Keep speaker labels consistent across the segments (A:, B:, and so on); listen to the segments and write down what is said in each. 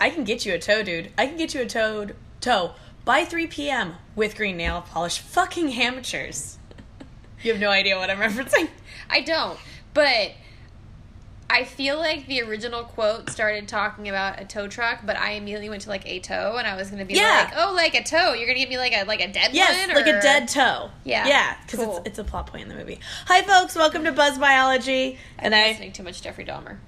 A: I can get you a toe, dude. I can get you a toad toe by 3 p.m. with green nail polish. Fucking amateurs. you have no idea what I'm referencing.
B: I don't, but I feel like the original quote started talking about a tow truck, but I immediately went to like a tow, and I was gonna be
A: Yeah.
B: like, oh, like a tow. You're gonna give me like a like a dead
A: Yes,
B: one,
A: like a
B: or-
A: dead toe.
B: Yeah,
A: Yeah, because
B: cool.
A: it's, it's a plot point in the movie. Hi, folks. Welcome to Buzz Biology.
B: I'm
A: And I.
B: listening too much Jeffrey Dahmer.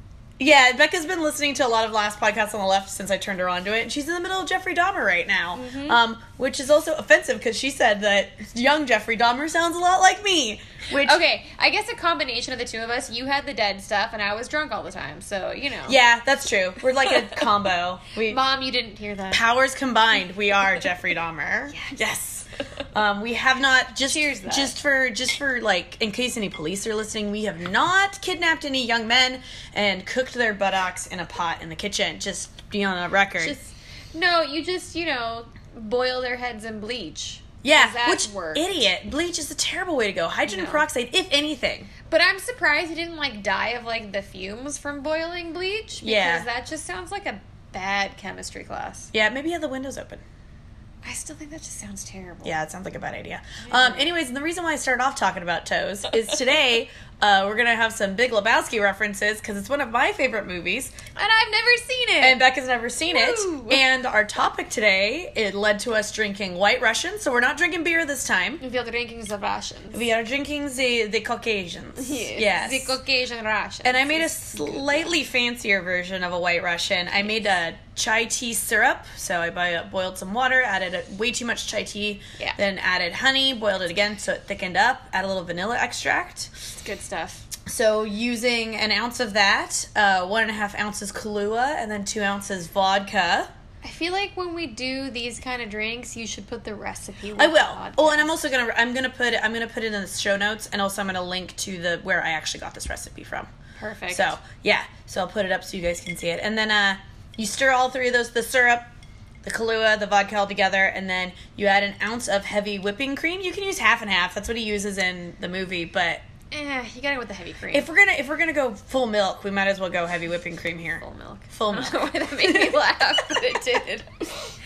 A: Yeah, Becca's been listening to a lot of last podcasts on the left since I turned her onto it, and she's in the middle of Jeffrey Dahmer right now, um, which is also offensive because she said that young Jeffrey Dahmer sounds a lot like me. Which
B: Okay, I guess a combination of the two of us. You had the dead stuff, and I was drunk all the time, so you know.
A: yeah, that's true. We're like a combo. We
B: Mom, you didn't hear that.
A: powers combined, we are Jeffrey Dahmer. Yes. Um, we have not just
B: Cheers that.
A: just for just for like in case any police are listening, we have not kidnapped any young men and cooked their buttocks in a pot in the kitchen. Just be on a record.
B: Just no, you just you know boil their heads in bleach.
A: Yeah,
B: Does that
A: which
B: work?
A: idiot? Bleach is a terrible way to go. Hydrogen
B: No.
A: peroxide, if anything.
B: But I'm surprised you didn't like die of like the fumes from boiling bleach. Because
A: Yeah.
B: that just sounds like a bad chemistry class.
A: Yeah, maybe have the windows open.
B: I still think that just sounds terrible.
A: Yeah, it sounds like a bad idea. Um, anyways, and the reason why I started off talking about toes is today uh, we're gonna have some Big Lebowski references because it's one of my favorite movies,
B: And I've never seen it.
A: and Becca's never seen
B: Woo!
A: it. And our topic today it led to us drinking White Russian, so we're not drinking beer this time.
B: we are drinking the Russians.
A: We are drinking the the Caucasians.
B: Yes. The Caucasian Russians.
A: And I made a slightly fancier version of a white Russian. I made a chai tea syrup. So I boi- boiled some water, added a, way too much chai tea,
B: Yeah.
A: then added honey, boiled it again so it thickened up, add a little vanilla extract.
B: It's good stuff.
A: So using an ounce of that, uh, one and a half ounces Kahlua, and then two ounces vodka.
B: I feel like when we do these kind of drinks, you should put the recipe. With
A: I
B: the
A: will.
B: vodka.
A: Oh, and I'm also gonna I'm gonna put it I'm gonna put it in the show notes, and also I'm gonna link to the where I actually got this recipe from.
B: Perfect.
A: So yeah, so I'll put it up so you guys can see it, and then uh, you stir all three of those: the syrup, the Kahlua, the vodka all together, and then you add an ounce of heavy whipping cream. You can use half and half. That's what he uses in the movie. But
B: Eh, you gotta go with the heavy cream.
A: if we're gonna if we're gonna go full milk, we might as well go heavy whipping cream here.
B: full milk.
A: Full
B: I don't know
A: milk.
B: why that made me laugh, but it did.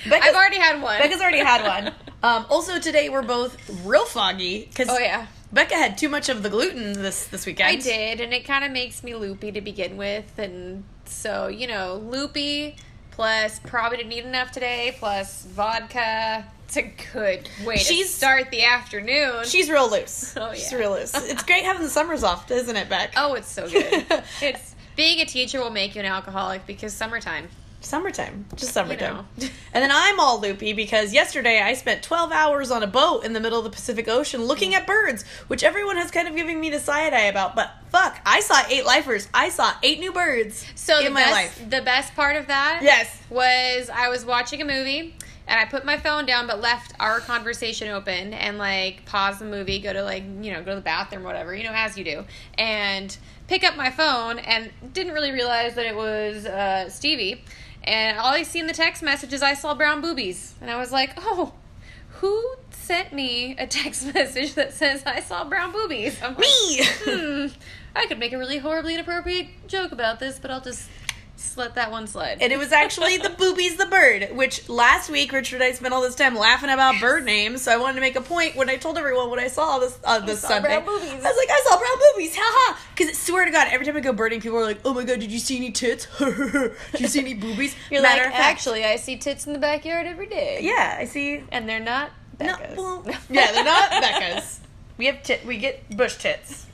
A: Becca's-
B: I've already had one.
A: Becca's already had one. Um, also today we're both real foggy because
B: Oh yeah.
A: Becca had too much of the gluten this this weekend.
B: I did, and it kind of makes me loopy to begin with. And so, you know, loopy plus probably didn't eat enough today plus vodka. It's a good way
A: She's-
B: to start the afternoon.
A: She's real loose.
B: Oh,
A: She's
B: yeah.
A: real loose. It's great having the summers off, isn't it, Beck?
B: oh, it's so good. it's being a teacher will make you an alcoholic because summertime.
A: Summertime, just summertime.
B: know.
A: and then I'm all loopy because yesterday I spent 12 hours on a boat in the middle of the Pacific Ocean looking
B: Mm.
A: at birds, which everyone has kind of given me the side eye about. But fuck, I saw eight lifers. I saw eight new birds
B: So
A: in
B: the
A: my
B: best,
A: life.
B: the best part of that,
A: Yes.
B: was I was watching a movie and I put my phone down, but left our conversation open and like pause the movie, go to like you know go to the bathroom, whatever you know as you do, and pick up my phone and didn't really realize that it was uh, Stevie, and all I see in the text message is I saw brown boobies, and I was like, oh, who sent me a text message that says I saw brown boobies? I'm like,
A: Me!
B: hmm, I could make a really horribly inappropriate joke about this, but I'll just s- let that one slide.
A: and it was actually the boobies the bird, which last week Richard and I spent all this time laughing about bird names. So I wanted to make a point when I told everyone what I saw this on this
B: saw
A: Sunday.
B: brown boobies.
A: I was like, I saw brown boobies, haha! Because swear to God, every time I go birding, people are like, Oh my God, did you see any tits? did you see any boobies?
B: You're
A: Matter
B: like,
A: of fact,
B: actually, I see tits in the backyard every day.
A: yeah, I see.
B: And they're not Becca's.
A: No, well, yeah, they're not Becca's. We have tit. We get bush tits.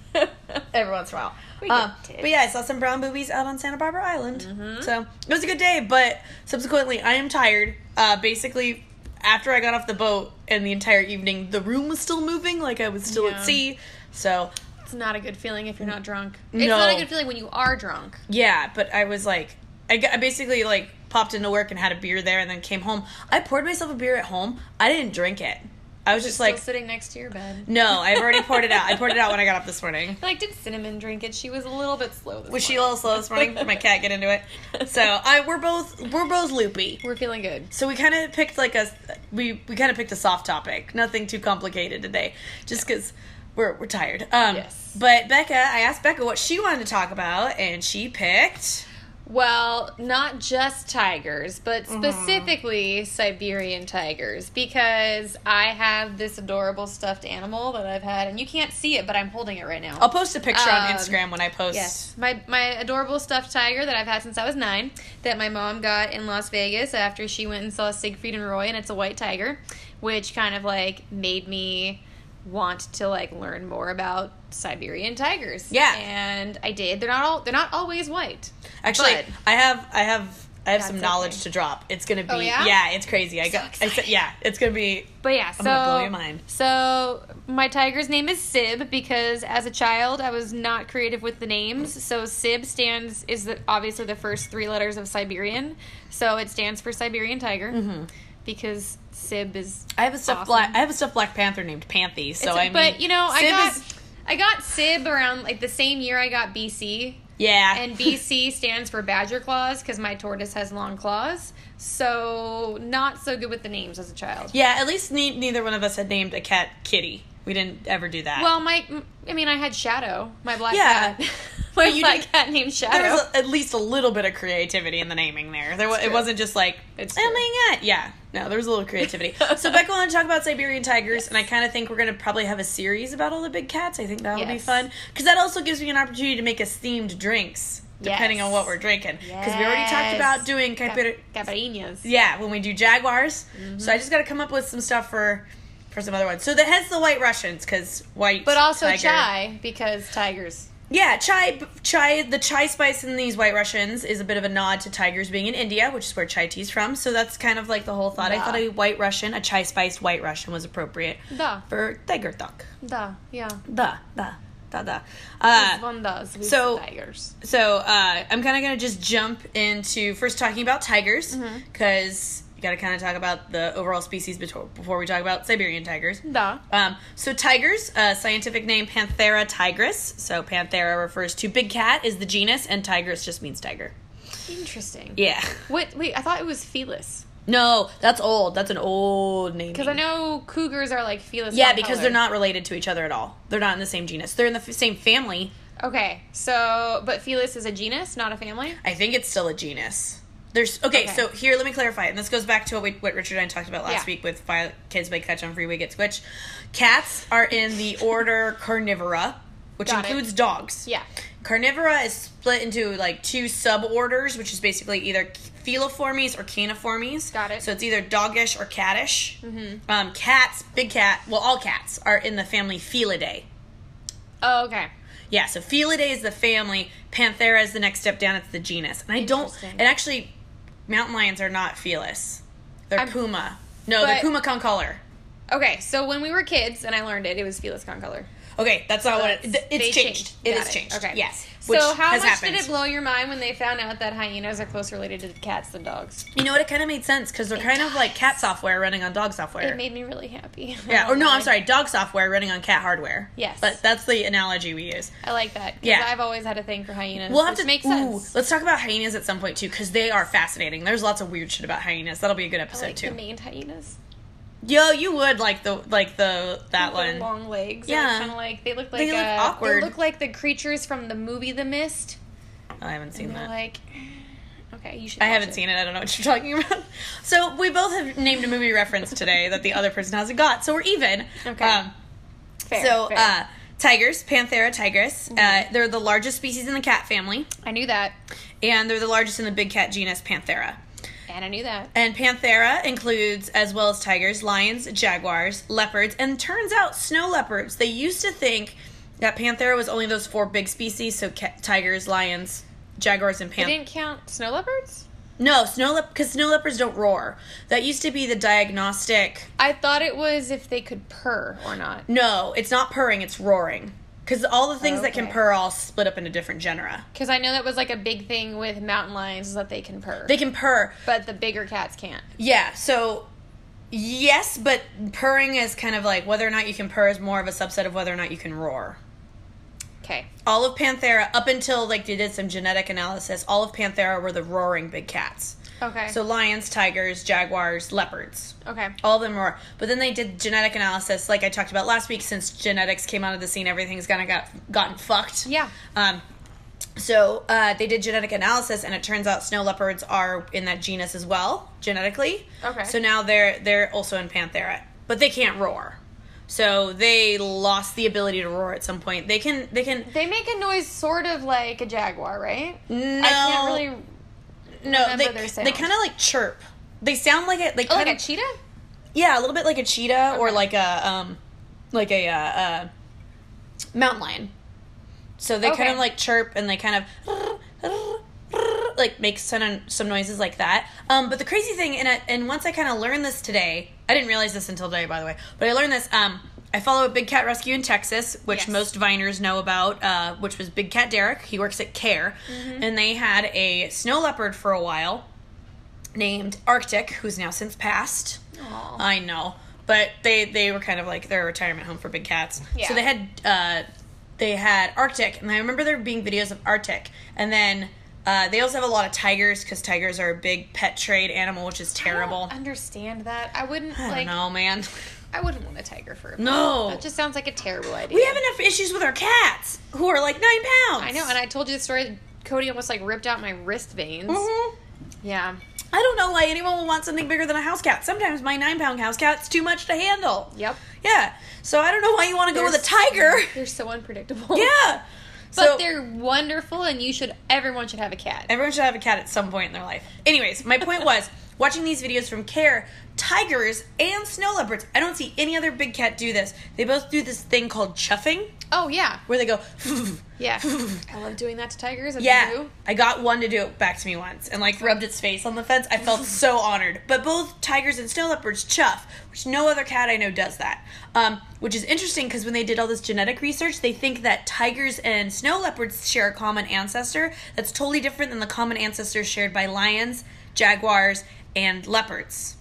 A: every once in a while.
B: We get
A: Um,
B: tits.
A: but yeah, I saw some brown boobies out on Santa Barbara Island.
B: Mm-hmm.
A: So it was a good day, but subsequently, I am tired. Uh, basically, after I got off the boat and the entire evening, the room was still moving, like I was still
B: Yeah.
A: at sea. So
B: it's not a good feeling if you're not drunk. It's
A: No.
B: not a good feeling when you are drunk.
A: yeah, but I was like, I, got, I basically like popped into work and had a beer there, and then came home. I poured myself a beer at home. I didn't drink it. I was just like,
B: Still sitting next to your bed.
A: no, I've already poured it out. I poured it out when I got up this morning.
B: Like, did Cinnamon drink it? She was a little bit slow this
A: Was she a
B: morning.
A: little slow this morning? Did my cat get into it? So I we're both we're both loopy.
B: We're feeling good.
A: So we kind of picked like a we we kind of picked a soft topic, nothing too complicated today, just because we're we're tired. Um,
B: Yes.
A: But Becca, I asked Becca what she wanted to talk about, and she picked
B: Well, not just tigers, but specifically Siberian tigers because I have this adorable stuffed animal that I've had, and you can't see it, but I'm holding it right now.
A: I'll post a picture on
B: Um,
A: Instagram when I post.
B: Yes, my my adorable stuffed tiger that I've had since I was nine, that my mom got in Las Vegas after she went and saw Siegfried and Roy, and it's a white tiger, which kind of like made me want to like learn more about Siberian tigers.
A: Yeah.
B: and I did. They're not all they're not always white.
A: Actually,
B: But-
A: I have I have I have some
B: That's
A: knowledge
B: okay.
A: to drop. It's gonna be
B: Oh, yeah?
A: it's crazy. I got I said
B: exciting.
A: yeah, it's gonna be
B: But yeah, so
A: gonna blow your mind.
B: so my tiger's name is Sib because as a child I was not creative with the names. So Sib stands is the, obviously the first three letters of Siberian, so it stands for Siberian tiger
A: Mm-hmm.
B: because Sib is.
A: I have a stuffed
B: Awesome.
A: black I have a stuffed black panther named Panthy. So
B: it's-
A: I mean,
B: but you know I
A: Sib
B: got
A: is-
B: I got Sib around like the same year I got BC.
A: yeah
B: And BC stands for badger claws because my tortoise has long claws. So, not so good with the names as a child.
A: yeah. At least ne- neither one of us had named a cat Kitty. We didn't ever do that.
B: Well, my, I mean, I had Shadow, my black
A: Yeah.
B: cat. my
A: you
B: black
A: didn't-
B: cat named
A: there
B: Shadow.
A: was a, at least a little bit of creativity in the naming there. There was, it
B: true.
A: wasn't just like
B: It's
A: oh
B: true.
A: my god, yeah. No, there was a little creativity. so Becca wanted to talk about Siberian tigers, and I kind of think we're gonna probably have a series about all the big cats. I think that'll be
B: Yes.
A: fun because that also gives me an opportunity to make us themed drinks depending
B: Yes.
A: on what we're drinking. Because we already talked about doing caipirinha.
B: Caparinas.
A: Yeah, when we do jaguars.
B: Mm-hmm.
A: So I just got to come up with some stuff for for some other ones. So that has the white Russians because white,
B: But also
A: tiger.
B: Chai, because tigers.
A: Yeah, chai, chai. The chai spice in these White Russians is a bit of a nod to tigers being in India, which is where chai tea's from. So that's kind of like the whole thought. I
B: Yeah.
A: thought a White Russian, a chai spiced White Russian, was appropriate
B: Da.
A: for tiger talk.
B: Da. Yeah.
A: Da da da da.
B: This
A: Uh,
B: one does. with
A: so-
B: the tigers.
A: so uh, I'm kind of gonna just jump into first talking about tigers because you gotta kind of talk about the overall species beto- before we talk about Siberian tigers.
B: Da.
A: Um, so tigers, uh, scientific name Panthera tigris. So Panthera refers to big cat is the genus, and tigris just means tiger.
B: Interesting.
A: Yeah.
B: Wait, wait, I thought it was Felis.
A: No, that's old. That's an old name.
B: Because I know cougars are like Felis.
A: Yeah,
B: one
A: because
B: color.
A: they're not related to each other at all. They're not in the same genus. They're in the f- same family.
B: Okay, so, but Felis is a genus, not a family?
A: I think it's still a genus. There's okay,
B: Okay.
A: So here, let me clarify, and this goes back to what, we, what Richard and I talked about last
B: Yeah.
A: week with file, kids by catch on freeway gets which. Cats are in the order Carnivora, which
B: Got it.
A: includes dogs.
B: Yeah.
A: Carnivora is split into like two suborders, which is basically either feliformes or caniformes.
B: Got it.
A: So it's either doggish or cattish. Mm-hmm. Um, cats, big cat, well, all cats are in the family Felidae.
B: Oh, okay.
A: Yeah, so Felidae is the family, Panthera is the next step down, it's the genus. And I don't,
B: Interesting.
A: and actually, mountain lions are not Felis, they're
B: I'm-
A: Puma. No, they're
B: but-
A: Puma con color.
B: Okay, so when we were kids and I learned it, it was Felis con color.
A: Okay, that's not what it,
B: That's-
A: th- it's
B: they
A: changed. It
B: Got
A: is changed.
B: Okay.
A: Yes. which
B: So how
A: has
B: much
A: happened.
B: did it blow your mind when they found out that hyenas are closer related to cats than dogs?
A: You know what? It kind of made sense because they're kind of like cat software running on dog software.
B: It made me really happy.
A: yeah, or no, I'm sorry, dog software running on cat hardware.
B: Yes.
A: but that's the analogy we use.
B: I like that. 'cause
A: Yeah.
B: I've always had a thing for hyenas.
A: We'll have
B: which
A: to
B: makes
A: ooh,
B: sense.
A: Let's talk about hyenas at some point too, because they are fascinating. There's lots of weird shit about hyenas. That'll be a good
B: I
A: episode
B: like
A: too.
B: the maned hyenas.
A: Yo, you would like the like the that
B: With their
A: one.
B: Long legs.
A: Yeah.
B: Kind of like they look like
A: They look
B: uh,
A: awkward.
B: They look like the creatures from the movie The Mist.
A: I haven't seen
B: And they're
A: that.
B: like, okay, you should.
A: I
B: watch
A: haven't seen it. I don't know what you're talking about. So we both have named a movie reference today that the other person hasn't got, so we're even. Um,
B: Okay. Fair,
A: so
B: fair. Mm-hmm.
A: uh tigers, Panthera tigris, uh, they're the largest species in the cat family,
B: I knew that,
A: and they're the largest in the big cat genus Panthera.
B: and I knew that.
A: And Panthera includes, as well as tigers, lions, jaguars, leopards, and turns out snow leopards. They used to think that Panthera was only those four big species, so ca- tigers, lions, jaguars, and
B: I
A: panthers.
B: didn't count snow leopards.
A: No, snow leop because snow leopards don't roar. That used to be the diagnostic.
B: I thought it was if they could purr or not.
A: No, it's not purring; it's roaring. Because all the things that can
B: Okay.
A: purr all split up into different genera.
B: Because I know that was like a big thing with mountain lions is that they can purr,
A: They can purr,
B: but the bigger cats can't.
A: Yeah, so yes, but purring is kind of like whether or not you can purr is more of a subset of whether or not you can roar.
B: Okay,
A: All of Panthera, up until like they did some genetic analysis, all of Panthera were the roaring big cats.
B: okay,
A: So oh. lions, tigers, jaguars, leopards.
B: okay,
A: All of them roar. But then they did genetic analysis, like I talked about last week, since genetics came out of the scene, everything's kind of got gotten fucked.
B: yeah.
A: Um, So uh, they did genetic analysis, and it turns out snow leopards are in that genus as well, genetically.
B: Okay.
A: So now they're they're also in Panthera, but they can't roar. So they lost the ability to roar at some point. They can they can
B: They make a noise sort of like a jaguar, right?
A: no
B: I can't really.
A: no they
B: remember their
A: they
B: sound.
A: kind of like chirp. They sound like it. They
B: Oh, like
A: kinda-
B: a cheetah?
A: Yeah, a little bit like a cheetah or
B: Okay.
A: like a um, like a uh, uh, mountain lion. So they kind
B: Okay.
A: of like chirp and they kind of like make some some noises like that. Um, but the crazy thing, and I, and once I kind of learned this today, I didn't realize this until today, by the way. But I learned this. Um, I follow a big cat rescue in Texas, which
B: Yes.
A: most viners know about, uh, which was Big Cat Derek. He works at Care,
B: Mm-hmm.
A: and they had a snow leopard for a while named Arctic, who's now since passed.
B: Aw.
A: I know, but they they were kind of like their retirement home for big cats.
B: Yeah.
A: So they had uh, they had Arctic, and I remember there being videos of Arctic, and then uh, they also have a lot of tigers because tigers are a big pet trade animal, which is terrible.
B: I don't understand that. I wouldn't
A: I don't
B: like.
A: know, man.
B: I wouldn't want a tiger for a pet.
A: No.
B: That just sounds like a terrible idea.
A: We have enough issues with our cats who are like nine pounds.
B: I know, and I told you the story. that Cody almost like ripped out my wrist veins.
A: Mhm.
B: Yeah.
A: I don't know why anyone would want something bigger than a house cat. Sometimes my nine pound house cat's too much to handle.
B: Yep.
A: Yeah. So I don't know why you want to go with a tiger.
B: They're so unpredictable.
A: yeah.
B: But
A: so,
B: they're wonderful, and you should. Everyone should have a cat.
A: Everyone should have a cat at some point in their life. Anyways, my point was watching these videos from Care, tigers and snow leopards. I don't see any other big cat do this. They both do this thing called chuffing,
B: Oh yeah,
A: where they go.
B: yeah. I love doing that to tigers. and
A: Yeah,
B: you.
A: I got one to do it back to me once, and like rubbed its face on the fence. I felt so honored. But both tigers and snow leopards chuff, which no other cat I know does that. Um, which is interesting because when they did all this genetic research, they think that tigers and snow leopards share a common ancestor. That's totally different than the common ancestor shared by lions, jaguars, and leopards.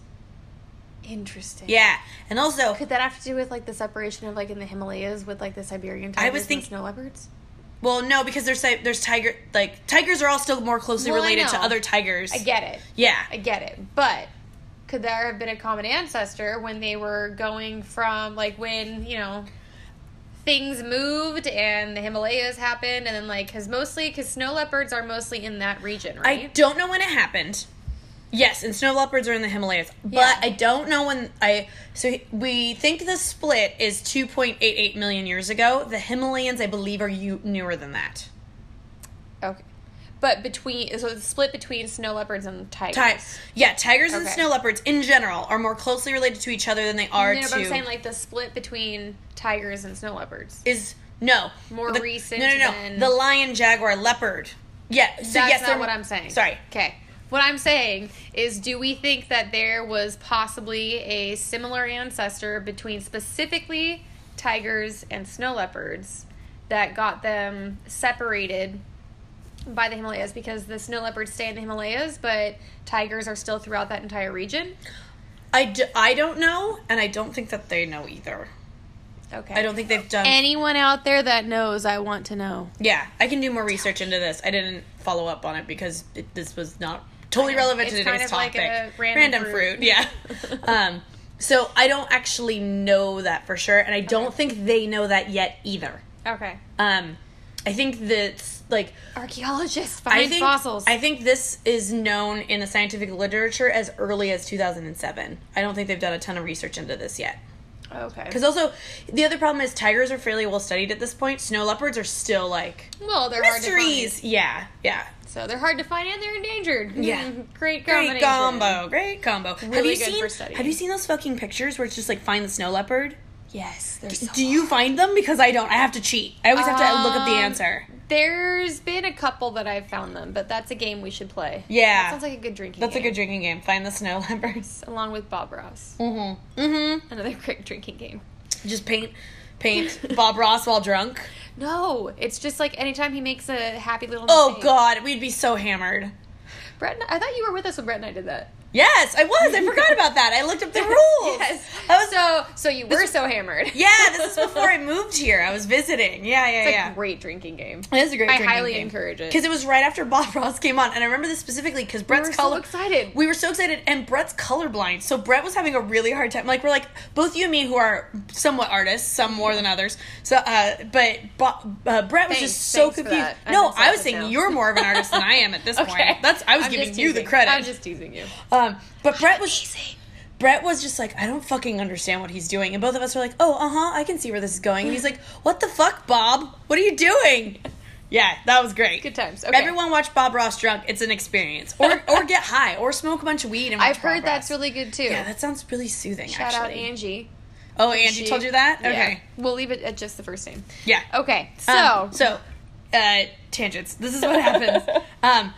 B: Interesting.
A: Yeah, and also
B: Could that have to do with like the separation of like in the Himalayas with like the Siberian tigers
A: was
B: and
A: thinking-
B: snow leopards?
A: well, no, because there's ti- there's tiger like tigers are all still more closely
B: Well, I
A: related to
B: know.
A: other tigers.
B: I get it.
A: Yeah,
B: I get it. But could there have been a common ancestor when they were going from like when, you know, things moved and the Himalayas happened and then like cuz mostly cuz snow leopards are mostly in that region,
A: I
B: right?
A: don't know when it happened. Yes, and snow leopards are in the Himalayas, but
B: Yeah.
A: I don't know when I. So he- we think the split is 2.88 million years ago. The Himalayans, I believe, are you newer than that.
B: okay. But between so it's split between snow leopards and tigers.
A: Ti- yeah, tigers and
B: Okay.
A: snow leopards in general are more closely related to each other than they are
B: You know,
A: to.
B: but I'm saying like the split between tigers and snow leopards.
A: is no
B: More
A: The-
B: recent
A: No, no, no.
B: than-
A: The lion, jaguar, leopard. Yeah, so
B: That's
A: yes,
B: not
A: they're-
B: what I'm saying.
A: Sorry,
B: Okay. What I'm saying is, do we think that there was possibly a similar ancestor between specifically tigers and snow leopards that got them separated by the Himalayas because the snow leopards stay in the Himalayas, but tigers are still throughout that entire region?
A: I, d- I don't know, and I don't think that they know either.
B: Okay.
A: I don't think they've done
B: Anyone out there that knows, I want to know.
A: Yeah, I can do more research into this. I didn't follow up on it because it, this was not totally
B: I know.
A: relevant to
B: It's
A: today's
B: kind of like
A: topic.
B: a random fruit.
A: yeah. um, so I don't actually know that for sure, and I don't think they know that yet either.
B: Okay.
A: Um, I think that's like
B: Archaeologists
A: I
B: find
A: think
B: fossils.
A: I think this is known in the scientific literature as early as 2007. I don't think they've done a ton of research into this yet.
B: okay.
A: Because also, the other problem is tigers are fairly well studied at this point. Snow leopards are still like
B: Well, they're hard to find.
A: mysteries. Yeah, yeah.
B: So they're hard to find and they're endangered.
A: Yeah.
B: Mm, Great combination.
A: Great combo. Great combo. have
B: Really
A: you
B: good
A: seen
B: for studying.
A: Have you seen those fucking pictures where it's just like find the snow leopard?
B: Yes, there's
A: Do you find them? Because I don't. I have to cheat. I always have to look up the
B: Um,
A: answer.
B: There's been a couple that I've found them, but that's a game we should play.
A: Yeah.
B: That sounds like a good drinking
A: That's a
B: game.
A: good drinking game. Find the snow leopards.
B: good Along with Bob Ross.
A: Mm-hmm. Mm-hmm.
B: Another great drinking game.
A: Just paint, paint Bob Ross while drunk.
B: No, it's just like anytime he makes a happy little
A: Oh
B: mistake.
A: God, we'd be so hammered.
B: Brett and I, I thought you were with us when Brett and I did that.
A: Yes, I was. I forgot about that. I looked up the rules.
B: yes.
A: I was.
B: so so you were so hammered.
A: yeah, this is before I moved here. I was visiting. Yeah, yeah,
B: It's a
A: yeah.
B: great drinking game.
A: It is a great.
B: I
A: drinking
B: highly
A: game.
B: encourage it.
A: because it was right after Bob Ross came on, and I remember this specifically because Brett's
B: were so
A: color.
B: excited.
A: We were so excited, and Brett's colorblind, so Brett was having a really hard time. Like we're like both you and me, who are somewhat artists, some more than others. So, uh, but Bob, uh, Brett was
B: Thanks,
A: just so
B: thanks for
A: confused.
B: that. I'm
A: No,
B: just
A: I was
B: upset
A: saying
B: now.
A: you're more of an artist than I am at this
B: Okay.
A: point. That's I was
B: I'm
A: giving
B: just
A: you the
B: teasing.
A: credit.
B: I'm just teasing you.
A: Um, but Brett was Brett was just like, I don't fucking understand what he's doing, and both of us were like, Oh, uh huh, I can see where this is going. And he's like, What the fuck, Bob? What are you doing? Yeah, that was great.
B: Good times. Okay.
A: Everyone watch Bob Ross drunk. It's an experience. Or or get high, or smoke a bunch of weed. And watch
B: I've heard
A: Bob
B: that's
A: Ross.
B: really good too.
A: yeah. That sounds really soothing.
B: Shout out
A: actually.
B: Angie.
A: Oh, Angie
B: She-
A: told you that.
B: Yeah.
A: Okay.
B: We'll leave it at just the first name.
A: Yeah.
B: Okay. So
A: Um, so uh, tangents. This is what happens. um,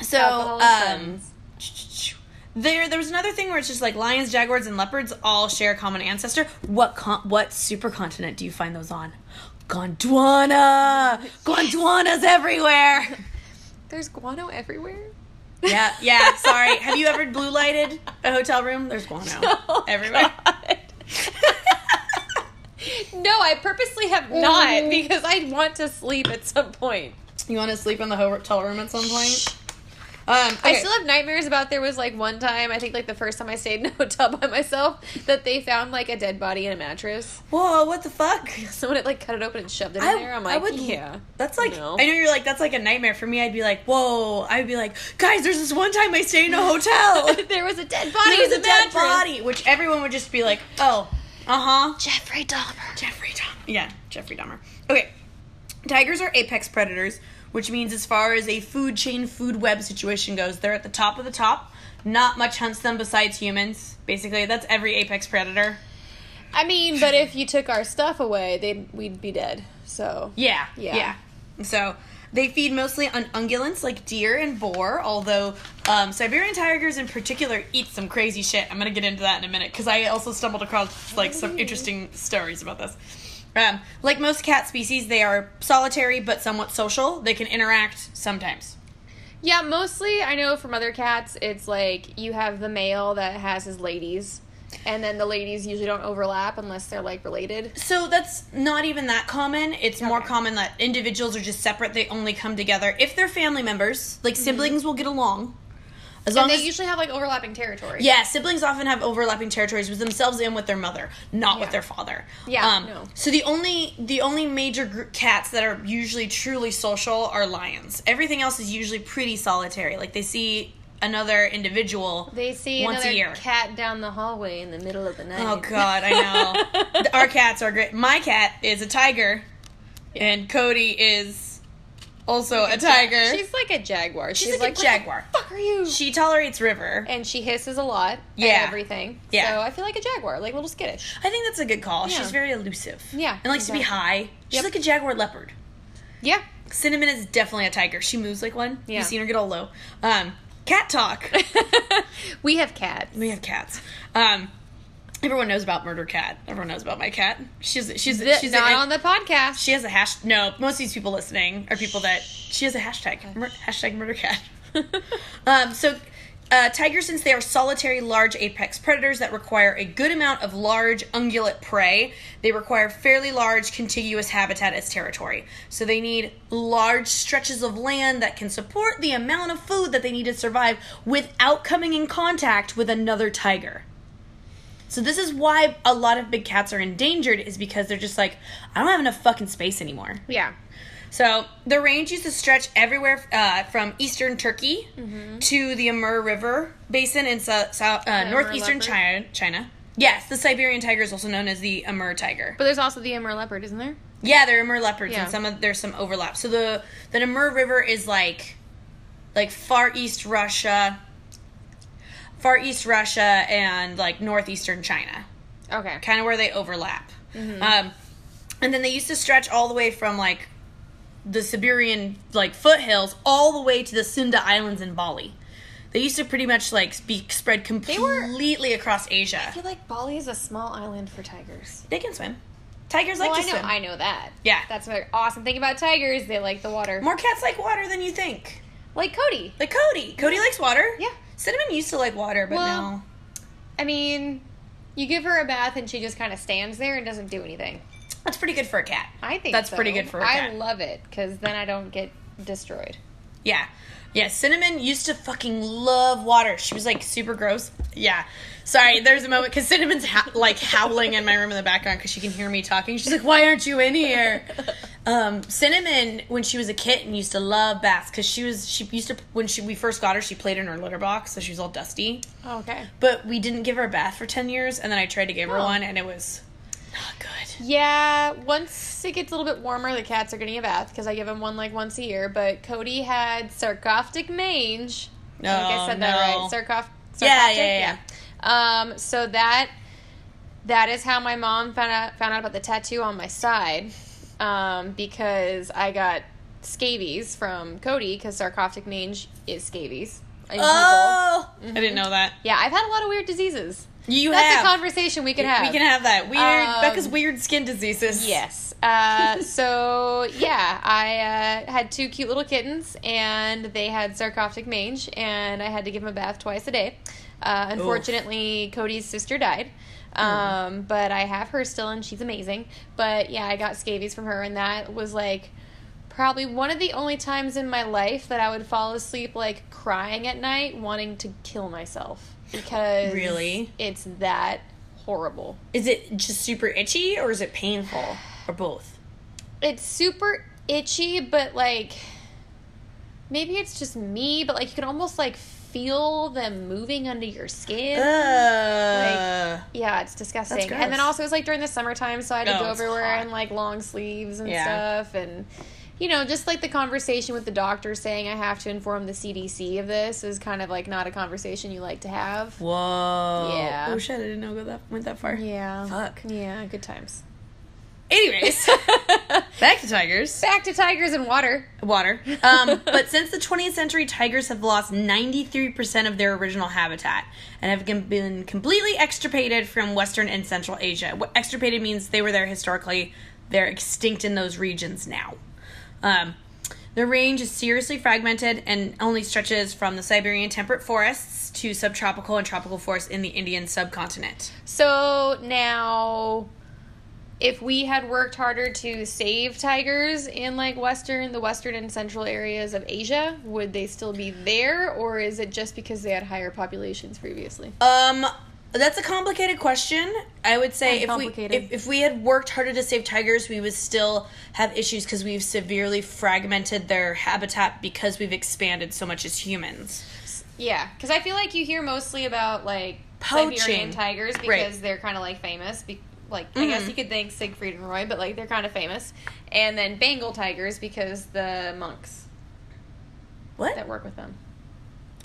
A: so
B: Alcohol
A: um,
B: sons.
A: there there was another thing where it's just like lions, jaguars, and leopards all share a common ancestor. What con- what supercontinent do you find those on? Gondwana. Gondwana's everywhere.
B: there's guano everywhere.
A: yeah, yeah. Sorry. Have you ever blue lighted a hotel room? There's guano
B: Oh,
A: everywhere.
B: God. no, I purposely have
A: Mm.
B: not because I want to sleep at some point.
A: You want to sleep in the hotel room at some point? Um,
B: I still have nightmares about there was like one time, I think like the first time I stayed in a hotel by myself, that they found like a dead body in a mattress.
A: Whoa! What the fuck?
B: Someone had like cut it open and shoved it in
A: I-
B: there. I'm
A: I
B: like,
A: would-
B: yeah.
A: That's like
B: No.
A: I know you're like that's like a nightmare for me. I'd be like, whoa. I'd be like, guys, there's this one time I stayed in a hotel. there
B: there was a dead body.
A: was
B: in
A: a
B: the
A: dead
B: mattress.
A: body, which everyone would just be like, oh, uh huh,
B: Jeffrey Dahmer.
A: Jeffrey Dahmer. Yeah, Jeffrey Dahmer. Okay, tigers are apex predators, which means as far as a food chain, food web situation goes, they're at the top of the top. Not much hunts them besides humans. Basically, that's every apex predator.
B: I mean, but if you took our stuff away, they we'd be dead. So
A: Yeah.
B: Yeah.
A: Yeah. So they feed mostly on ungulates like deer and boar, although um, Siberian tigers in particular eat some crazy shit. I'm gonna get into that in a minute because I also stumbled across like some interesting stories about this. Um, like most cat species, they are solitary but somewhat social. They can interact sometimes.
B: yeah, mostly I know from other cats, it's like you have the male that has his ladies, and then the ladies usually don't overlap unless they're like related.
A: So that's not even that common. It's more
B: Okay.
A: common that individuals are just separate. They only come together if they're family members. Like siblings will get along, as long
B: Mm-hmm. And they
A: as
B: usually have like overlapping territory.
A: Yeah, siblings often have overlapping territories with themselves and with their mother, not with
B: Yeah.
A: their father. Um,
B: Yeah, no.
A: So the only the only major gr- cats that are usually truly social are lions. Everything else is usually pretty solitary. Like they see another individual
B: They see
A: once
B: another
A: a year.
B: cat down the hallway in the middle of the night.
A: Oh God, I know. Our cats are great. My cat is a tiger, and Cody is also a tiger.
B: She's like a jaguar. She's,
A: She's like,
B: like,
A: a jaguar.
B: What the fuck are you?
A: She tolerates River.
B: and she hisses a lot.
A: Yeah.
B: At everything.
A: Yeah.
B: So I feel like a jaguar, like a little skittish.
A: I think that's a good call.
B: Yeah.
A: She's very elusive.
B: Yeah,
A: And likes to be high. She's
B: Yep.
A: like a jaguar leopard.
B: Yeah.
A: Cinnamon is definitely a tiger. She moves like one.
B: Yeah.
A: You've seen her get all low. Um, cat talk.
B: we have cats.
A: we have cats. Um, everyone knows about Murder Cat. Everyone knows about my cat. She's she's
B: Th-
A: she's
B: not
A: a,
B: on the podcast.
A: She has a hash. No, most of these people listening are people that she has a hashtag. Mur- hashtag Murder Cat. Um, so, uh, tigers, since they are solitary, large apex predators that require a good amount of large ungulate prey, they require fairly large contiguous habitat as territory. So they need large stretches of land that can support the amount of food that they need to survive without coming in contact with another tiger. So this is why a lot of big cats are endangered is because they're just like, I don't have enough fucking space anymore.
B: yeah.
A: So the range used to stretch everywhere uh, from eastern Turkey
B: Mm-hmm.
A: to the Amur River basin in so- so- uh, northeastern
B: leopard?
A: China, China. Yes, the Siberian tiger is also known as the Amur tiger.
B: But there's also the Amur leopard, isn't there?
A: Yeah, there are Amur leopards,
B: Yeah.
A: and some of there's some overlap. So the the Amur River is like, like far east Russia, far east Russia, and like northeastern China
B: Okay.
A: kind of where they overlap.
B: Mm-hmm.
A: Um, and then they used to stretch all the way from like the Siberian like foothills all the way to the Sunda Islands in Bali. They used to pretty much like be spread
B: were-
A: completely across
B: I
A: Asia.
B: feel like Bali is a small island for tigers.
A: They can swim. Tigers like
B: well,
A: to
B: I know,
A: swim.
B: I know that.
A: Yeah.
B: That's what awesome thing about tigers. They like the water.
A: More cats like water than you think.
B: like Cody.
A: Like Cody. Cody likes water.
B: Yeah.
A: Cinnamon used to like water, but
B: Well-
A: now
B: I mean, you give her a bath and she just kind of stands there and doesn't do anything.
A: that's pretty good for a cat.
B: I think
A: That's
B: so.
A: pretty good for a
B: I
A: cat.
B: love it because then I don't get destroyed.
A: Yeah. Yeah, Cinnamon used to fucking love water. She was like super gross. Yeah. Sorry, there's a moment because Cinnamon's ho- like howling in my room in the background because she can hear me talking. She's like, why aren't you in here? Um, Cinnamon, when she was a kitten, used to love baths because she was, she used to, when she, we first got her, she played in her litter box, so she was all dusty.
B: Okay.
A: But we didn't give her a bath for 10 years, and then I tried to give her
B: Oh.
A: one, and it was not good.
B: Yeah, once it gets a little bit warmer, the cats are getting a bath because I give them one like once a year. But Cody had sarcoptic mange.
A: No.
B: I think I said
A: Oh, no.
B: that right. Sarcof- sarcoptic.
A: Yeah, yeah, yeah.
B: Um, so that that is how my mom found out found out about the tattoo on my side, um, because I got scabies from Cody because sarcoptic mange is scabies. in people.
A: Oh! I didn't know that.
B: Yeah, I've had a lot of weird diseases.
A: You
B: That's
A: have.
B: a conversation we could have.
A: We can have that. Weird
B: Um,
A: Becca's weird skin diseases.
B: Yes. Uh, so yeah, I uh, had two cute little kittens, and they had sarcoptic mange, and I had to give them a bath twice a day. Uh, unfortunately, Cody's sister died, um, but I have her still, and she's amazing. But yeah, I got scabies from her, and that was like probably one of the only times in my life that I would fall asleep like crying at night, wanting to kill myself because
A: Really?
B: it's that horrible.
A: Is it just super itchy or is it painful or both?
B: it's super itchy, but like maybe it's just me, but like you can almost like feel them moving under your skin.
A: Uh,
B: Yeah, it's disgusting.
A: That's
B: And then
A: gross.
B: also it's like during the summertime, so I had to
A: Oh,
B: go
A: it's
B: everywhere
A: hot.
B: in like long sleeves and
A: Yeah.
B: stuff and you know, just like the conversation with the doctor saying I have to inform the CDC of this is kind of like not a conversation you like to have.
A: whoa.
B: Yeah.
A: Oh shit! I didn't know go that went that far.
B: Yeah.
A: Fuck.
B: Yeah, good times.
A: Anyways, back to tigers.
B: Back to tigers and water.
A: Water. Um, but since the 20th century, tigers have lost 93% of their original habitat and have com- been completely extirpated from Western and Central Asia. What extirpated means they were there historically. They're extinct in those regions now. Um, the range is seriously fragmented and only stretches from the Siberian temperate forests to subtropical and tropical forests in the Indian subcontinent.
B: So now, if we had worked harder to save tigers in like Western, the Western and Central areas of Asia, would they still be there, or is it just because they had higher populations previously?
A: Um, that's a complicated question. I would say if we
B: Complicated.
A: if, if we had worked harder to save tigers, we would still have issues because we've severely fragmented their habitat because we've expanded so much as humans.
B: Yeah, because I feel like you hear mostly about like
A: Poaching.
B: Siberian tigers because
A: Right. Mm-hmm.
B: they're kind of like famous. Be- like I guess you could think Siegfried and Roy, but like they're kind of famous, and then Bengal tigers because the monks that
A: What?
B: work with them.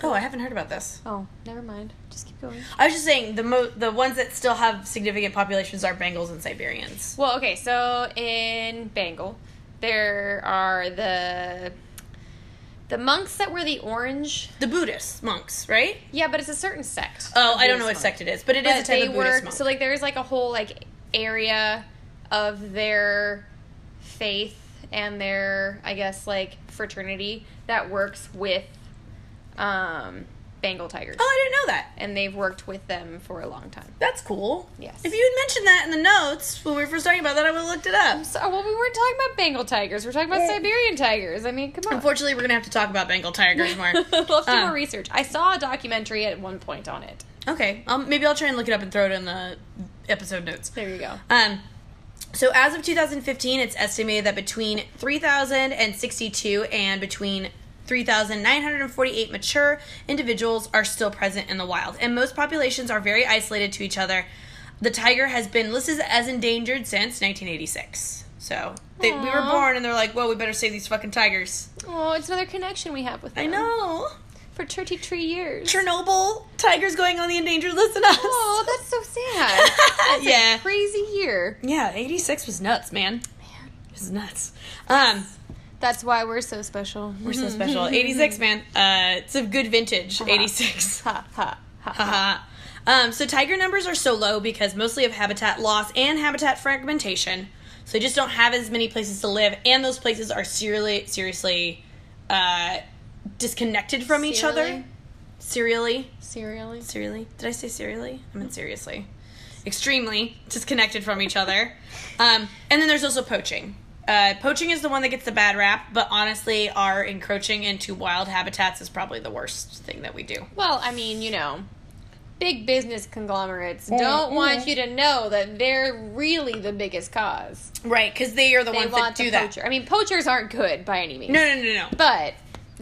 A: Oh, I haven't heard about this.
B: Oh, never mind. Just keep going.
A: I was just saying the mo- the ones that still have significant populations are Bengals and Siberians.
B: Well, okay, so in Bengal, there are the the monks that wear the orange.
A: The Buddhist monks, right?
B: Yeah, but it's a certain sect.
A: Oh,
B: of
A: I don't know what
B: Buddhist
A: sect it is, but it
B: monks.
A: is
B: But
A: a type
B: they
A: of Buddhist
B: work
A: monk.
B: so like there's like a whole like area of their faith and their I guess like fraternity that works with um Bengal tigers.
A: oh, I didn't know that.
B: And they've worked with them for a long time.
A: That's cool.
B: Yes.
A: If you had mentioned that in the notes when we were first talking about that, I would have looked it up.
B: So well we weren't talking about Bengal tigers, we're talking about
A: Yeah.
B: Siberian tigers. I mean, come on.
A: Unfortunately, we're gonna have to talk about Bengal tigers more.
B: Let's do
A: Uh,
B: more research. I saw a documentary at one point on it.
A: okay, um, maybe I'll try and look it up and throw it in the episode notes.
B: There you go.
A: Um, so as of 2015, it's estimated that between 3,062 and between 3,948 mature individuals are still present in the wild, and most populations are very isolated to each other. The tiger has been listed as endangered since 1986. So they, we were
B: Aw.
A: born, and they're like, "Well, we better save these fucking tigers."
B: Oh, it's another connection we have with them.
A: I know.
B: For 33 years.
A: Chernobyl tigers going on the endangered list and us.
B: Oh, that's so sad. That's
A: Yeah.
B: a crazy year.
A: yeah, eighty six was nuts, man. It was nuts. Um,
B: That's why we're so special.
A: we're so special. Eighty six, man. Uh, it's a good vintage. Eighty six.
B: Ha, ha, ha, ha.
A: Uh-huh. Um, so tiger numbers are so low because mostly of habitat loss and habitat fragmentation. So they just don't have as many places to live, and those places are seriously, seriously uh, disconnected from each other.
B: Serially?
A: serially.
B: Serially.
A: Serially? Did I say serially? I meant seriously. Extremely disconnected from each other. Um, and then there's also poaching. Uh, poaching is the one that gets the bad rap, but honestly, our encroaching into wild habitats is probably the worst thing that we do.
B: Well, I mean, you know, big business conglomerates don't want you to know that they're really the biggest cause.
A: Right, because they are the
B: They
A: ones
B: want
A: that
B: to
A: do
B: the
A: that.
B: poacher. I mean, poachers aren't good by any means.
A: No, no, no, no.
B: But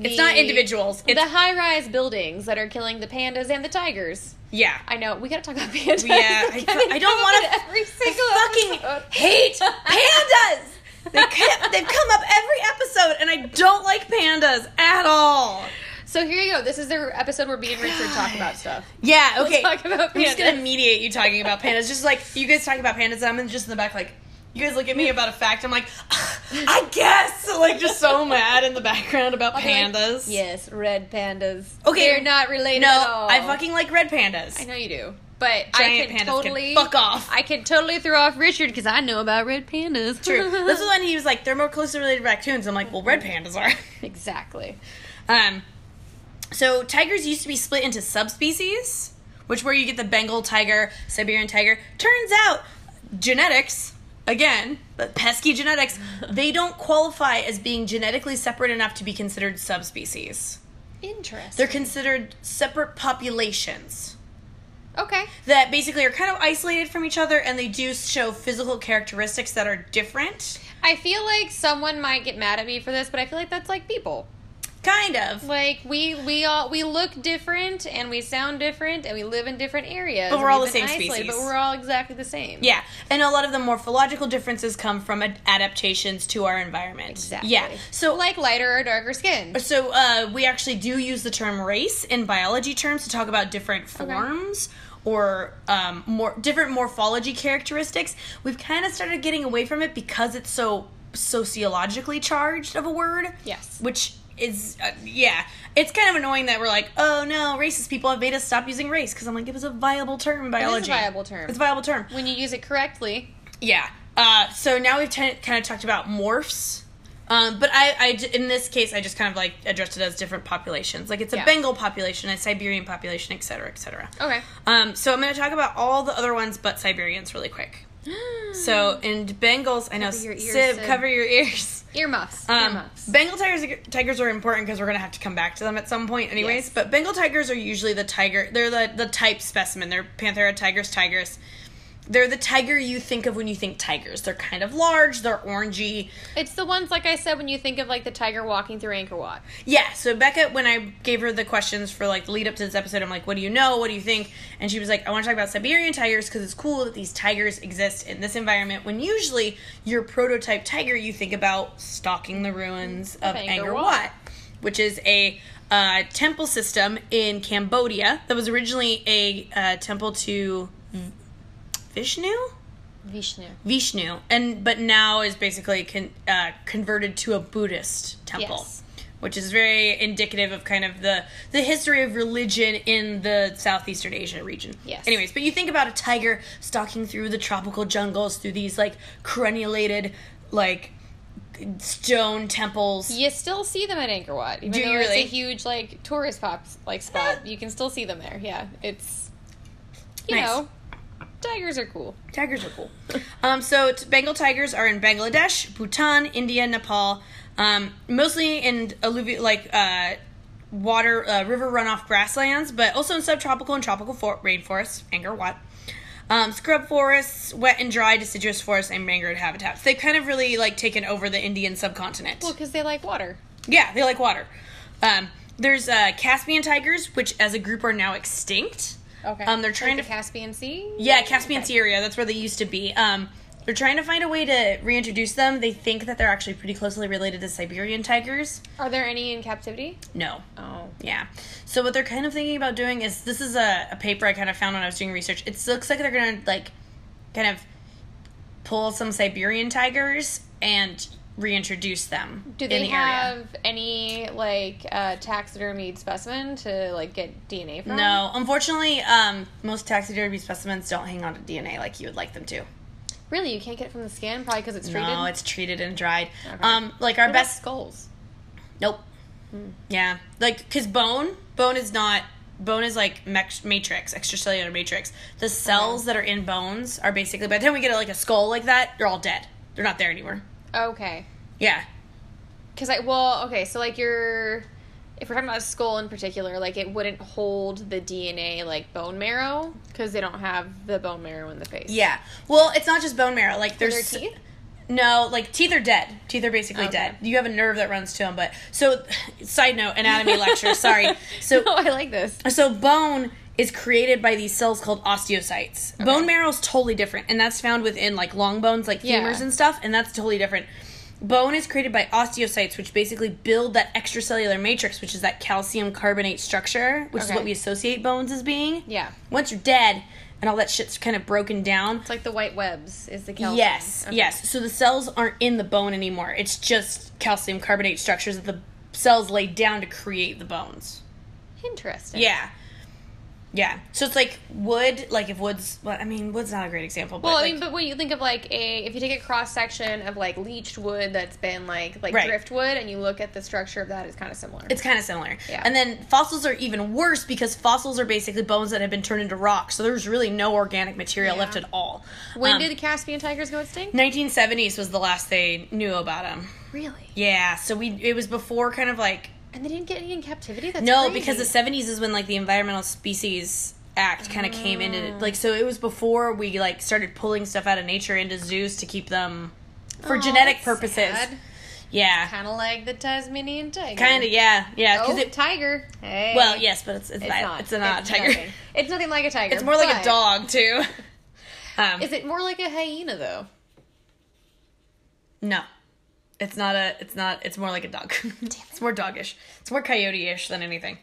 A: It's
B: the-
A: not individuals. It's
B: the high-rise buildings that are killing the pandas and the tigers.
A: yeah.
B: I know we gotta talk about pandas.
A: Yeah, I
B: We
A: fu-
B: gotta
A: I don't
B: go
A: wanna-
B: into every single
A: I
B: episode.
A: fucking hate pandas. They kept, they've come up every episode, and I don't like pandas at all.
B: So here you go. This is the episode where me and Richard talk about stuff.
A: Yeah, okay.
B: talk about
A: I'm just gonna
B: pandas.
A: mediate you talking about pandas. Just like you guys talking about pandas, and I'm just in the back like. You guys look at me about a fact. I'm like, "Ah, I guess, like, just so mad in the background about
B: I'll be like,
A: pandas.
B: yes, red pandas.
A: Okay,
B: they're not related.
A: No,
B: at all.
A: I fucking like red pandas.
B: I know you do, but I
A: Giant
B: can
A: pandas
B: totally
A: can fuck off.
B: I can totally throw off Richard because I know about red pandas.
A: True. this is when he was like, they're more closely related to raccoons. I'm like, well, red pandas are.
B: exactly.
A: Um, so tigers used to be split into subspecies, which where you get the Bengal tiger, Siberian tiger. Turns out, genetics again, but pesky genetics, they don't qualify as being genetically separate enough to be considered subspecies.
B: Interesting.
A: They're considered separate populations
B: okay.
A: that basically are kind of isolated from each other, and they do show physical characteristics that are different.
B: I feel like someone might get mad at me for this, but I feel like that's like people.
A: Kind of.
B: Like we we all we look different and we sound different and we live in different areas.
A: But we're
B: and
A: all
B: we've
A: the
B: been
A: same
B: But
A: species.
B: we're all exactly the same.
A: Yeah, and a lot of the morphological differences come from ad- adaptations to our environment.
B: Exactly.
A: Yeah. So like,
B: like lighter or darker skin.
A: so uh, we actually do use the term race in biology terms to talk about different forms or um, more different morphology characteristics. We've kind of started getting away from it because it's so sociologically charged of a word.
B: Yes.
A: Which is uh, yeah, it's kind of annoying that we're like, oh no, racist people have made us stop using race because I'm like, it was a viable term in biology.
B: viable term.
A: It's a viable term.
B: When you use it correctly,
A: Yeah. Uh, so now we've t- kind of talked about morphs. Um, but I, I j- in this case, I just kind of like addressed it as different populations. Like it's a
B: Yeah.
A: Bengal population, a Siberian population, et cetera, et cetera.
B: okay.
A: Um, so I'm going to talk about all the other ones but Siberians really quick. So in Bengals, I know,
B: Mm-hmm. Cover your ears,
A: Sib,
B: Sib.
A: cover your ears.
B: Earmuffs.
A: Um,
B: earmuffs.
A: Bengal tigers tigers are important because we're gonna have to come back to them at some point, anyways.
B: Yes.
A: But Bengal tigers are usually the tiger. They're the the type specimen. They're panthera tigers, tigers. They're the tiger you think of when you think tigers. They're kind of large. They're orangey.
B: It's the ones like I said when you think of like the tiger walking through Angkor Wat.
A: Yeah. So Becca, when I gave her the questions for like the lead up to this episode, I'm like, "What do you know? What do you think?" And she was like, "I want to talk about Siberian tigers because it's cool that these tigers exist in this environment. When usually your prototype tiger, you think about stalking the ruins of
B: Angkor
A: Angkor
B: Wat.
A: Wat, which is a uh, temple system in Cambodia that was originally a uh, temple to V- Vishnu."
B: Vishnu.
A: Vishnu, and but now is basically con, uh, converted to a Buddhist temple,
B: Yes.
A: which is very indicative of kind of the the history of religion in the southeastern Asia region.
B: Yes.
A: Anyways, but you think about a tiger stalking through the tropical jungles through these like crenulated like stone temples.
B: You still see them at Angkor Wat, even
A: Do
B: though
A: you
B: it's
A: really?
B: a huge like tourist pop like spot. You can still see them there. Yeah, it's you
A: Nice.
B: know, tigers are cool.
A: Tigers are cool. um, so t- Bengal tigers are in Bangladesh, Bhutan, India, Nepal, um, mostly in alluvial like uh, water uh, river runoff grasslands, but also in subtropical and tropical for- rainforests, Angkor Wat, um, scrub forests, wet and dry deciduous forests, and mangrove habitats. They've kind of really like taken over the Indian subcontinent.
B: Well, because they like water.
A: Yeah, they like water. Um, there's uh, Caspian tigers, which as a group are now extinct.
B: Okay.
A: Um, they're trying
B: like
A: to-
B: the Caspian Sea.
A: Yeah, Caspian Sea area. That's where they used to be. Um, they're trying to find a way to reintroduce them. They think that they're actually pretty closely related to Siberian tigers.
B: Are there any in captivity?
A: No.
B: Oh,
A: Yeah. So what they're kind of thinking about doing is this is a, a paper I kind of found when I was doing research. It looks like they're gonna like kind of pull some Siberian tigers and reintroduce them
B: do
A: in
B: they
A: the
B: have
A: area.
B: any like uh, taxidermied specimen to like get DNA from?
A: No, unfortunately, um, most taxidermy specimens don't hang on to DNA like you would like them to.
B: Really, you can't get it from the skin, probably because it's treated.
A: No, it's treated and dried.
B: Okay.
A: Um, like our
B: What about
A: best
B: skulls. Hmm.
A: Nope. Yeah, like because bone, bone is not bone is like mex- matrix, extracellular matrix. The cells that are in bones are basically by the time we get like a skull like that, they're all dead. They're not there anymore.
B: Okay.
A: Yeah.
B: Because I well, okay, so like your, if we're talking about a skull in particular, like it wouldn't hold the DNA like bone marrow because they don't have the bone marrow in the face.
A: Yeah. Well, it's not just bone marrow. Like
B: Are
A: there's
B: there teeth.
A: No, like teeth are dead. Teeth are basically
B: Okay.
A: dead. You have a nerve that runs to them, but so side note anatomy lecture, sorry. So
B: no, Oh, I like this.
A: So bone is created by these cells called osteocytes. Bone marrow is totally different, and that's found within like long bones, like
B: Yeah.
A: femurs and stuff, and that's totally different. Bone is created by osteocytes, which basically build that extracellular matrix, which is that calcium carbonate structure, which is
B: Okay.
A: what we associate bones as being.
B: Yeah,
A: Once you're dead and all that shit's kind of broken down,
B: it's like the white webs is the calcium.
A: Yes,
B: Okay.
A: yes. So the cells aren't in the bone anymore. It's just calcium carbonate structures that the cells lay down to create the bones.
B: Interesting.
A: Yeah. Yeah. So it's like wood, like if wood's, well, I mean, wood's not a great example, but.
B: Well, I
A: like-
B: mean, but when you think of like a, if you take a cross section of like leached wood that's been like like
A: Right.
B: driftwood, and you look at the structure of that, it's kind of similar.
A: it's kind of similar.
B: Yeah.
A: And then fossils are even worse because fossils are basically bones that have been turned into rocks. So there's really no organic material
B: Yeah.
A: left at all.
B: when
A: Um,
B: did the Caspian tigers go extinct?
A: 1970s was the last they knew about them.
B: Really?
A: Yeah. So we it was before kind of like
B: And they didn't get any in captivity. That's
A: No,
B: crazy.
A: because the seventies is when like the Environmental Species Act kind of came into
B: Oh.
A: it. Like, so it was before we like started pulling stuff out of nature into zoos to keep them for
B: Aw,
A: genetic
B: Oh, that's
A: purposes.
B: sad.
A: Yeah,
B: Kind of like the Tasmanian tiger.
A: kind of. Yeah, yeah.
B: Oh,
A: Because it.
B: tiger. Hey.
A: Well, yes, but it's it's,
B: It's
A: not,
B: not.
A: It's not a tiger.
B: nothing. It's nothing like a tiger.
A: It's more like
B: but-
A: a dog too. um,
B: Is it more like a hyena though?
A: no, it's not a. It's not. It's more like a dog. it's more dogish. It's more coyote-ish than anything.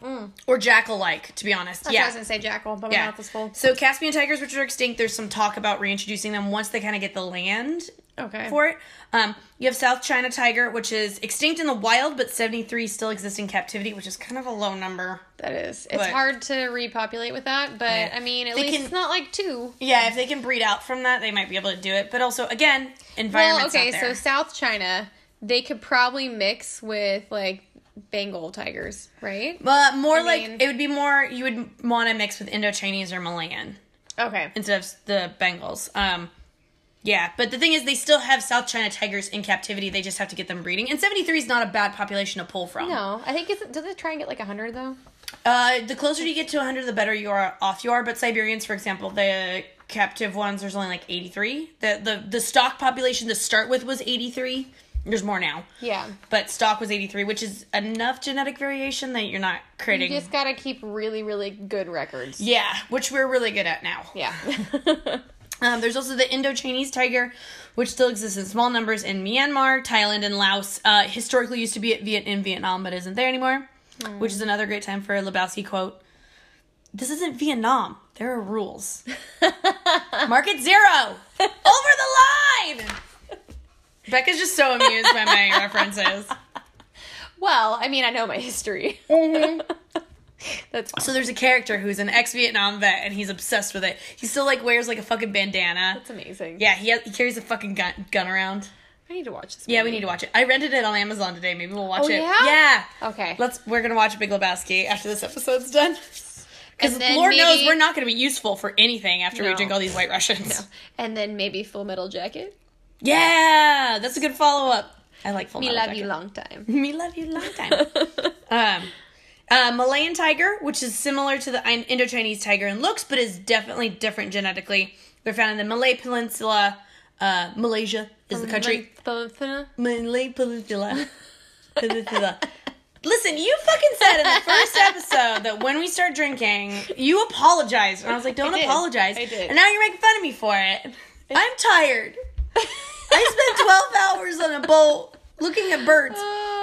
A: Um, or jackal-like, to be honest.
B: Mm. That's
A: yeah.
B: what I was gonna say jackal, but my
A: Yeah.
B: mouth is full.
A: So Caspian tigers, which are extinct, there's some talk about reintroducing them once they kind of get the land
B: Okay.
A: for it. Um, you have South China tiger, which is extinct in the wild, but 73 still exist in captivity, which is kind of a low number.
B: that is. It's
A: But-
B: hard to repopulate with that, but
A: Yeah.
B: I mean, at
A: They
B: least
A: can-
B: it's not like two.
A: Yeah, if they can breed out from that, they might be able to do it. But also, again, environment's
B: well, okay,
A: not
B: so
A: there.
B: South China, they could probably mix with like Bengal tigers, right?
A: but more like
B: mean-
A: it would be more you would want to mix with Indo-Chinese or Malayan
B: Okay.
A: instead of the Bengals. Um, yeah, but the thing is, they still have South China tigers in captivity. They just have to get them breeding. And 73 is not a bad population to pull from.
B: No, I think it's does it try and get like hundred though?
A: Uh, the closer you get to 100, the better you are off you are. But Siberians, for example, the captive ones, there's only like 83. The the the stock population to start with was 83. There's more now,
B: Yeah.
A: but stock was 83, which is enough genetic variation that you're not
B: You
A: creating.
B: just gotta keep really, really good records.
A: yeah, which we're really good at now.
B: Yeah.
A: Um, there's also the Indo-Chinese tiger, which still exists in small numbers in Myanmar, Thailand, and Laos. Uh, historically used to be at Viet- in Vietnam, but isn't there anymore,
B: Mm.
A: which is another great time for a Lebowski quote. This isn't Vietnam. There are rules. Market zero. Over the line. Becca's just so amused by my references.
B: well, I mean, I know my history. That's fine.
A: So there's a character who's an ex-Vietnam vet, and he's obsessed with it. He still like wears like a fucking bandana.
B: That's amazing.
A: Yeah, he, has, he carries a fucking gun, gun around.
B: I need to watch this.
A: Yeah, we need to watch it. I rented it on Amazon today. Maybe we'll watch
B: Oh,
A: it.
B: yeah? Okay.
A: Let's we're gonna watch Big Lebowski after this episode's done. Because
B: And then
A: Lord knows
B: maybe-
A: we're not gonna be useful for anything after we
B: No.
A: drink all these white Russians.
B: and then maybe Full Metal Jacket.
A: Yeah, that's a good follow up. I like full
B: We
A: Metal
B: love
A: Jacket.
B: you long time.
A: Me love you long time. um uh, Malayan tiger, which is similar to the Ein- Indo-Chinese tiger in looks, but is definitely different genetically. They're found in the Malay Peninsula. Uh, Malaysia is the country. Malay Peninsula. Peninsula. Listen, you fucking said in the first episode that when we start drinking, you apologized. And I was like, don't
B: I did.
A: apologize.
B: I did.
A: And now you're making fun of me for it. I'm tired. I spent 12 hours on a boat looking at birds.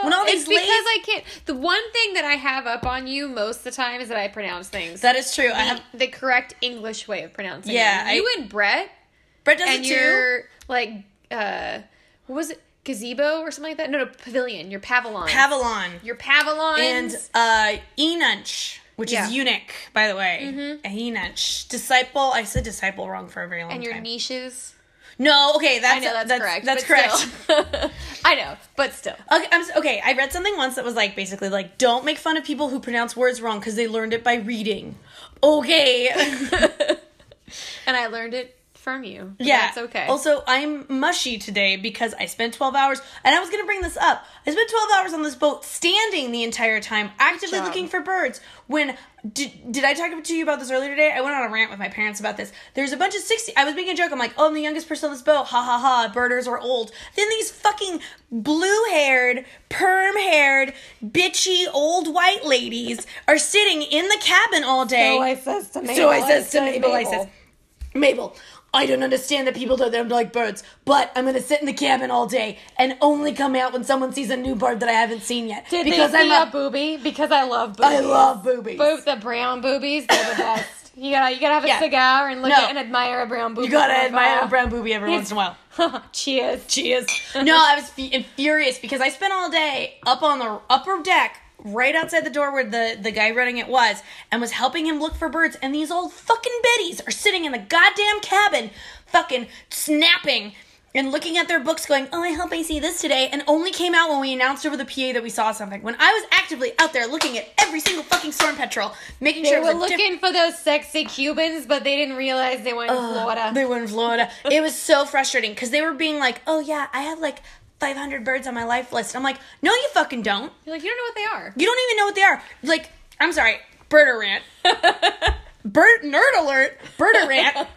A: When all
B: it's
A: these
B: because
A: ladies.
B: I can't. The one thing that I have up on you most of the time is that I pronounce things
A: that is true. I have.
B: the correct English way of pronouncing.
A: Yeah,
B: them. you
A: I-
B: and Brett
A: Brett does
B: and
A: it too.
B: your like uh, what was it gazebo or something like that? No, no pavilion. Your pavilion.
A: Pavilion.
B: your pavilion.
A: And uh, Enunch, which
B: Yeah. Mm-hmm.
A: is eunuch, by the way. Enunch. Disciple. I said disciple wrong for a very long
B: and
A: time.
B: your niches.
A: No, okay, that's
B: I know that's, correct.
A: That's
B: but
A: correct.
B: still. I know, but still.
A: Okay, I'm, s- okay, I read something once that was like basically like don't make fun of people who pronounce words wrong because they learned it by reading. Okay,
B: and I learned it from you.
A: yeah,
B: It's okay.
A: Also, I'm mushy today because I spent 12 hours, and I was gonna bring this up. I spent 12 hours on this boat standing the entire time, actively
B: job.
A: looking for birds. When did, did I talk to you about this earlier today? I went on a rant with my parents about this. There's a bunch of 60. I was making a joke. I'm like, oh, I'm the youngest person on this boat. Ha ha ha. Birders are old. Then these fucking blue-haired, perm-haired, bitchy old white ladies are sitting in the cabin all day.
B: says to Mabel.
A: So I says to Mabel, I says, Mabel, I don't understand that people don't like birds, but I'm gonna sit in the cabin all day and only come out when someone sees a new bird that I haven't seen yet.
B: Did
A: because
B: they see
A: I'm
B: a
A: a,
B: booby? Because I love boobies.
A: I love boobies.
B: Both the brown boobies, they're the best. You gotta, you gotta have a
A: Yeah.
B: cigar and look
A: No.
B: at and admire a brown boobie.
A: You gotta admire a brown boobie every once in a while.
B: brown. Cheers.
A: Cheers. no, I was f- furious because I spent all day up on the upper deck, right outside the door where the, the guy running it was, and was helping him look for birds. And these old fucking biddies are sitting in the goddamn cabin, fucking snapping and looking at their books, going, "Oh, I hope I see this today." And only came out when we announced over the PA that we saw something. When I was actively out there looking at every single fucking storm petrel, making
B: They
A: sure it
B: were
A: was a diff-
B: looking for those sexy Cubans, but they didn't realize they went to Florida.
A: They were in Florida. It was so frustrating because they were being like, "Oh yeah, I have like 500 birds on my life list." I'm like, "No, you fucking don't.
B: You're like, you don't know what
A: You don't even know what they are." Like, I'm sorry, birder rant, bird nerd alert, birder rant.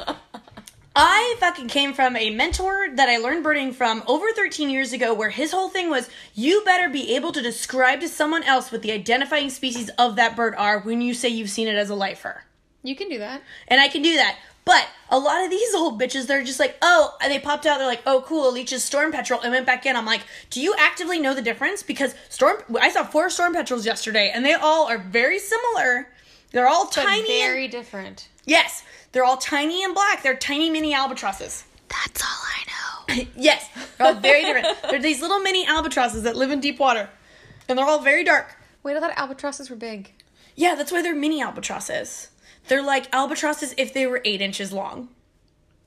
A: I fucking came from a mentor that I learned birding from over 13 years ago, where his whole thing was you better be able to describe to someone else what the identifying species of that bird are when you say you've seen it as a lifer
B: they are. You can do that.
A: and I can do that. But a lot of these old bitches, they're just like, oh, and they popped out. They're like, oh, cool, leeches, storm petrel, and went back in. I'm like, do you actively know the difference? Because storm, I saw four storm petrels yesterday, and they all are very similar. They're all
B: But
A: tiny. and-
B: very different.
A: yes, they're all tiny and black. They're tiny mini albatrosses.
B: That's all I know.
A: Yes, they're all very different. They're these little mini albatrosses that live in deep water, and they're all very dark.
B: Wait, I thought albatrosses were big.
A: Yeah, that's why they're mini albatrosses. They're like albatrosses if they were eight inches long.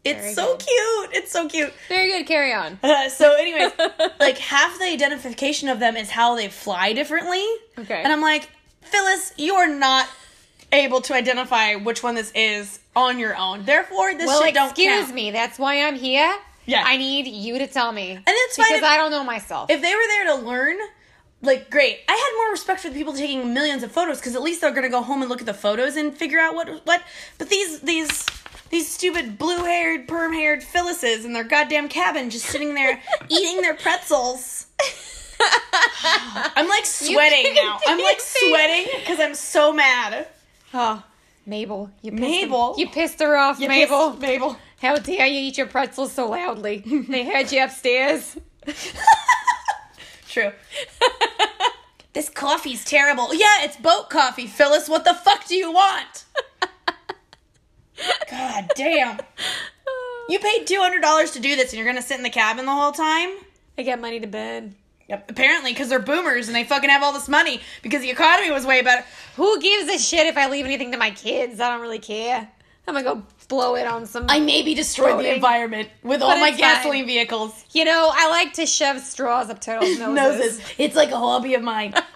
A: It's
B: Very
A: so
B: good.
A: cute. It's so cute.
B: Very good. Carry on.
A: Uh, so, anyways, like half the identification of them is how they fly differently.
B: Okay.
A: And I'm like, Phyllis, you are not able to identify which one this is on your own. Therefore, this
B: Well,
A: shit don't
B: excuse
A: count.
B: me. That's why I'm here.
A: Yeah.
B: I need you to tell me. And
A: it's fine
B: because
A: if-
B: I don't know myself.
A: If they were there to learn, like, great. I had more respect for the people taking millions of photos because at least they're gonna go home and look at the photos and figure out what what. But these these these stupid blue-haired, perm-haired Phyllises in their goddamn cabin, just sitting there eating their pretzels. I'm like sweating
B: can't
A: now. I'm
B: do
A: like
B: it.
A: sweating because I'm so mad.
B: oh, Mabel, you pissed
A: Mabel?
B: Her, you pissed her off, Mabel.
A: Mabel.
B: How dare you eat your pretzels so loudly? they heard you upstairs.
A: True. This coffee's terrible. Yeah, it's boat coffee, Phyllis. What the fuck do you want? God damn. You paid two hundred dollars to do this, and you're gonna sit in the cabin the whole time.
B: I got money to bed.
A: Yep. Apparently, because they're boomers and they fucking have all this money because the economy was way better.
B: Who gives a shit if I leave anything to my kids? I don't really care. I'm gonna go blow it on some.
A: I maybe destroyed the
B: Voting.
A: environment with all
B: But
A: my
B: it's fine.
A: gasoline vehicles.
B: you know, I like to shove straws up turtles' noses.
A: Noses. It's like a hobby of mine.
B: Back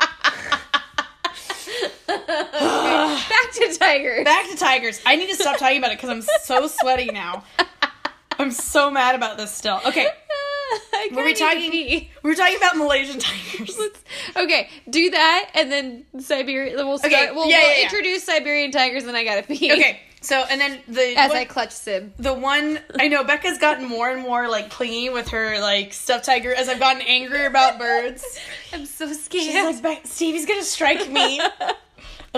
B: to tigers.
A: Back to tigers. I need to stop talking about it because I'm so sweaty now. I'm so mad about this still. Okay,
B: I
A: were we
B: kinda
A: talking?
B: need to pee.
A: We were talking about Malaysian tigers.
B: Okay, do that, and then Siberian. We'll start.
A: Okay,
B: We'll,
A: yeah,
B: we'll
A: yeah, yeah.
B: introduce Siberian tigers, and I gotta pee.
A: Okay, so and then the
B: As
A: one-
B: I clutch Sib.
A: the one I know Becca's gotten more and more like clingy with her like stuffed tiger as I've gotten angrier about birds.
B: I'm so
A: She's
B: scared.
A: like, "Beck- Stevie's gonna strike me out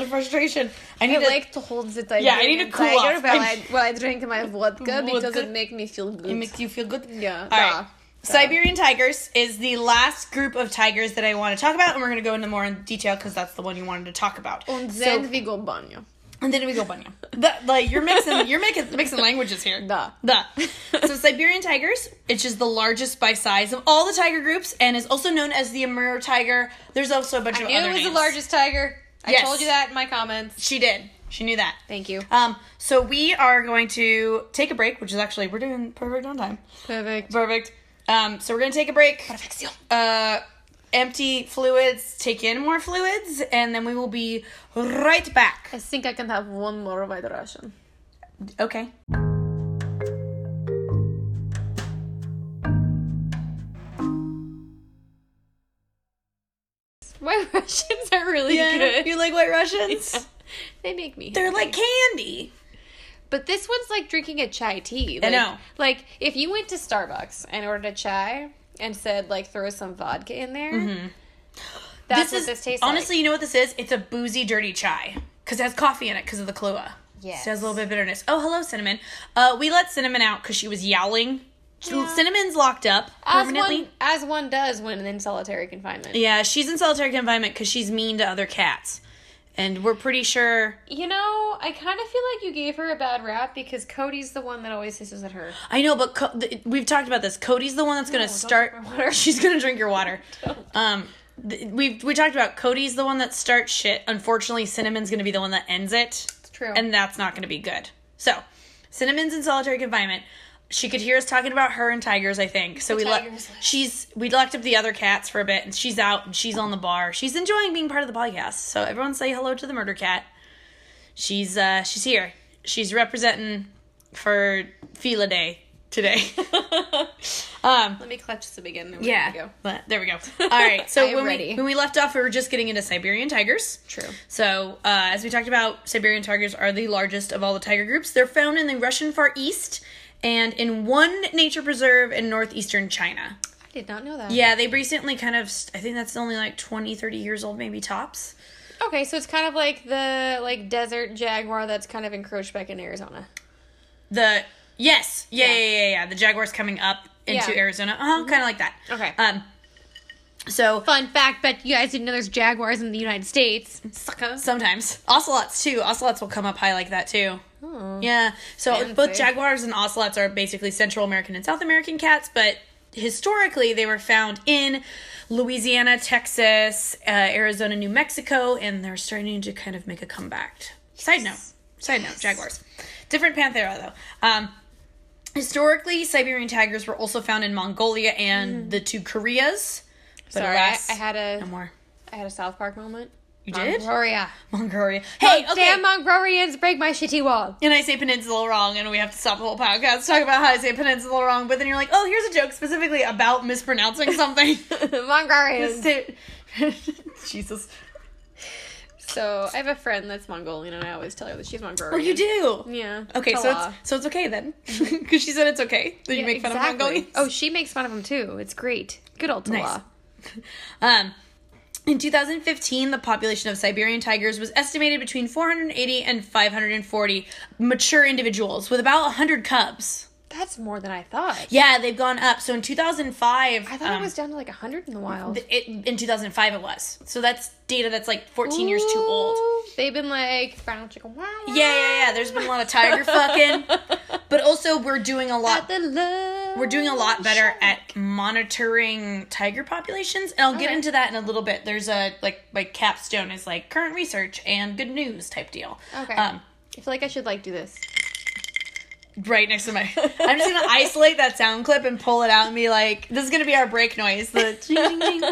A: of frustration. I need
B: I
A: to
B: like to hold the tiger.
A: Yeah, I need to cool
B: tiger
A: off.
B: While
A: I-
B: I, while I drink my vodka because
A: Vodka.
B: it make me feel good.
A: it makes you feel good.
B: yeah.
A: All right.
B: duh.
A: Siberian tigers is the last group of tigers that I want to talk about, and we're gonna go into more in detail because that's the one you wanted to talk about.
B: And
A: So-
B: then we go banyo.
A: and then we go bunyo. That- like you're mixing, you're making mixing languages here.
B: Duh.
A: The. So Siberian tigers, it's just the largest by size of all the tiger groups and is also known as the Amur tiger. There's also a bunch
B: I
A: of
B: knew
A: other
B: it was the
A: names.
B: largest tiger. I
A: Yes.
B: told you that in my comments.
A: She did. She knew that.
B: Thank you.
A: Um, so we are going to take a break, which is actually we're doing perfect on time.
B: Perfect.
A: Perfect. Um, so we're gonna take a break. Uh, empty fluids. Take in more fluids, and then we will be right back.
B: I think I can have one more white Russian.
A: Okay.
B: White Russians are really good.
A: You like White Russians?
B: They make me.
A: They're like candy.
B: But this one's like drinking a chai tea.
A: I
B: Like,
A: know.
B: Like if you went to Starbucks and ordered a chai and said like throw some vodka in there, that's what
A: Mm-hmm. is
B: this tastes
A: honestly. You know what this is? It's a boozy, dirty chai because it has coffee in it because of the Kahlua.
B: Yes.
A: so it has a little bit of bitterness. Oh, hello, cinnamon. Uh, we let cinnamon out because she was yowling. Cinnamon's locked up
B: like.
A: permanently.
B: As one, as one does when in solitary confinement.
A: Yeah, she's in solitary confinement because she's mean to other cats, and we're pretty sure.
B: You know, I kind of feel like you gave her a bad rap because Cody's the one that always hisses at her.
A: I know, but Co- th- we've talked about this. Cody's the one that's gonna start.
B: drink my water.
A: She's gonna drink your water. Um, th- we we talked about Cody's the one that starts shit. Unfortunately, Cinnamon's gonna be the one that ends it.
B: It's true.
A: and that's not going to be good. So, Cinnamon's in solitary confinement. She could hear us talking about her and tigers, I think. So we
B: tigers.
A: let she's we locked up the other cats for a bit, and she's out and she's on the bar. She's enjoying being part of the podcast. So everyone say hello to the murder cat. She's uh she's here. She's representing for Fila Day today. um
B: Let me clutch this again. and we're
A: yeah,
B: good to go.
A: but there we go. All right, so
B: I am
A: when
B: ready.
A: we when we left off, we were just getting into Siberian tigers.
B: True.
A: So, uh, as we talked about, Siberian tigers are the largest of all the tiger groups. They're found in the Russian Far East and in one nature preserve in northeastern China.
B: I did not know that.
A: Yeah, they've recently kind of, I think that's only like 20, 30 years old, maybe tops.
B: Okay, so it's kind of like the like desert jaguar that's kind of encroached back in Arizona.
A: The, yes, yeah, yeah, yeah, yeah. yeah. The jaguar's coming up into
B: Yeah. Mm-hmm.
A: Arizona. Uh huh, kind of like that.
B: Okay.
A: Um, so,
B: Fun fact, bet you guys didn't know there's jaguars in the United States. Suckers.
A: sometimes ocelots too. Ocelots will come up high like that too.
B: Oh.
A: Yeah. So
B: Fancy.
A: both jaguars and ocelots are basically Central American and South American cats, but historically they were found in Louisiana, Texas, uh, Arizona, New Mexico, and they're starting to kind of make a comeback. Side note. Side note, jaguars. Different panthera though. Um historically Siberian tigers were also found in Mongolia and the two Koreas. But
B: Mm. Sorry, I,
A: alas,
B: I had a
A: no more.
B: I had a South Park moment.
A: You did?
B: Mongoria.
A: Mongolia. Hey, okay.
B: Damn Mongolians break my shitty wall.
A: and I say peninsula wrong, and we have to stop the whole podcast to talk about how I say peninsula wrong. But then you're like, oh, here's a joke specifically about mispronouncing something.
B: Mongolians.
A: Jesus.
B: So I have a friend that's Mongolian, and I always tell her that she's Mongolian.
A: Oh, you do.
B: Yeah.
A: Okay, so
B: Tala.
A: it's so it's okay then, because she said it's okay that you
B: Yeah,
A: make fun
B: exactly.
A: of Mongolians.
B: Oh, she makes fun of them too. It's great. Good old
A: Nice.
B: Tala.
A: Um, in 2015, the population of Siberian tigers was estimated between 480 and 540 mature individuals, with about 100 cubs.
B: That's more than I thought.
A: Yeah, they've gone up. So in 2005,
B: I thought
A: um,
B: it was down to like hundred in the wild.
A: Th- it, in 2005 it was so that's data that's like 14 years too old
B: Ooh, They've been like final chicken. Wow.
A: yeah yeah yeah there's been a lot of tiger fucking but also we're doing a lot we're doing a lot better at monitoring tiger populations and i'll get
B: Okay.
A: into that in a little bit there's a like my capstone is like current research and good news type deal
B: Okay.
A: um
B: I feel like I should like do this.
A: right next to my i'm just gonna isolate that sound clip and pull it out and be like this is gonna be our break noise the ding, ding, ding.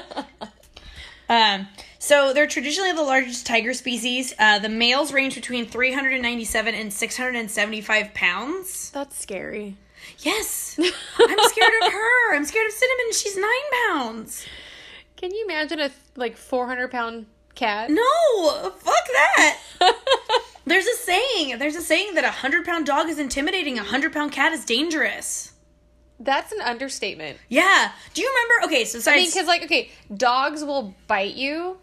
A: Um, so they're traditionally the largest tiger species. Uh, the males range between 397 and 675 pounds.
B: That's scary.
A: Yes, I'm scared of her. I'm scared of Cinnamon. She's nine pounds.
B: Can you imagine a like four hundred pound cat?
A: No, fuck that. There's a saying. There's a saying that a hundred pound dog is intimidating. A hundred pound cat is dangerous.
B: That's an understatement.
A: Yeah. Do you remember? Okay, so
B: I
A: sorry.
B: mean, because like, okay, dogs will bite you,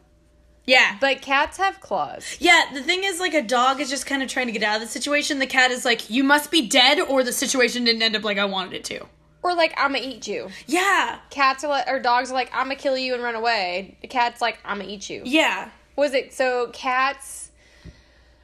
A: yeah.
B: but cats have claws.
A: Yeah, the thing is, like, a dog is just kind of trying to get out of the situation. The cat is like, you must be dead, or the situation didn't end up like I wanted it to.
B: Or like, I'ma eat you.
A: Yeah.
B: Cats are like, or dogs are like, I'ma kill you and run away. The cat's like, I'ma eat you.
A: Yeah.
B: Was it so? Cats.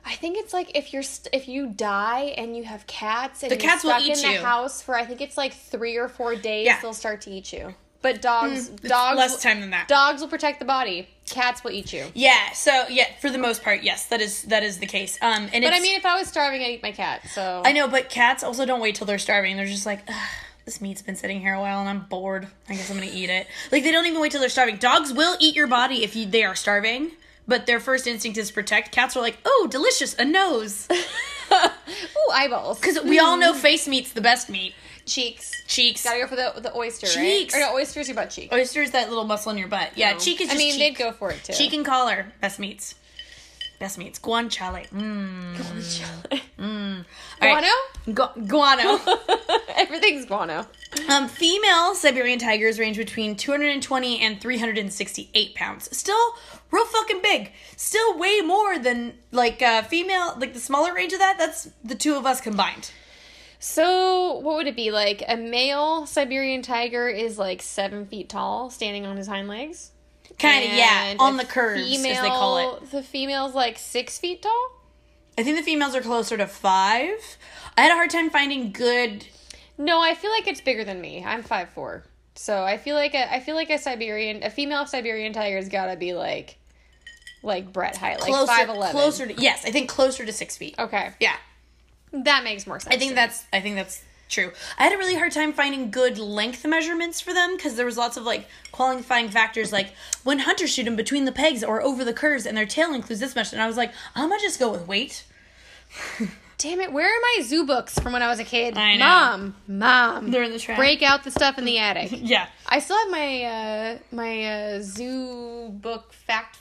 B: I think it's like if you're st- if you die and you have cats and
A: The
B: you're
A: cats will
B: stuck
A: eat
B: in the
A: you.
B: house for I think it's like three or four days
A: Yeah. Mm,
B: they'll start to eat you. But dogs
A: It's
B: dogs
A: less time than that.
B: dogs will protect the body. cats will eat you.
A: Yeah. So yeah, for the most part, yes, that is that is the case. Um, and
B: But I
A: it's-
B: mean, if I was starving, I'd eat my cat. So
A: I know, but cats also don't wait till they're starving. They're just like, "Ugh, this meat's been sitting here a while, and I'm bored. I guess I'm gonna eat it. Like they don't even wait till they're starving. Dogs will eat your body if you, they are starving, but their first instinct is protect. Cats are like, oh, delicious, a nose.
B: Ooh, eyeballs.
A: Because we all know face meat's the best meat.
B: cheeks.
A: Cheeks.
B: Gotta go for the the oyster,
A: Cheeks.
B: right? Or no, oysters your butt cheek.
A: Oysters, that little muscle in your butt. Yeah, cheek is
B: I
A: just
B: mean,
A: cheek.
B: they'd go for it too.
A: cheek and collar, best meats. Best meats. Guanciale. Mm.
B: Mm.
A: All
B: guano.
A: right. Gu- guano.
B: Everything's guano.
A: Um, female Siberian tigers range between 220 and 368 pounds. Still real fucking big. Still way more than like uh, female, like the smaller range of that. That's the two of us combined.
B: So, what would it be like? A male Siberian tiger is like seven feet tall, standing on his hind legs.
A: Kind of, yeah,
B: And
A: on
B: a
A: the curves as they call it.
B: female- The female's like six feet tall.
A: I think the females are closer to five. I had a hard time finding good.
B: No, I feel like it's bigger than me. I'm five four, so I feel like a I feel like a Siberian, a female Siberian tiger's gotta be like, like Brett height, like
A: Closer,
B: five eleven.
A: closer to yes, I think closer to six feet.
B: Okay,
A: Yeah,
B: that makes more sense.
A: I think that's I think that's true. I had a really hard time finding good length measurements for them because there was lots of like qualifying factors like when hunters shoot them between the pegs or over the curves and their tail includes this much and I was like I'm gonna just go with weight.
B: Damn it! Where are my zoo books from when I was a kid?
A: I know.
B: Mom, mom,
A: They're in the trash.
B: break out the stuff in the attic.
A: Yeah,
B: I still have my uh, my uh, zoo book fact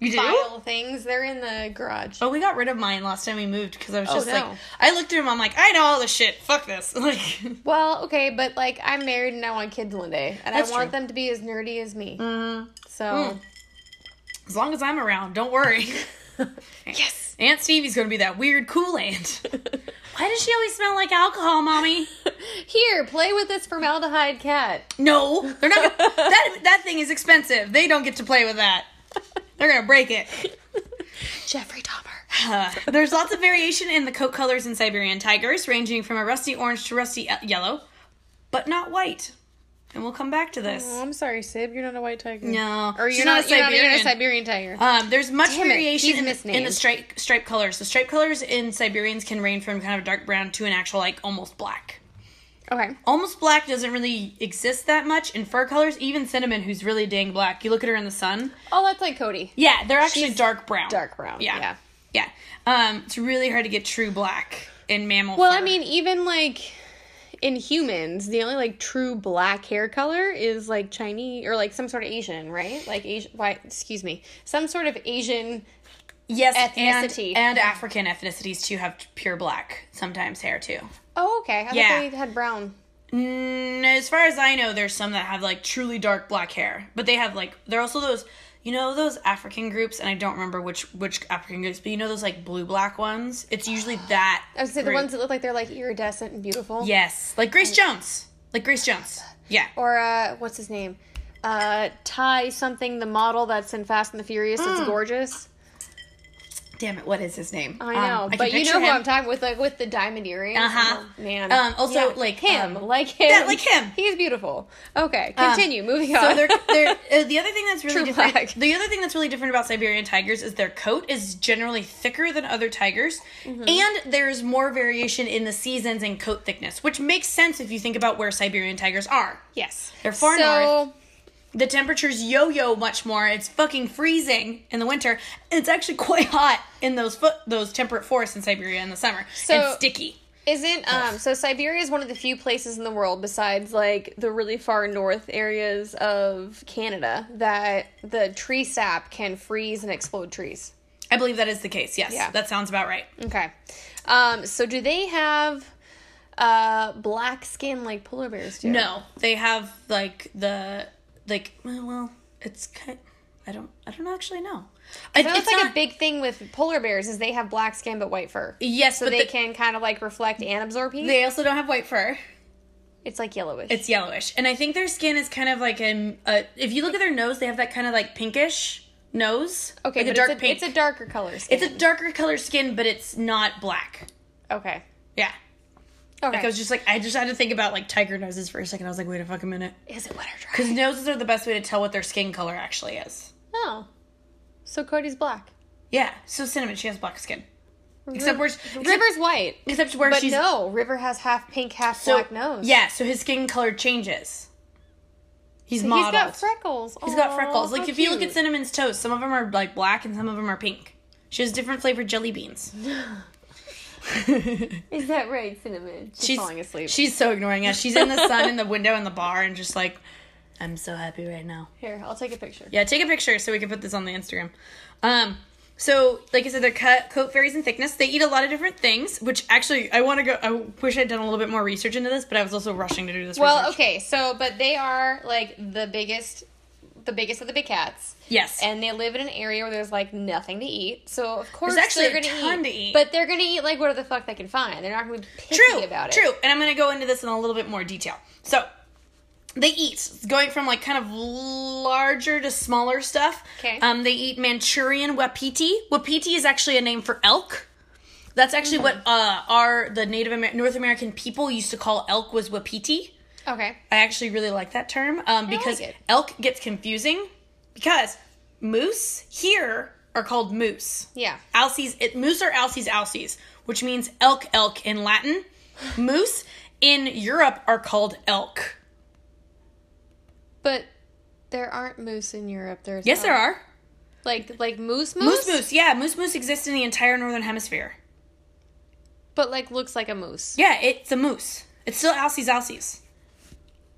A: you do.
B: file things. They're in the garage.
A: Oh, we got rid of mine last time we moved because I was
B: Oh,
A: just
B: no.
A: like, I looked through them. I'm like, I know all this shit. Fuck this. Like,
B: Well, okay, but like I'm married and I want kids one day, and
A: That's
B: I
A: true.
B: want
A: Mm-hmm.
B: them to be as nerdy as me. So
A: as long as I'm around, don't worry. Hmm.
B: yes,
A: Aunt Stevie's gonna be that weird Kool Aid. Why does she always smell like alcohol, mommy?
B: here, play with this formaldehyde cat.
A: No, they're not. Gonna, that that thing is expensive. They don't get to play with that. They're gonna break it.
B: Jeffrey Dahmer.
A: Uh, there's lots of variation in the coat colors in Siberian tigers, ranging from a rusty orange to rusty e- yellow, but not white. And we'll come back to this.
B: Oh, I'm sorry, Sib. You're not a white tiger.
A: No,
B: or
A: she's
B: you're
A: not
B: not,
A: a
B: you're not- you're not a
A: Siberian.
B: Siberian tiger.
A: Um, there's much
B: Damn it, he's
A: variation in, the- in the
B: misnamed.
A: stripe stripe colors. The stripe colors in Siberians can range from kind of dark brown to an actual like almost black.
B: okay.
A: almost black doesn't really exist that much in fur colors. Even cinnamon, who's really dang black, you look at her in the sun.
B: Oh, that's like Cody.
A: Yeah, they're actually
B: She's
A: dark brown.
B: dark brown,
A: Yeah.
B: yeah.
A: yeah, Um, it's really hard to get true black in mammal.
B: Well,
A: fur.
B: I mean, even like in humans, the only like true black hair color is like Chinese or like some sort of Asian, right? Like Asian. Why? Excuse me. Some sort of Asian.
A: yes,
B: ethnicity.
A: and, and African ethnicities too have pure black sometimes hair too.
B: Oh, okay. I
A: Yeah.
B: thought they had brown.
A: Mm, as far as I know, there's some that have like truly dark black hair, but they have like they're also those. You know those African groups, and I don't remember which which African groups, but you know those like blue black ones. It's usually that.
B: I would say the
A: group.
B: ones that look like they're like iridescent and beautiful.
A: Yes, like Grace Jones. Like Grace Jones. Yeah.
B: Or uh, what's his name? Uh, Ty something, the model that's in Fast and the Furious.
A: Hmm.
B: It's gorgeous.
A: Damn it, what is his name? Um,
B: I know, but you know who I'm talking with, like with the diamond earrings.
A: Uh-huh.
B: Oh, man.
A: Um, also, like,
B: him,
A: um,
B: like him,
A: yeah, like him. Um,
B: He's beautiful. Okay, continue. moving on.
A: So they're, they're, uh, the other thing that's really
B: True
A: different.
B: black.
A: The other thing that's really different about Siberian tigers is their coat is generally thicker than other tigers,
B: Mm-hmm.
A: and there's more variation in the seasons and coat thickness, which makes sense if you think about where Siberian tigers are.
B: yes,
A: They're far
B: so,
A: north. The temperatures yo-yo much more. It's fucking freezing in the winter. It's actually quite hot in those fo- those temperate forests in Siberia in the summer.
B: So-
A: and sticky.
B: Isn't um so Siberia is one of the few places in the world besides like the really far north areas of Canada that the tree sap can freeze and explode trees.
A: I believe that is the case. Yes,
B: Yeah.
A: that sounds about right.
B: Okay. Um so do they have uh black skin like polar bears do?
A: No, they have like the like. Well, well, it's kind. I don't. I don't actually know. It,
B: That's
A: it's
B: like
A: not-
B: a big thing with polar bears is they have black skin but white fur.
A: Yes,
B: So
A: but
B: they
A: they,
B: can kind of like reflect and absorb heat.
A: they also don't have white fur.
B: it's like yellowish.
A: It's yellowish, and I think their skin is kind of like a. a if you look at their nose, they have that kind of like pinkish nose.
B: okay,
A: like
B: but
A: a dark
B: it's, a,
A: pink.
B: it's a darker color skin.
A: It's a darker color skin, but it's not black.
B: okay.
A: Yeah.
B: Okay.
A: Like I was just like I just had to think about like tiger noses for a second. I was like, wait a fucking minute.
B: is it wet or dry?
A: Because noses are the best way to tell what their skin color actually is.
B: Oh. So Cody's black.
A: Yeah, so cinnamon. She has black skin. Except where, except,
B: River's white.
A: except where
B: But
A: she's
B: no, River has half pink, half
A: so,
B: black nose.
A: Yeah, so his skin color changes. He's
B: He's
A: mottled.
B: got freckles.
A: He's got
B: Aw,
A: freckles. Like
B: how
A: if you look at
B: cute.
A: Cinnamon's toast, some of them are like black and some of them are pink. She has different flavored jelly beans.
B: Is that right, Cinnamon? She's,
A: she's
B: falling asleep.
A: She's so ignoring us. She's in the sun in the window in the bar and just like, I'm so happy right now.
B: Here, I'll take a picture.
A: Yeah, take a picture so we can put this on the Instagram. Um, so like I said, they're cut, coat varies in thickness. They eat a lot of different things, which actually I want to go. I wish I'd done a little bit more research into this, but I was also rushing to do this.
B: Well,
A: research.
B: okay, so but they are like the biggest, the biggest of the big cats,
A: Yes.
B: and they live in an area where there's like nothing to eat. So of course
A: actually
B: they're
A: a
B: gonna
A: ton
B: eat,
A: to eat.
B: but they're gonna eat like whatever the fuck they can find. They're not gonna be picky
A: true
B: about it.
A: True, and I'm going to go into this in a little bit more detail. So they eat going from like kind of larger to smaller stuff.
B: 'Kay.
A: Um, they eat Manchurian wapiti. Wapiti is actually a name for elk. That's actually what uh, our the Native Amer- North American people used to call elk was wapiti.
B: Okay.
A: I actually really like that term um, because
B: like it.
A: elk gets confusing because moose here are called moose.
B: Yeah.
A: Alces, it, moose are alces alces, which means elk elk in Latin. Moose in Europe are called elk.
B: But there aren't moose in Europe. There's
A: Yes, there are.
B: like like moose Um, moose
A: Moose moose, yeah, moose moose exists in the entire northern hemisphere.
B: but like looks like a moose.
A: Yeah, it's a moose. It's still alces alces.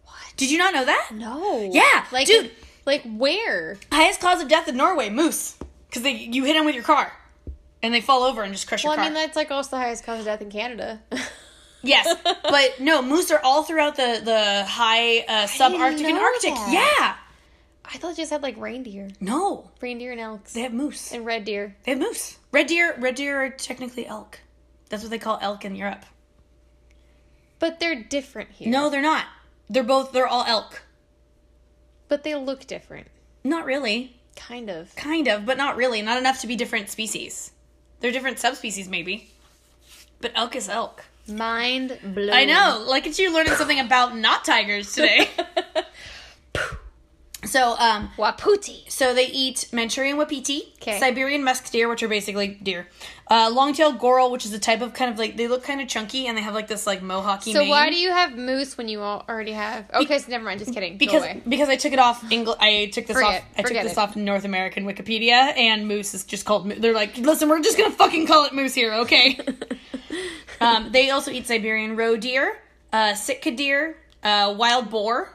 A: What? Did you not know that?
B: No.
A: Yeah,
B: Like
A: dude.
B: Like where?
A: Highest cause of death in Norway, moose. Because they you hit them with your car. And they fall over and just crush
B: Well,
A: your car.
B: I mean that's like also the highest cause of death in Canada.
A: Yes, but no, moose are all throughout the the high uh, subarctic and
B: know
A: arctic.
B: that. I thought it just had like reindeer,
A: Yeah, no,
B: reindeer and elks,
A: they have moose.
B: and red deer.
A: They have moose. Red deer, red deer are technically elk. That's what they call elk in Europe.
B: But they're different here.
A: No, they're not. They're both. They're all elk.
B: but they look different,
A: Not really.
B: kind of.
A: Kind of, but not really. Not enough to be different species. They're different subspecies, maybe. But elk is elk.
B: Mind blown.
A: I know. Look at you learning something about not tigers today. so, um,
B: Waputi.
A: So they eat Manchurian wapiti,
B: 'Kay.
A: Siberian musk deer, which are basically deer, uh, long-tailed goral, which is a type of kind of like they look kind of chunky and they have like this like mohawky.
B: So
A: mane.
B: why do you have moose when you all already have? Okay, so never mind. Just kidding.
A: because
B: Go away.
A: because I took it off Engl- I took this
B: Forget-
A: off. I took
B: forget
A: this
B: it.
A: off North American Wikipedia, and moose is just called. Mo- they're like, listen, we're just gonna fucking call it moose here, okay? um, they also eat Siberian roe deer, uh, Sitka deer, uh, wild boar.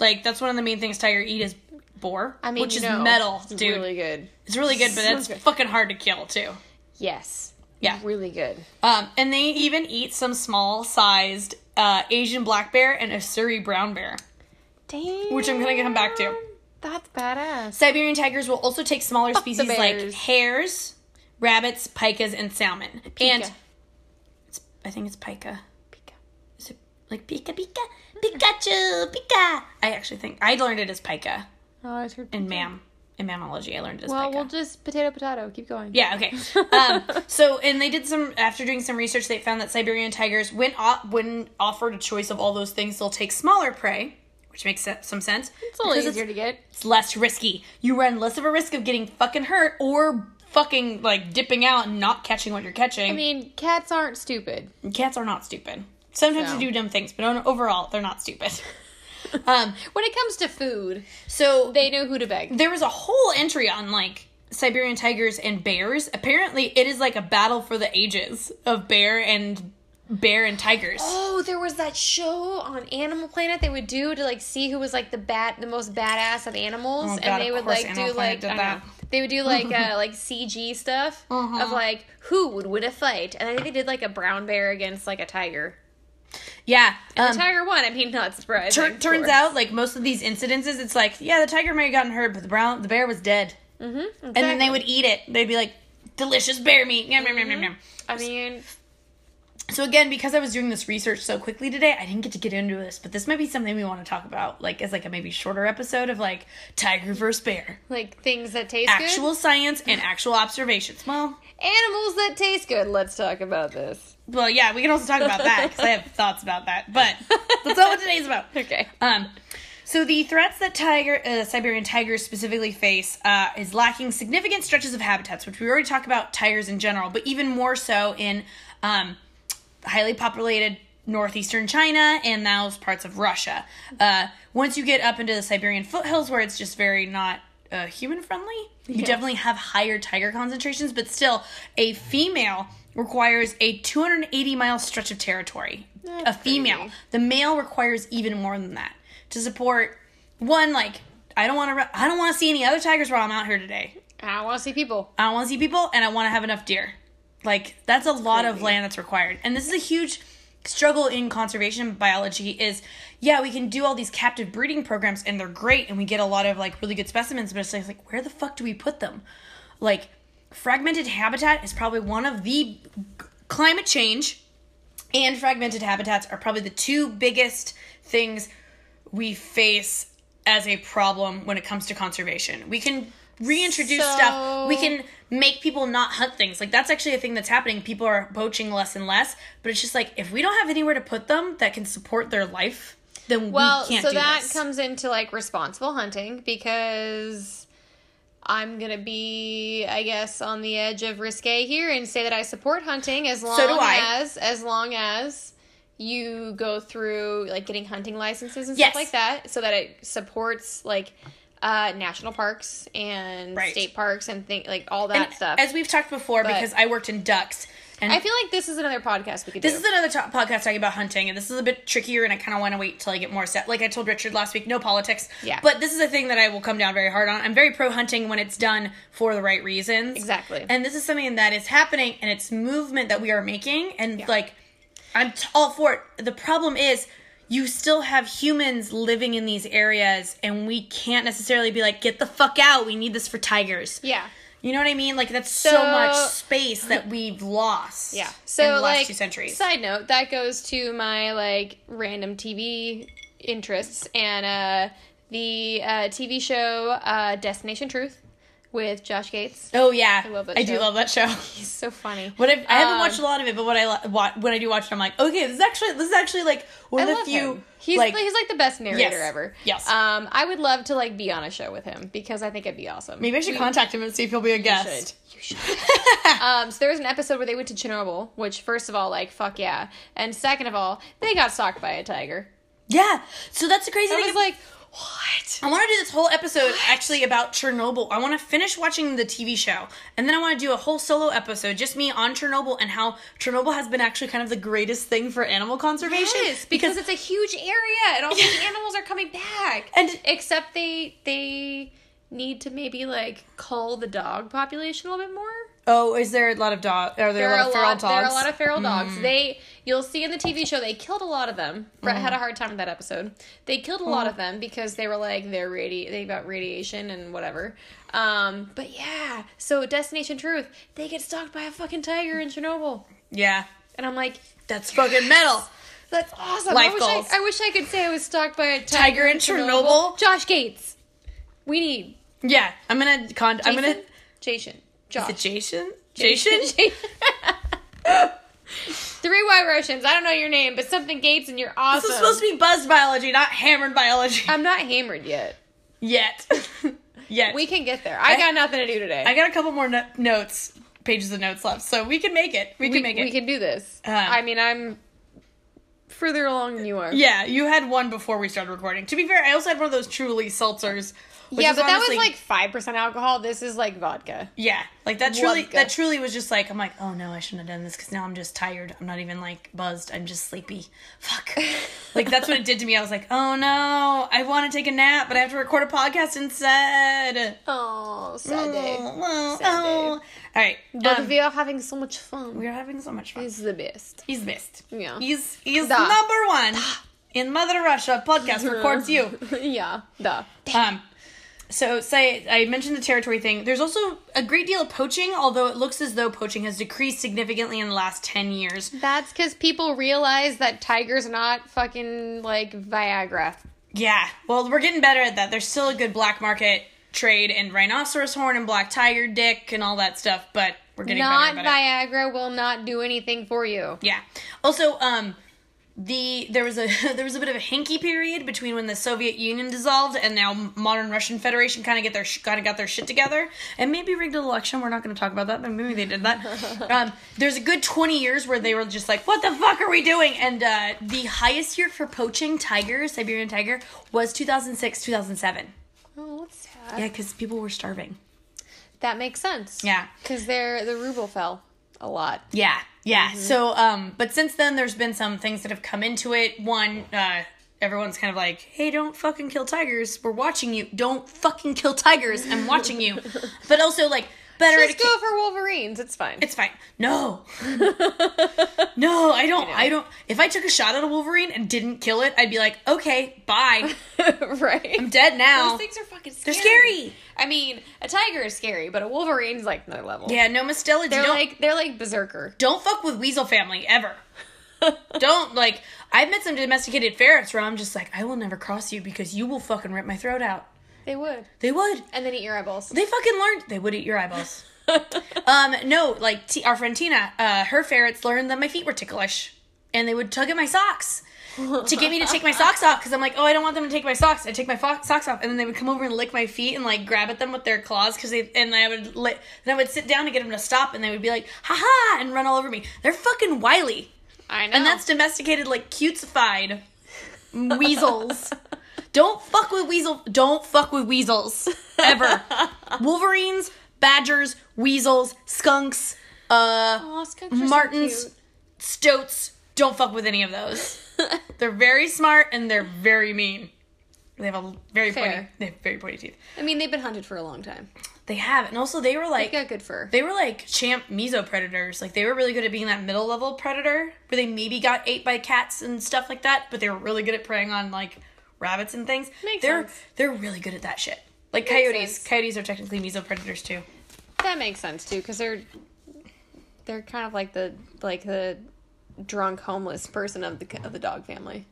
A: Like that's one of the main things tiger eat is boar,
B: I mean,
A: which
B: you
A: is
B: know,
A: metal,
B: it's
A: dude.
B: Really good.
A: It's really good, but
B: So
A: that's
B: good.
A: fucking hard to kill too.
B: Yes.
A: Yeah.
B: Really good.
A: Um, and they even eat some small-sized uh, Asian black bear and a Surrey brown bear,
B: Damn.
A: which I'm gonna come back to.
B: That's badass.
A: Siberian tigers will also take smaller
B: the
A: species like
B: bears.
A: hares, rabbits, pikas, and salmon. And
B: Pika.
A: it's, I think it's pika. Is it like pika pika Pikachu pika? I actually think I learned it as pika
B: Oh, I heard.
A: in mam in mammalogy. I learned it as
B: well,
A: pika.
B: we'll just potato potato. Keep going.
A: Yeah, okay. Um, so, and they did some, after doing some research, they found that Siberian tigers, when, o- when offered a choice of all those things, they'll take smaller prey, which makes se- some sense.
B: It's a little
A: because
B: easier to get.
A: it's less risky. You run less of a risk of getting fucking hurt or fucking, like, dipping out and not catching what you're catching.
B: I mean, cats aren't stupid.
A: Cats are not stupid. Sometimes
B: No.
A: they do dumb things, but on- overall, they're not stupid. um,
B: When it comes to food,
A: so
B: they know who to beg.
A: there was a whole entry on like Siberian tigers and bears. Apparently, it is like a battle for the ages of bear and bear and tigers.
B: Oh, there was that show on Animal Planet they would do to like see who was like the bat, the most badass of animals,
A: Oh, God,
B: and they
A: of
B: would
A: course
B: like
A: Animal
B: do
A: Planet
B: like
A: did
B: I don't know. they would do like uh, like CG stuff
A: Uh-huh.
B: of like who would win a fight, and I think they did like a brown bear against like a tiger.
A: Yeah.
B: the
A: Um,
B: tiger won. I mean, not surprised.
A: tur- turns out, like most of these incidences, it's like yeah, the tiger may have gotten hurt, but the brown the bear was dead,
B: hmm
A: and then they would eat it. They'd be like, delicious bear meat. Yum, yum,
B: Mm-hmm.
A: yum, yum, yum.
B: I mean,
A: So again, because I was doing this research so quickly today, I didn't get to get into this, but this might be something we want to talk about, like as like a maybe shorter episode of like tiger versus bear,
B: like things that taste
A: actual science and actual observations. Well.
B: good. Animals that taste good. Let's talk about this.
A: Well, yeah, we can also talk about that because I have thoughts about that. But that's not what today's about.
B: Okay.
A: Um, So the threats that tiger, uh, Siberian tigers specifically face uh, is lacking significant stretches of habitats, which we already talked about tigers in general, but even more so in um, highly populated northeastern China and those parts of Russia. Uh, once you get up into the Siberian foothills, where it's just very not uh, human friendly, you definitely have higher tiger concentrations. But still, a female requires a 280 mile stretch of territory. a female.
B: crazy.
A: The male requires even more than that to support one like. I don't want to. I don't want to see any other tigers while I'm out here today.
B: And I want to see people.
A: I want to see people and I want to have enough deer. Like that's a lot of
B: crazy.
A: land that's required. And this is a huge struggle in conservation biology is yeah, we can do all these captive breeding programs and they're great and we get a lot of like really good specimens, but it's like, it's like, where the fuck do we put them? Like fragmented habitat is probably one of the climate change and fragmented habitats are probably the two biggest things we face as a problem when it comes to conservation. We can reintroduce
B: So-
A: stuff. We can make people not hunt things. Like that's actually a thing that's happening. People are poaching less and less, but it's just like if we don't have anywhere to put them that can support their life, then
B: Well,
A: we can't
B: so
A: do
B: that
A: this.
B: comes into like responsible hunting because I'm gonna be, I guess, on the edge of risque here and say that I support hunting as long
A: do I.
B: as as long as you go through like getting hunting licenses and
A: Yes.
B: stuff like that, so that it supports like uh national parks and
A: Right.
B: state parks and thing like all that
A: And
B: stuff.
A: As we've talked before, because I worked in ducks, and
B: I feel like this is another podcast we could
A: This
B: do.
A: is another top podcast talking about hunting, and this is a bit trickier, and I kind of want to wait till I get more set. Like I told Richard last week, no politics.
B: Yeah.
A: But this is a thing that I will come down very hard on. I'm very pro hunting when it's done for the right reasons.
B: Exactly.
A: And this is something that is happening, and it's movement that we are making, and like, I'm t- all for it. The problem is. You still have humans living in these areas, and we can't necessarily be like, get the fuck out. We need this for tigers.
B: yeah.
A: You know what I mean? Like, that's so,
B: So-
A: much space that we've lost
B: Yeah.
A: so,
B: So
A: in the
B: like
A: last two centuries.
B: Side note, that goes to my like random TV interests and uh the uh TV show uh Destination Truth with Josh Gates.
A: Oh yeah, I
B: love that
A: do
B: show.
A: love that show.
B: He's so funny.
A: What I've, I haven't
B: Um,
A: watched a lot of it, but when I lo- wa- when I do watch it, I'm like, okay, this is actually this is actually like one
B: I
A: of the
B: love
A: few.
B: him. He's like,
A: like,
B: he's like the best narrator
A: Yes.
B: ever.
A: Yes.
B: Um I would love to like be on a show with him because I think it'd be awesome.
A: maybe I should contact him and see if he'll be a guest.
B: You should. um, so there was an episode where they went to Chernobyl, which first of all, like, fuck yeah. And second of all, they got stalked by a tiger.
A: Yeah, so that's the crazy
B: I
A: thing.
B: was
A: ab-
B: like, what?
A: I want to do this whole episode actually about Chernobyl. I want to finish watching the TV show, and then I want to do a whole solo episode just me on Chernobyl and how Chernobyl has been actually kind of the greatest thing for animal conservation
B: Yes, because, it's a huge area and all the animals are coming back.
A: And-
B: except they they need to maybe like cull the dog population a little bit more.
A: oh, is there a lot of dog? Are there,
B: There
A: a lot of
B: are a
A: feral
B: lot.
A: dogs?
B: There are a lot of feral dogs. Mm. They you'll see in the TV show they killed a lot of them. Brett had a hard time with that episode. They killed a lot of them because they were like they're radi- they got radiation and whatever. Um, but yeah, so Destination Truth, they get stalked by a fucking tiger in Chernobyl,
A: yeah,
B: and I'm like,
A: that's fucking metal.
B: That's awesome.
A: Life
B: I, wish
A: goals.
B: I, I wish I could say I was stalked by a
A: Tiger
B: tiger,
A: in Chernobyl.
B: Josh Gates. We need
A: Yeah, I'm gonna con. I'm
B: Jason.
A: gonna.
B: Jason.
A: The
B: Josh.
A: Jason? Jason?
B: Three white Russians. I don't know your name, but something Gates and you're awesome.
A: This is supposed to be buzz biology, not hammered biology.
B: I'm not hammered yet.
A: Yet. Yet.
B: We can get there. I, got nothing to do today.
A: I got a couple more no- notes, pages of notes left, so we can make it. We can
B: we,
A: make
B: we
A: it.
B: can do this.
A: Uh,
B: I mean, I'm further along than you are.
A: Yeah, you had one before we started recording. To be fair, I also had one of those truly seltzers. which
B: yeah
A: is
B: but
A: honestly-
B: that was like five percent alcohol. This is like vodka.
A: Yeah, like that truly.
B: Vodka.
A: That truly was just like I'm like, oh no, I shouldn't have done this because now I'm just tired. I'm not even like buzzed. I'm just sleepy. Fuck. like that's what it did to me. I was like, oh no, I want to take a nap, but I have to record a podcast instead.
B: Oh, sad day.
A: Oh, well,
B: Sad day.
A: oh. All right.
B: But
A: um,
B: we are having so much fun.
A: We're having so much fun.
B: It's the best.
A: He's best.
B: Yeah.
A: He's he's
B: Da.
A: number one in Mother Russia podcast records you.
B: yeah, duh.
A: Um so say I mentioned the territory thing. There's also a great deal of poaching, although it looks as though poaching has decreased significantly in the last ten years.
B: That's because people realize that Tiger's not fucking like Viagra.
A: Yeah. Well we're getting better at that. There's still a good black market trade in rhinoceros horn and black tiger dick and all that stuff, but we're getting
B: Not
A: better about it.
B: Viagra will not do anything for you.
A: Yeah. Also, um, the there was a there was a bit of a hinky period between when the Soviet Union dissolved and now modern Russian Federation kind of get their kind of got their shit together and maybe rigged an election. We're not going to talk about that, but maybe they did that. um, there's a good twenty years where they were just like, "What the fuck are we doing?" And uh, the highest year for poaching tiger, Siberian tiger, was two thousand six, two thousand seven.
B: Oh, that's sad.
A: Yeah, because people were starving.
B: That makes sense.
A: Yeah.
B: Because their the ruble fell a lot.
A: Yeah, yeah.
B: Mm-hmm.
A: So, um, but since then, there's been some things that have come into it. One, uh, everyone's kind of like, "Hey, don't fucking kill tigers. We're watching you. Don't fucking kill tigers. I'm watching you." but also, like, better
B: Just
A: to
B: go for wolverines. It's fine.
A: It's fine. No, no, I don't. I don't. If I took a shot at a wolverine and didn't kill it, I'd be like, "Okay, bye.
B: right.
A: I'm dead now."
B: Those things are fucking
A: They're
B: scary.
A: scary.
B: I mean, a tiger is scary, but a wolverine's like another level.
A: Yeah, no mustelids.
B: They're
A: don't,
B: like they're like berserker.
A: don't fuck with weasel family ever. don't like. I've met some domesticated ferrets where I'm just like, I will never cross you because you will fucking rip my throat out.
B: They would.
A: They would.
B: And then eat your eyeballs.
A: They fucking learned. They would eat your eyeballs. um, no, like t- our friend Tina, uh, her ferrets learned that my feet were ticklish, and they would tug at my socks to get me to take my socks off because I'm like, oh, I don't want them to take my socks. I take my fo- socks off, and then they would come over and lick my feet and like grab at them with their claws because they. And I would li- then I would sit down to get them to stop, and they would be like, ha ha, and run all over me. They're fucking wily.
B: I know.
A: And that's domesticated, like cutesified weasels. don't fuck with weasel. Don't fuck with weasels ever. Wolverines, badgers, weasels, skunks, uh,
B: Aw, skunks are so
A: martins, stoats. Don't fuck with any of those.
B: cute.
A: They're very smart and they're very mean. They have a very pointy.
B: Fair.
A: They have very pointy teeth.
B: I mean, they've been hunted for a long time.
A: They have, and also they were
B: They
A: like
B: got good fur.
A: they were like champ meso predators. Like they were really good at being that middle level predator where they maybe got ate by cats and stuff like that, but they were really good at preying on like rabbits and things.
B: Makes
A: they're
B: sense.
A: they're really good at that shit. Like
B: Makes
A: coyotes.
B: sense.
A: Coyotes are technically meso predators too.
B: that makes sense too, because they're they're kind of like the like the drunk homeless person of the of the dog family.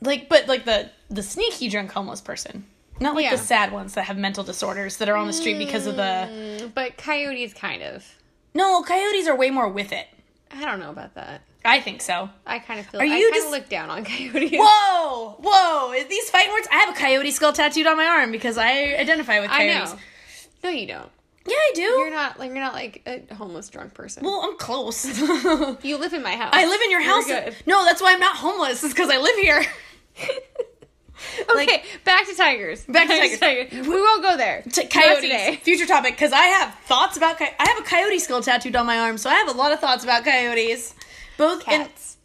A: Like but like the the sneaky drunk homeless person. Not like
B: Yeah.
A: the sad ones that have mental disorders that are on the street because of
B: Mm.
A: the
B: But coyotes, kind of.
A: No, coyotes are way more with it.
B: I don't know about that.
A: I think so.
B: I kind of feel.
A: Are
B: I
A: you
B: kind
A: just-
B: of look down on coyotes.
A: Whoa! Whoa! Is these fighting words? I have a coyote skull tattooed on my arm because I identify with
B: I
A: coyotes.
B: know. No, you don't.
A: Yeah, I do.
B: You're not like you're not like a homeless drunk person.
A: Well, I'm close. I
B: you live in my house.
A: live in your house.
B: good.
A: No, that's why I'm not homeless. Is because I live here.
B: Okay, back to tigers.
A: Back to tigers.
B: tigers. We won't go there.
A: T-
B: Not
A: coyotes.
B: today.
A: Future topic. Because I have thoughts about. coy- I have a coyote skull tattooed on my arm, so I have a lot of thoughts about coyotes. Both in-
B: Cats.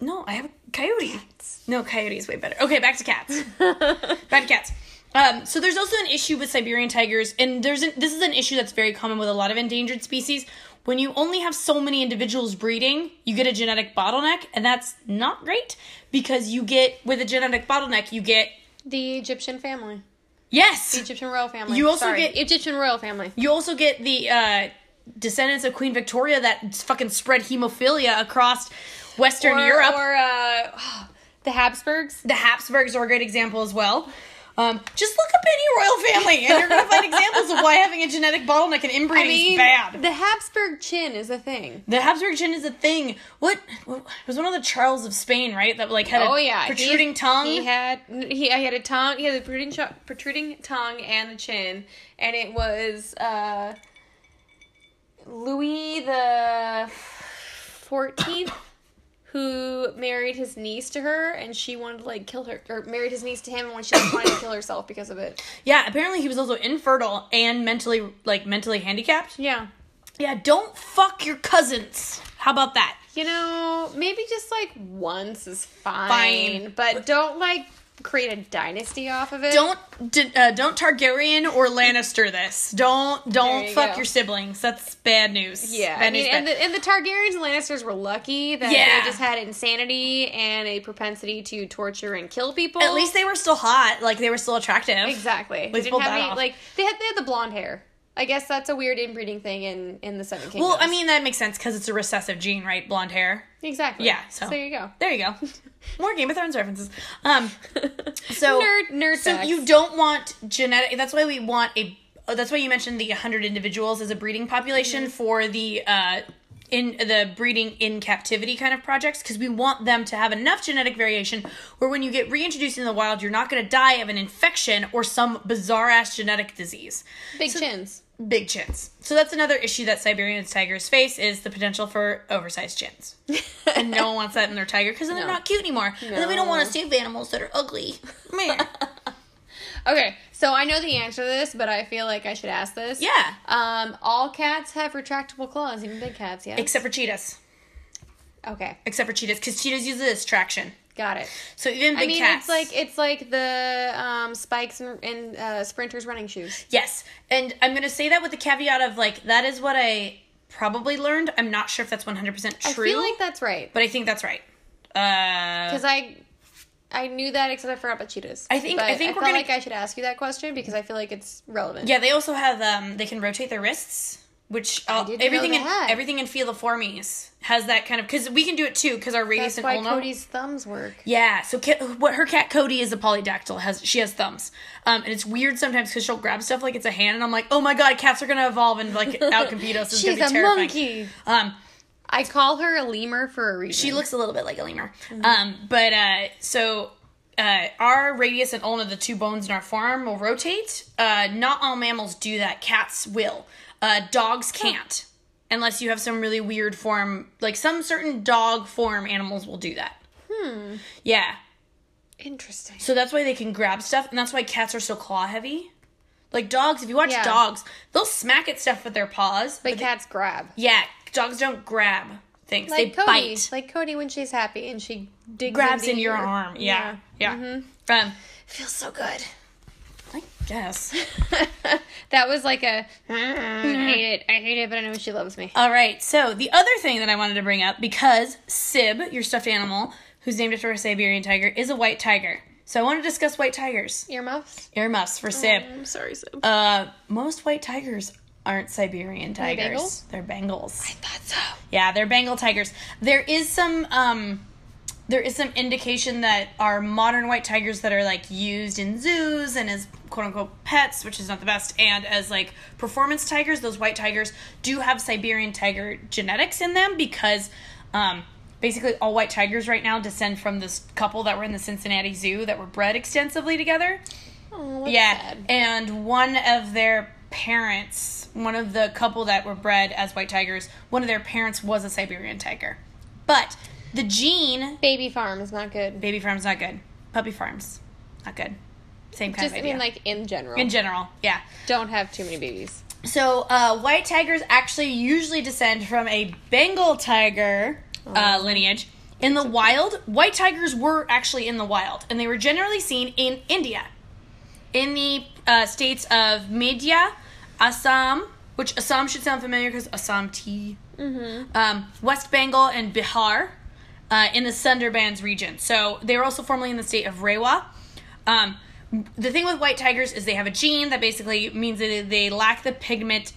A: no, I have a coyote. No, coyote is way better. Okay, back to cats. back to cats. Um, so there's also an issue with Siberian tigers, and there's an, this is an issue that's very common with a lot of endangered species. When you only have so many individuals breeding, you get a genetic bottleneck, and that's not great because you get with a genetic bottleneck, you get
B: the Egyptian family.
A: yes,
B: Egyptian royal family.
A: You also
B: Sorry.
A: get-
B: Egyptian royal family.
A: you also get the uh, descendants of Queen Victoria that fucking spread hemophilia across Western
B: or,
A: Europe.
B: or uh, the Habsburgs.
A: The Habsburgs are a great example as well. Um, just look up any royal family, and you're gonna find examples of why having a genetic bottleneck and inbreeding is bad.
B: the Habsburg chin is a thing.
A: The Habsburg chin is a thing. What, what- it was one of the Charles of Spain, right? That like had a
B: Oh yeah, He-
A: protruding tongue.
B: He had he, he had a tongue. He had a protruding cho- protruding tongue and a chin, and it was uh, Louis the fourteenth who married his niece to her, and she wanted to like kill her, or married his niece to him, and when she like, wanted to kill herself because of it.
A: yeah, apparently he was also infertile and mentally like mentally handicapped.
B: Yeah.
A: Yeah, don't fuck your cousins. How about that?
B: You know, maybe just like once is fine,
A: Fine.
B: but don't like create a dynasty off of it.
A: Don't d- uh, don't Targaryen or Lannister this. Don't don't
B: you
A: fuck
B: go.
A: your siblings. That's bad news.
B: Yeah,
A: bad
B: I mean,
A: news,
B: and
A: bad-
B: the, and the Targaryens and Lannisters were lucky that
A: Yeah.
B: they just had insanity and a propensity to torture and kill people.
A: At least they were still hot. Like they were still attractive.
B: exactly. They
A: least
B: didn't
A: pulled
B: have
A: that
B: any,
A: off.
B: like they had they had the blonde hair. I guess that's a weird inbreeding thing in in the Seven Kingdoms.
A: Well, I mean that makes sense because it's a recessive gene, right? Blonde hair.
B: exactly.
A: Yeah, so-
B: there you go.
A: There you go. More Game of Thrones references. Um, so
B: nerd nerd.
A: so
B: facts.
A: you don't want genetic. That's why we
B: Mm-hmm.
A: want a. oh, That's why you mentioned the 100 individuals as a breeding population for the uh, in the breeding in captivity kind of projects because we want them to have enough genetic variation where when you get reintroduced in the wild you're not going to die of an infection or some bizarre ass genetic disease
B: Big chins.
A: big chins so that's another issue that siberian tigers face is the potential for oversized chins and no one wants that in their tiger because then they're
B: No.
A: not cute anymore and then we don't want to save animals that are ugly Man.
B: Okay, so I know the answer to this, but I feel like I should ask this.
A: Yeah.
B: Um, all cats have retractable claws, even big cats. Yeah.
A: except for cheetahs
B: okay,
A: except for cheetahs because cheetahs use this traction
B: got it.
A: so even big
B: I mean,
A: cats
B: it's like it's like the um, spikes in, in uh, sprinters running shoes.
A: Yes. And I'm going to say that with the caveat of like, that is what I probably learned. I'm not sure if that's 100% true,
B: I feel like that's right
A: but I think that's right. Uh,
B: because I I knew that except I forgot about cheetahs.
A: I think- I
B: But
A: think we're
B: felt
A: gonna-
B: like I should ask you that question because I feel like it's relevant.
A: yeah, they also have, um, they can rotate their wrists, which uh,
B: didn't know
A: everything
B: they
A: in,
B: had.
A: everything in Feliformes has that kind of, cause we can do it too, cause our radius
B: That's
A: and
B: why
A: ulna.
B: Cody's thumbs work.
A: Yeah, so ca- what her cat Cody is a polydactyl. Has she has thumbs, um, and it's weird sometimes because she'll grab stuff like it's a hand, and I'm like, oh my god, cats are gonna evolve and like outcompete us. It's
B: She's
A: gonna
B: a
A: be terrifying.
B: monkey.
A: Um,
B: I call her a lemur for a reason.
A: She looks a little bit like a lemur.
B: Mm-hmm.
A: Um, but uh, so uh, our radius and ulna, the two bones in our forearm, will rotate. Uh, not all mammals do that. Cats will. Uh, dogs can't, unless you have some really weird form. Like some certain dog form animals will do that. Hmm. Yeah.
B: interesting.
A: So that's why they can grab stuff, and that's why cats are so claw heavy. Like dogs, if you watch
B: Yeah.
A: dogs, they'll smack at stuff with their paws.
B: But cats grab.
A: yeah, dogs don't grab things;
B: Like
A: they
B: Cody,
A: bite.
B: like Cody when she's happy and she digs
A: grabs
B: into
A: in your arm. Yeah. Yeah.
B: Mm-hmm.
A: Um,
B: Feels so good.
A: I guess.
B: that was like a "Mm, I hate it. I hate it, but I know she loves me.
A: All right. So the other thing that I wanted to bring up because Sib, your stuffed animal, who's named after a Siberian tiger, is a white tiger. So I want to discuss white tigers.
B: Earmuffs.
A: Earmuffs for Sib.
B: Oh, I'm sorry, Sib.
A: Uh, most white tigers aren't Siberian tigers.
B: Bengals?
A: They're Bengals.
B: thought so.
A: Yeah, they're Bengal tigers. There is some um there is some indication that our modern white tigers that are like used in zoos and as quote unquote pets, which is not the best, and as like performance tigers, those white tigers do have Siberian tiger genetics in them because um basically all white tigers right now descend from this couple that were in the Cincinnati Zoo that were bred extensively together.
B: Oh, that's
A: Yeah,
B: sad.
A: and one of their parents, one of the couple that were bred as white tigers, one of their parents was a Siberian tiger. But the gene,
B: Baby farm is not good.
A: baby farms not good. Puppy farms, not good. Same kind of
B: Just I
A: idea.
B: mean, like in general,
A: in general, yeah.
B: don't have too many babies.
A: So uh, white tigers actually usually descend from a Bengal tiger uh, lineage. In the wild, white tigers were actually in the wild, and they were generally seen in India, in the uh, states of Midya, Assam, which Assam should sound familiar because Assam tea, um, West Bengal, and Bihar, uh, in the Sundarbans region. So they were also formerly in the state of Rewa. Um, the thing with white tigers is they have a gene that basically means that they lack the pigment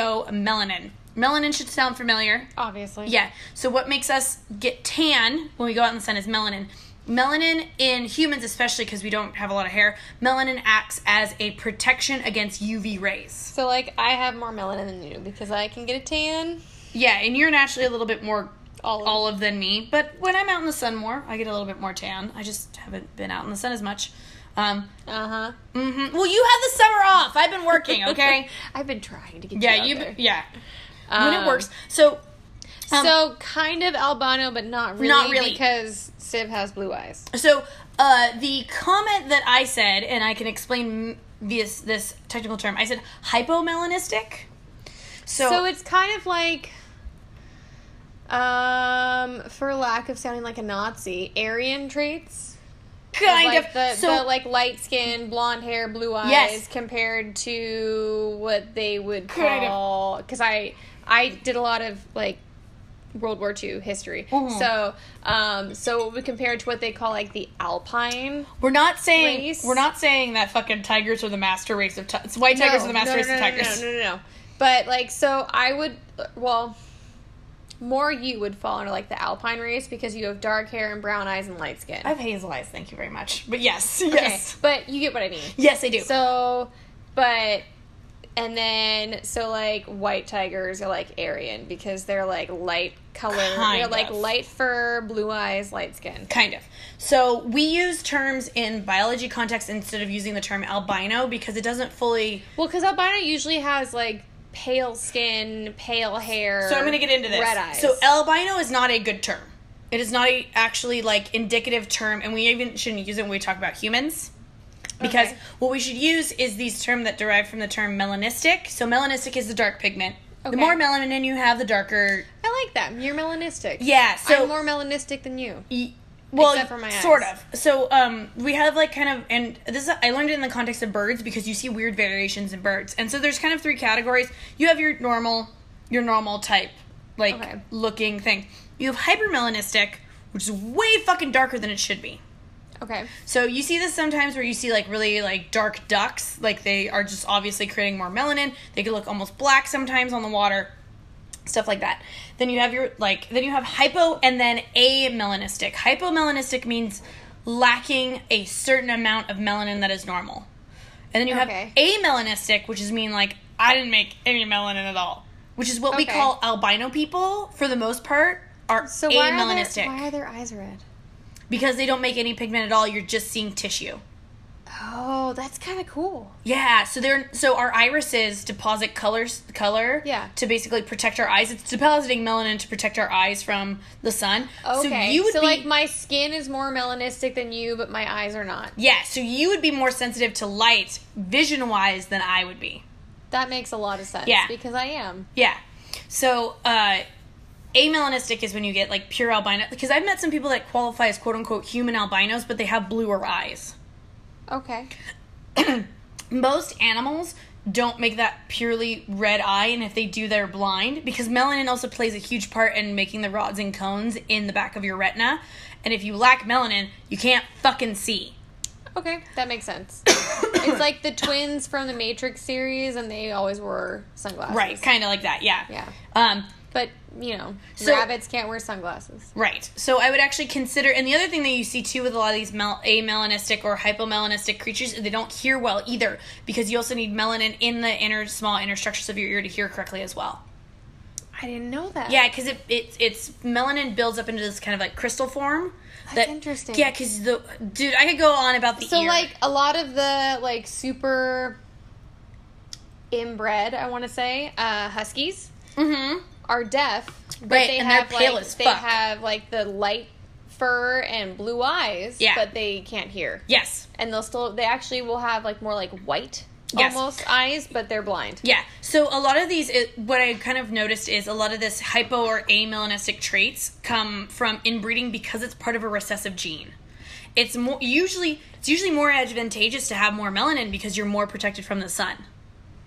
A: pheomelanin. Melanin should sound familiar.
B: Obviously.
A: Yeah. So what makes us get tan when we go out in the sun is melanin. Melanin in humans, especially because we don't have a lot of hair, melanin acts as a protection against UV rays.
B: So like, I have more melanin than you because I can get a tan.
A: Yeah, and you're naturally a little bit more
B: Olive.
A: olive than me, but when I'm out in the sun more, I get a little bit more tan. I just haven't been out in the sun as much. Um,
B: Uh huh.
A: mhm. Well, you had the summer off. I've been working, okay?
B: I've been trying to get.
A: yeah,
B: you. out
A: you.
B: there.
A: Yeah, when it
B: Um,
A: works. So um,
B: so kind of albano, but not really.
A: Not really.
B: because Sib has blue eyes.
A: So uh, the comment that I said, and I can explain m- this this technical term. I said hypomelanistic. So,
B: So, it's kind of like, um, for lack of sounding like a Nazi, Aryan traits.
A: kind
B: like
A: of
B: the,
A: so
B: the like light skin, blonde hair, blue eyes,
A: Yes.
B: compared to what they would
A: Kind of.
B: call. Because I I did a lot of like World War II history,
A: Mhm.
B: so um, so we compared to what they call like the Alpine.
A: we're not saying
B: race.
A: we're not saying that fucking tigers are the master race of tigers. White tigers are the master race of tigers.
B: No, no, no, no, no. But like, so I would, well, more you would fall under like the alpine race because you have dark hair and brown eyes and light skin.
A: I have hazel eyes. Thank you very much. But yes, yes,
B: Okay, but you get what I mean.
A: yes, I do.
B: So, but And then so like white tigers are like Aryan because they're like light color. they're
A: Kind
B: like
A: of.
B: light fur, blue eyes, light skin.
A: Kind of. So we use terms in biology context instead of using the term albino because it doesn't fully.
B: Well, because albino usually has like pale skin, pale hair.
A: So I'm going to get into this.
B: Red eyes.
A: So albino is not a good term. It is not a actually like indicative term, and we even shouldn't use it when we talk about humans. Because
B: Okay.
A: what we should use is these term that derive from the term melanistic. So melanistic is the dark pigment.
B: Okay.
A: The more melanin you have, the darker.
B: I like that. You're melanistic.
A: Yeah. So
B: I'm more melanistic than you.
A: Y- well,
B: Except for my eyes.
A: sort of. So, um, we have like kind of, and this is, I learned it in the context of birds because you see weird variations in birds, and so there's kind of three categories. You have your normal, your normal type, like
B: Okay.
A: looking thing. You have hypermelanistic, which is way fucking darker than it should be.
B: Okay.
A: So you see this sometimes where you see like really like dark ducks, like they are just obviously creating more melanin. They can look almost black sometimes on the water, stuff like that. Then you have your like then you have hypo and then amelanistic. Hypomelanistic means lacking a certain amount of melanin that is normal. And then you
B: Okay.
A: have amelanistic, which is mean like I didn't make any melanin at all, which is what we
B: Okay.
A: call albino people for the most part are
B: So why are,
A: amelanistic
B: their, why are their eyes red?
A: because they don't make any pigment at all. You're just seeing tissue.
B: Oh, that's kind of cool.
A: Yeah, so they're so our irises deposit colors color
B: Yeah.
A: to basically protect our eyes. It's depositing melanin to protect our eyes from the sun.
B: Okay.
A: So you would be
B: like my skin is more melanistic than you, but my eyes are not.
A: Yeah, so you would be more sensitive to light vision wise than I would be.
B: That makes a lot of sense.
A: Yeah.
B: Because I am.
A: Yeah. So uh amelanistic is when you get like pure albino because I've met some people that qualify as quote unquote human albinos, but they have bluer eyes.
B: Okay.
A: most animals don't make that purely red eye and if they do they're blind because melanin also plays a huge part in making the rods and cones in the back of your retina and if you lack melanin you can't fucking see
B: Okay. That makes sense. it's like the twins from the Matrix series, and they always wore sunglasses.
A: right kind of like that yeah
B: Yeah.
A: um
B: But, you know,
A: So-
B: rabbits can't wear sunglasses.
A: Right. So I would actually consider, and the other thing that you see too with a lot of these mel- amelanistic or hypomelanistic creatures is they don't hear well either because you also need melanin in the inner small inner structures of your ear to hear correctly as well.
B: I didn't know that.
A: Yeah, because it, it it's melanin builds up into this kind of like crystal form.
B: That's interesting.
A: Yeah, because the dude, I could go on about the
B: So
A: ear.
B: like a lot of the like super inbred, I want to say, uh, huskies
A: mm-hmm.
B: are deaf, but
A: Right,
B: they
A: and they're
B: have
A: pale
B: like
A: as
B: they
A: fuck.
B: have like the light fur and blue eyes,
A: Yeah.
B: but they can't hear.
A: Yes.
B: And they'll still they actually will have like more like white
A: Yes.
B: almost eyes, but they're blind.
A: Yeah. So a lot of these, it, what I kind of noticed is a lot of this hypo or amelanistic traits come from inbreeding because it's part of a recessive gene. It's more usually it's usually more advantageous to have more melanin because you're more protected from the sun.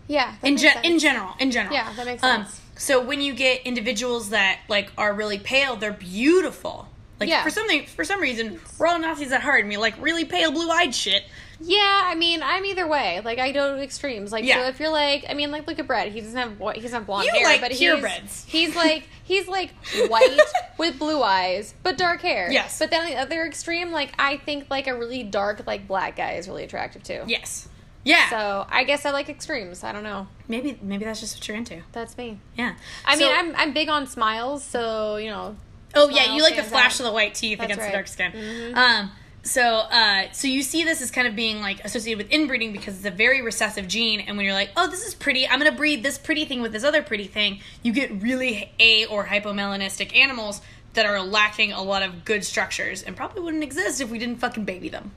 B: Yeah. that
A: in,
B: makes
A: gen
B: sense.
A: in general in general Um,
B: Yeah, that makes sense.
A: so when you get individuals that like are really pale they're beautiful like
B: Yeah.
A: for something for some reason we're all nazis at heart and we like really pale blue-eyed shit
B: Yeah, I mean, I'm either way. Like, I go to extremes. Like,
A: Yeah.
B: so if you're like, I mean, like, look at Brad. He doesn't have white. He doesn't have blonde
A: You
B: hair,
A: like
B: but he's
A: purebreds.
B: he's like he's like white with blue eyes, but dark hair.
A: Yes.
B: But then on the other extreme, like, I think like a really dark like black guy is really attractive too.
A: yes yeah
B: So I guess I like extremes. I don't know.
A: maybe maybe that's just what you're into
B: That's me.
A: yeah
B: I mean,
A: So-
B: I'm I'm big on smiles, so you know.
A: oh yeah
B: smile
A: you like the
B: stands
A: flash
B: out.
A: of the white teeth
B: That's
A: against
B: right. Mm-hmm.
A: the dark skin um so uh so you see this as kind of being like associated with inbreeding because it's a very recessive gene and when you're like oh this is pretty i'm gonna breed this pretty thing with this other pretty thing you get really a or hypomelanistic animals that are lacking a lot of good structures and probably wouldn't exist if we didn't fucking baby them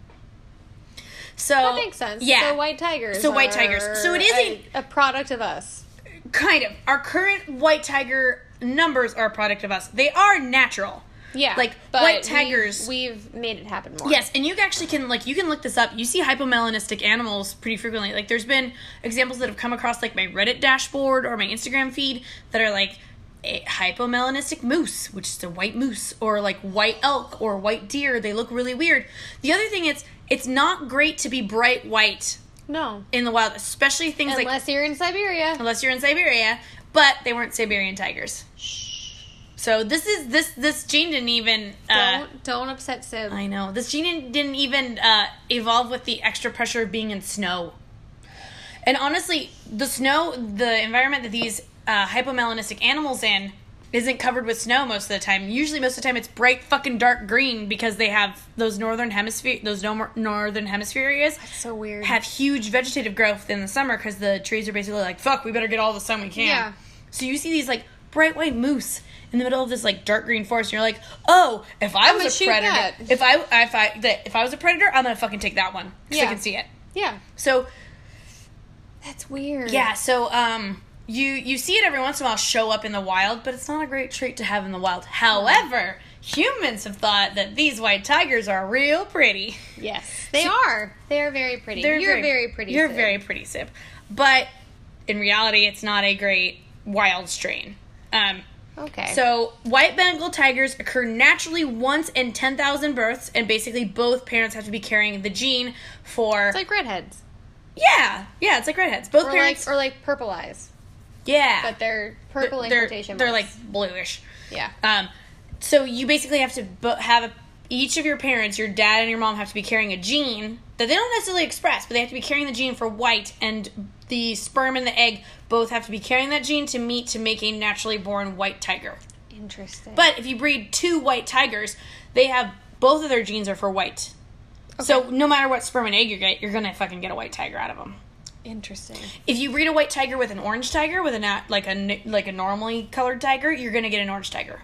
A: so
B: That makes sense.
A: yeah
B: So white tigers.
A: So white tigers. So it is
B: a, a product of us.
A: kind of our current white tiger numbers are a product of us they are natural
B: Yeah.
A: Like,
B: but
A: white
B: we've-
A: tigers-
B: We've made it happen more.
A: Yes, and you actually can like you can look this up. You see hypomelanistic animals pretty frequently. Like there's been examples that have come across like my Reddit dashboard or my Instagram feed that are like a hypomelanistic moose, which is a white moose, or like white elk or white deer. They look really weird. The other thing is it's not great to be bright white
B: No.
A: in the wild, especially things like
B: Unless you're in Siberia.
A: unless you're in Siberia, but they weren't Siberian tigers. So this is this this gene didn't even uh,
B: don't don't upset Sib.
A: I know. This gene didn't even uh, evolve with the extra pressure of being in snow. And honestly, the snow, the environment that these uh, hypomelanistic animals in isn't covered with snow most of the time. Usually, most of the time, it's bright fucking dark green because they have those northern hemisphere, those no- northern hemisphere areas
B: So weird.
A: Mm-hmm. have huge vegetative growth in the summer because the trees are basically like, fuck, we better get all the sun we can.
B: Yeah.
A: So you see these like bright white moose in the middle of this like dark green forest, and you're like, oh, if I
B: gonna
A: was a
B: shoot
A: predator,
B: that.
A: if I if I that if I was a predator, I'm gonna fucking take that one because I
B: Yeah.
A: can see it.
B: yeah.
A: So
B: That's weird.
A: yeah, so um, you you see it every once in a while show up in the wild, but it's not a great trait to have in the wild.
B: Mm-hmm.
A: However, humans have thought that these white tigers are real pretty.
B: Yes. They are. They are very pretty.
A: They're
B: you're very, pretty.
A: You're
B: Sid.
A: very pretty, Sib. But in reality, it's not a great wild strain. Um,
B: Okay.
A: so white Bengal tigers occur naturally once in 10,000 births, and basically both parents have to be carrying the gene for.
B: it's like redheads.
A: yeah, yeah, it's like redheads. Both
B: Or
A: parents.
B: like or like purple eyes.
A: yeah,
B: But they're purple in
A: they're,
B: quotation
A: they're like
B: marks.
A: bluish.
B: Yeah.
A: Um, so you basically have to bo- have a, each of your parents, your dad and your mom, have to be carrying a gene that they don't necessarily express, but they have to be carrying the gene for white, and the sperm and the egg both have to be carrying that gene to meet to make a naturally born white tiger.
B: Interesting.
A: But if you breed two white tigers, they have both of their genes are for white. So no matter what sperm and egg you get, you're gonna fucking get a white tiger out of them.
B: interesting.
A: If you breed a white tiger with an orange tiger, with a nat- like a n- like a normally colored tiger, you're gonna get an orange tiger.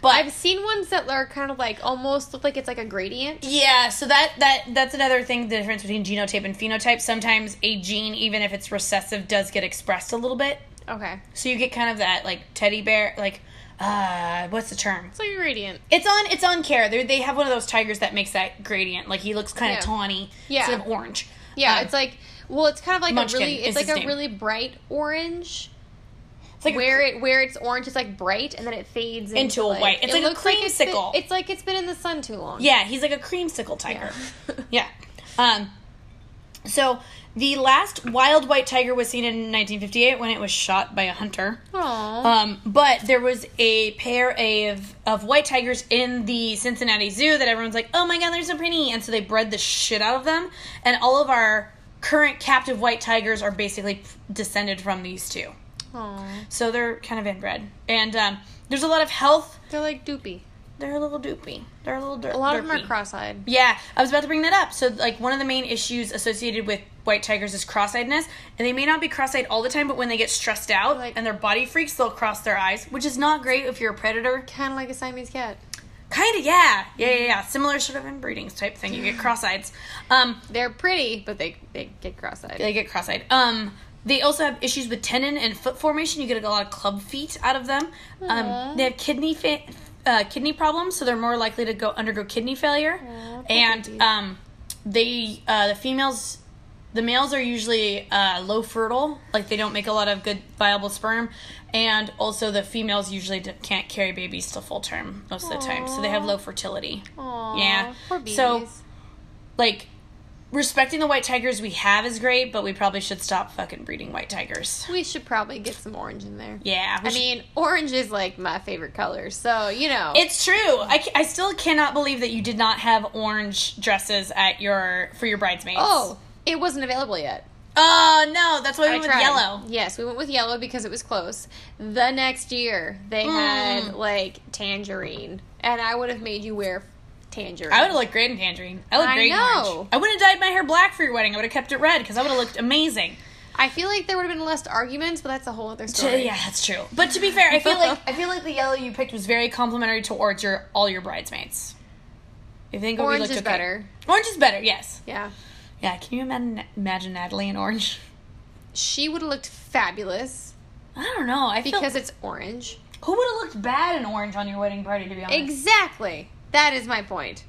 A: But
B: I've seen ones that are kind of like almost look like it's like a gradient.
A: Yeah, so that that that's another thing the difference between genotype and phenotype. Sometimes a gene even if it's recessive does get expressed a little bit.
B: Okay.
A: So you get kind of that like teddy bear like uh what's the term?
B: It's like a gradient.
A: It's on it's on care. They they have one of those tigers that makes that gradient. Like he looks kind
B: Yeah.
A: of tawny
B: Yeah.
A: instead of orange.
B: Yeah,
A: Um,
B: it's like well, it's kind of like
A: Munchkin
B: a really
A: is
B: it's like
A: his
B: a
A: name.
B: really bright orange.
A: it's like a-
B: Where it where it's orange, it's like bright, and then it fades into,
A: Into a
B: like-
A: white- it's
B: it
A: like a
B: looks like it's been-
A: creamsicle.
B: it's like it's been in the sun too long.
A: Yeah, he's like a creamsicle tiger. Yeah. Um, so the last wild white tiger was seen in 1958 when it was shot by a hunter.
B: Aw.
A: Um, but there was a pair of, of white tigers in the Cincinnati Zoo that everyone's like, oh my god, they're so pretty. And so they bred the shit out of them. And all of our current captive white tigers are basically descended from these two.
B: Aw.
A: So they're kind of inbred. And um, there's a lot of health.
B: They're like doopy.
A: They're a little doopy. They're a little der-
B: A lot of them
A: derpy.
B: are cross-eyed.
A: Yeah, I was about to bring that up. So, like, one of the main issues associated with white tigers is cross-eyedness, and they may not be cross-eyed all the time, but when they get stressed out
B: Like-
A: and their body freaks, they'll cross their eyes, which is not great if you're a predator.
B: Kind of like a Siamese cat.
A: Kind of, yeah, yeah, yeah, yeah. Similar sort of inbreedings type thing. You get cross-eyed. Um,
B: They're pretty, but they they get cross-eyed.
A: they get cross-eyed. Um, they also have issues with tendon and foot formation. You get a lot of club feet out of them. Um,
B: Aw.
A: they have kidney fa- uh, kidney problems, so they're more likely to go undergo kidney failure.
B: Aw, poor
A: and
B: babies.
A: um, they uh, the females. The males are usually uh, low fertile, like they don't make a lot of good viable sperm, and also the females usually d- can't carry babies to full term most of the time, so they have
B: Aw.
A: low fertility
B: Aw,
A: yeah.
B: Poor babies.
A: So- like respecting the white tigers we have is great, but we probably should stop fucking breeding white tigers.
B: we should probably get some orange in there.
A: Yeah, we
B: I
A: should-
B: mean, orange is like my favorite color, so you know.
A: it's true. I, ca- I still cannot believe that you did not have orange dresses at your for your bridesmaids.
B: oh, it wasn't available yet.
A: oh no, that's why we
B: I
A: went with
B: tried.
A: yellow.
B: Yes, we went with yellow because it was close. The next year, they
A: Mm.
B: had like tangerine, and I would have made you wear tangerine.
A: I would have looked great in tangerine. I look
B: I
A: great in
B: know.
A: orange. I wouldn't have dyed my hair black for your wedding. I would have kept it red because I would have looked amazing.
B: I feel like there would have been less arguments, but that's a whole other
A: To-
B: story.
A: yeah, that's true. But to be fair, I feel like I feel like the yellow you picked was very complimentary towards your all your bridesmaids. If you think we
B: orange
A: looked
B: is
A: okay.
B: better.
A: Orange is better. Yes.
B: Yeah,
A: Yeah, can you imagine, imagine Natalie in orange?
B: she would have looked fabulous
A: I don't know. I feel
B: because it's orange.
A: who would have looked bad in orange on your wedding party? To be honest,
B: Exactly. That is my point.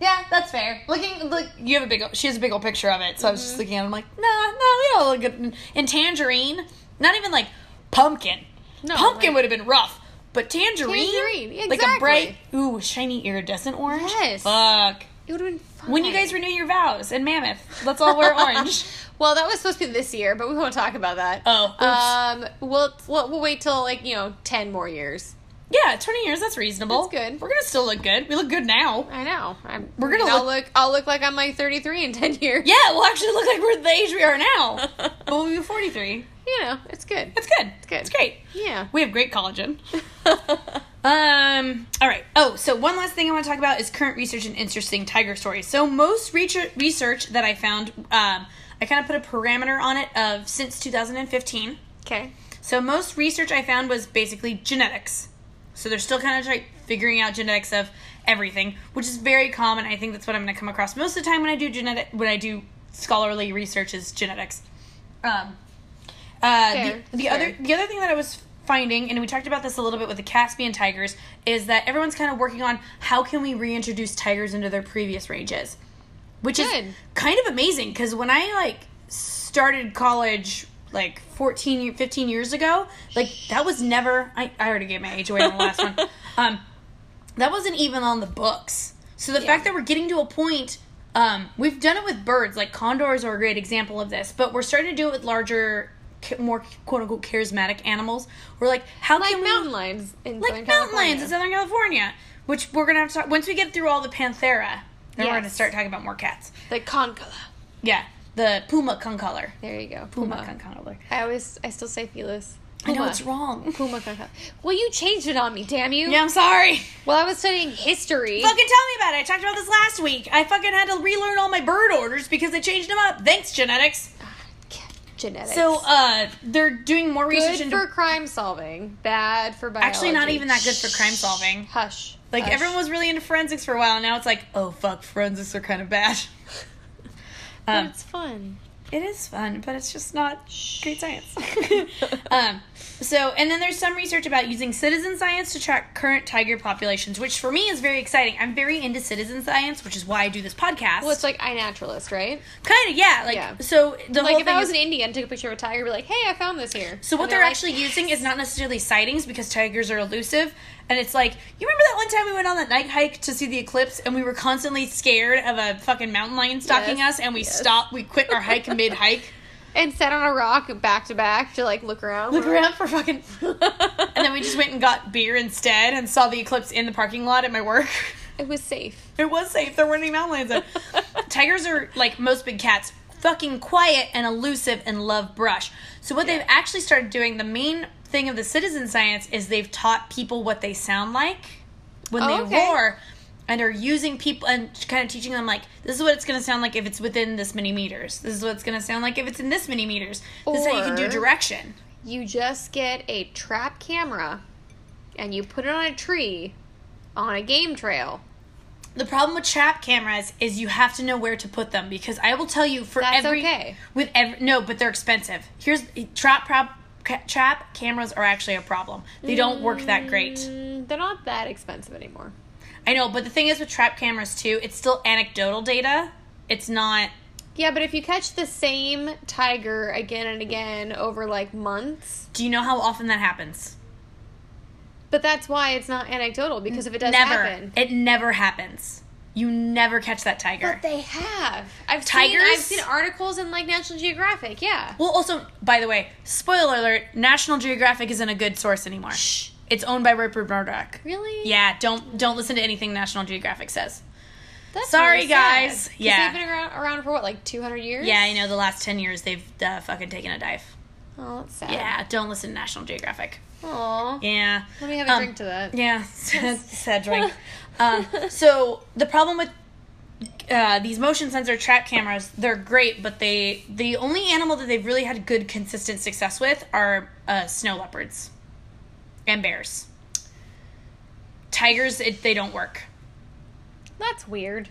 A: yeah, that's fair. Looking, look, you have a big. ol- She has a big old picture of it, so I was
B: Mm-hmm.
A: just looking at. it, I'm like, nah, nah, we all look good in, in tangerine. Not even like pumpkin.
B: No,
A: pumpkin
B: like-
A: would have been rough, but tangerine,
B: Tangerine,
A: like a bright,
B: exactly.
A: ooh, shiny iridescent orange.
B: Yes.
A: Fuck.
B: It would have been fun.
A: When you guys renew your vows in Mammoth, let's all wear orange.
B: well, that was supposed to be this year, but we won't talk about that.
A: Oh, oops.
B: Um, we'll, we'll we'll wait till like you know ten more years.
A: Yeah, 20 years, that's reasonable.
B: That's good.
A: We're going to still look good. We look good now.
B: I know. I'm,
A: We're gonna
B: I'll look. I'll look like I'm like 33 in 10 years.
A: Yeah, we'll actually look like we're the age we are now. but we'll be 43.
B: You know, it's good.
A: That's good. It's
B: good.
A: It's great.
B: Yeah.
A: We have great collagen. Um. All right. Oh, so one last thing I want to talk about is current research and interesting tiger stories. So most research research that I found, um, I kind of put a parameter on it of since 2015.
B: okay.
A: So most research I found was basically genetics. So they're still kind of like figuring out genetics of everything, which is very common. I think that's what I'm going to come across most of the time when I do genetic when I do scholarly research is genetics. Um, uh,
B: Fair,
A: the, the
B: fair.
A: other the other thing that I was finding, and we talked about this a little bit with the Caspian tigers, is that everyone's kind of working on how can we reintroduce tigers into their previous ranges which
B: Good.
A: is kind of amazing because when i like started college like 14 year- 15 years ago like that was never i, I already gave my age away on the last one um that wasn't even on the books so the fact that we're getting to a point um we've done it with birds like condors are a great example of this but we're starting to do it with larger ca- more quote unquote charismatic animals we're like how
B: Like
A: can we
B: mountain lions in
A: like
B: Southern
A: mountain lions in
B: California.
A: Southern California, which we're gonna have to talk once we get through all the panthera. Then we're
B: Yes.
A: gonna start talking about more cats.
B: The concala.
A: Yeah, the puma concolor.
B: There you go.
A: Puma,
B: Puma.
A: concolor.
B: I always. I still say felis.
A: I know
B: Puma.
A: it's wrong.
B: Puma concala. Well, you changed it on me. Damn you.
A: Yeah, I'm sorry.
B: Well, I was studying history.
A: Fucking tell me about it. I talked about this last week. I fucking had to relearn all my bird orders because they changed them up. Thanks, genetics.
B: Ah, Genetics.
A: So, uh, they're doing more research
B: good
A: into.
B: for crime solving, bad for biology.
A: Actually, not even that good for crime solving.
B: Hush.
A: Like
B: Hush.
A: everyone was really into forensics for a while. Now it's like, oh fuck, forensics are kind of bad.
B: But
A: um,
B: it's fun.
A: It is fun, but it's just not great science. um, so, and then there's some research about using citizen science to track current tiger populations, which for me is very exciting. I'm very into citizen science, which is why I do this podcast.
B: Well, it's like iNaturalist, right?
A: kind of, yeah. Like,
B: Yeah.
A: so the
B: Like
A: whole
B: if
A: thing
B: I was
A: is-
B: in India and took a picture of a tiger, I'd be like, "Hey, I found this here."
A: So what
B: And
A: they're
B: like,
A: actually using is not necessarily sightings because tigers are elusive. And it's like, you remember that one time we went on that night hike to see the eclipse and we were constantly scared of a fucking mountain lion stalking
B: Yes,
A: us and we
B: yes.
A: stopped, we quit our hike mid hike,
B: and sat on a rock back to back to like look around.
A: look around for fucking
B: and
A: And then we just went and got beer instead and saw the eclipse in the parking lot at my work.
B: It was safe.
A: It was safe. There weren't any mountain lions. There. Tigers are, like most big cats, fucking quiet and elusive and love brush. So, what they've actually started doing, the main thing of the citizen science is they've taught people what they sound like when
B: Oh,
A: they
B: okay.
A: roar and are using people and kind of teaching them, like, this is what it's going to sound like if it's within this many meters. This is what it's going to sound like if it's in this many meters. this is how you can do
B: Or-
A: direction.
B: You just get a trap camera, and you put it on a tree, on a game trail.
A: The problem with trap cameras is you have to know where to put them because I will tell you for
B: That's
A: every
B: okay.
A: with every no, but they're expensive. Here's trap prop ca- trap cameras are actually a problem. They don't work that great.
B: Mm, they're not that expensive anymore.
A: I know, but the thing is with trap cameras too, it's still anecdotal data. It's not
B: Yeah, but if you catch the same tiger again and again over like months,
A: do you know how often that happens?
B: but that's why it's not anecdotal because if it does
A: never.
B: happen,
A: It never happens. You never catch that tiger.
B: but they have. I've Seen, I've
A: Tigers?
B: seen articles in like National Geographic. Yeah.
A: well, also, by the way, spoiler alert, National Geographic isn't a good source anymore.
B: Shh.
A: It's owned by Rupert Murdoch.
B: Really?
A: Yeah, don't don't listen to anything National Geographic says.
B: That's
A: Sorry,
B: really sad.
A: guys.
B: 'Cause
A: Yeah.
B: They've been around, around for what, like 200 years?
A: Yeah, I know the last ten years they've uh, fucking taken a dive.
B: Oh, that's sad.
A: Yeah, don't listen to National Geographic.
B: Aw.
A: Yeah.
B: Let me have a
A: Um,
B: drink to that.
A: Yeah, sad, sad drink. um, so the problem with uh, these motion sensor trap cameras, they're great, but they the only animal that they've really had good consistent success with are uh, snow leopards and bears. Tigers, it, they don't work.
B: That's weird.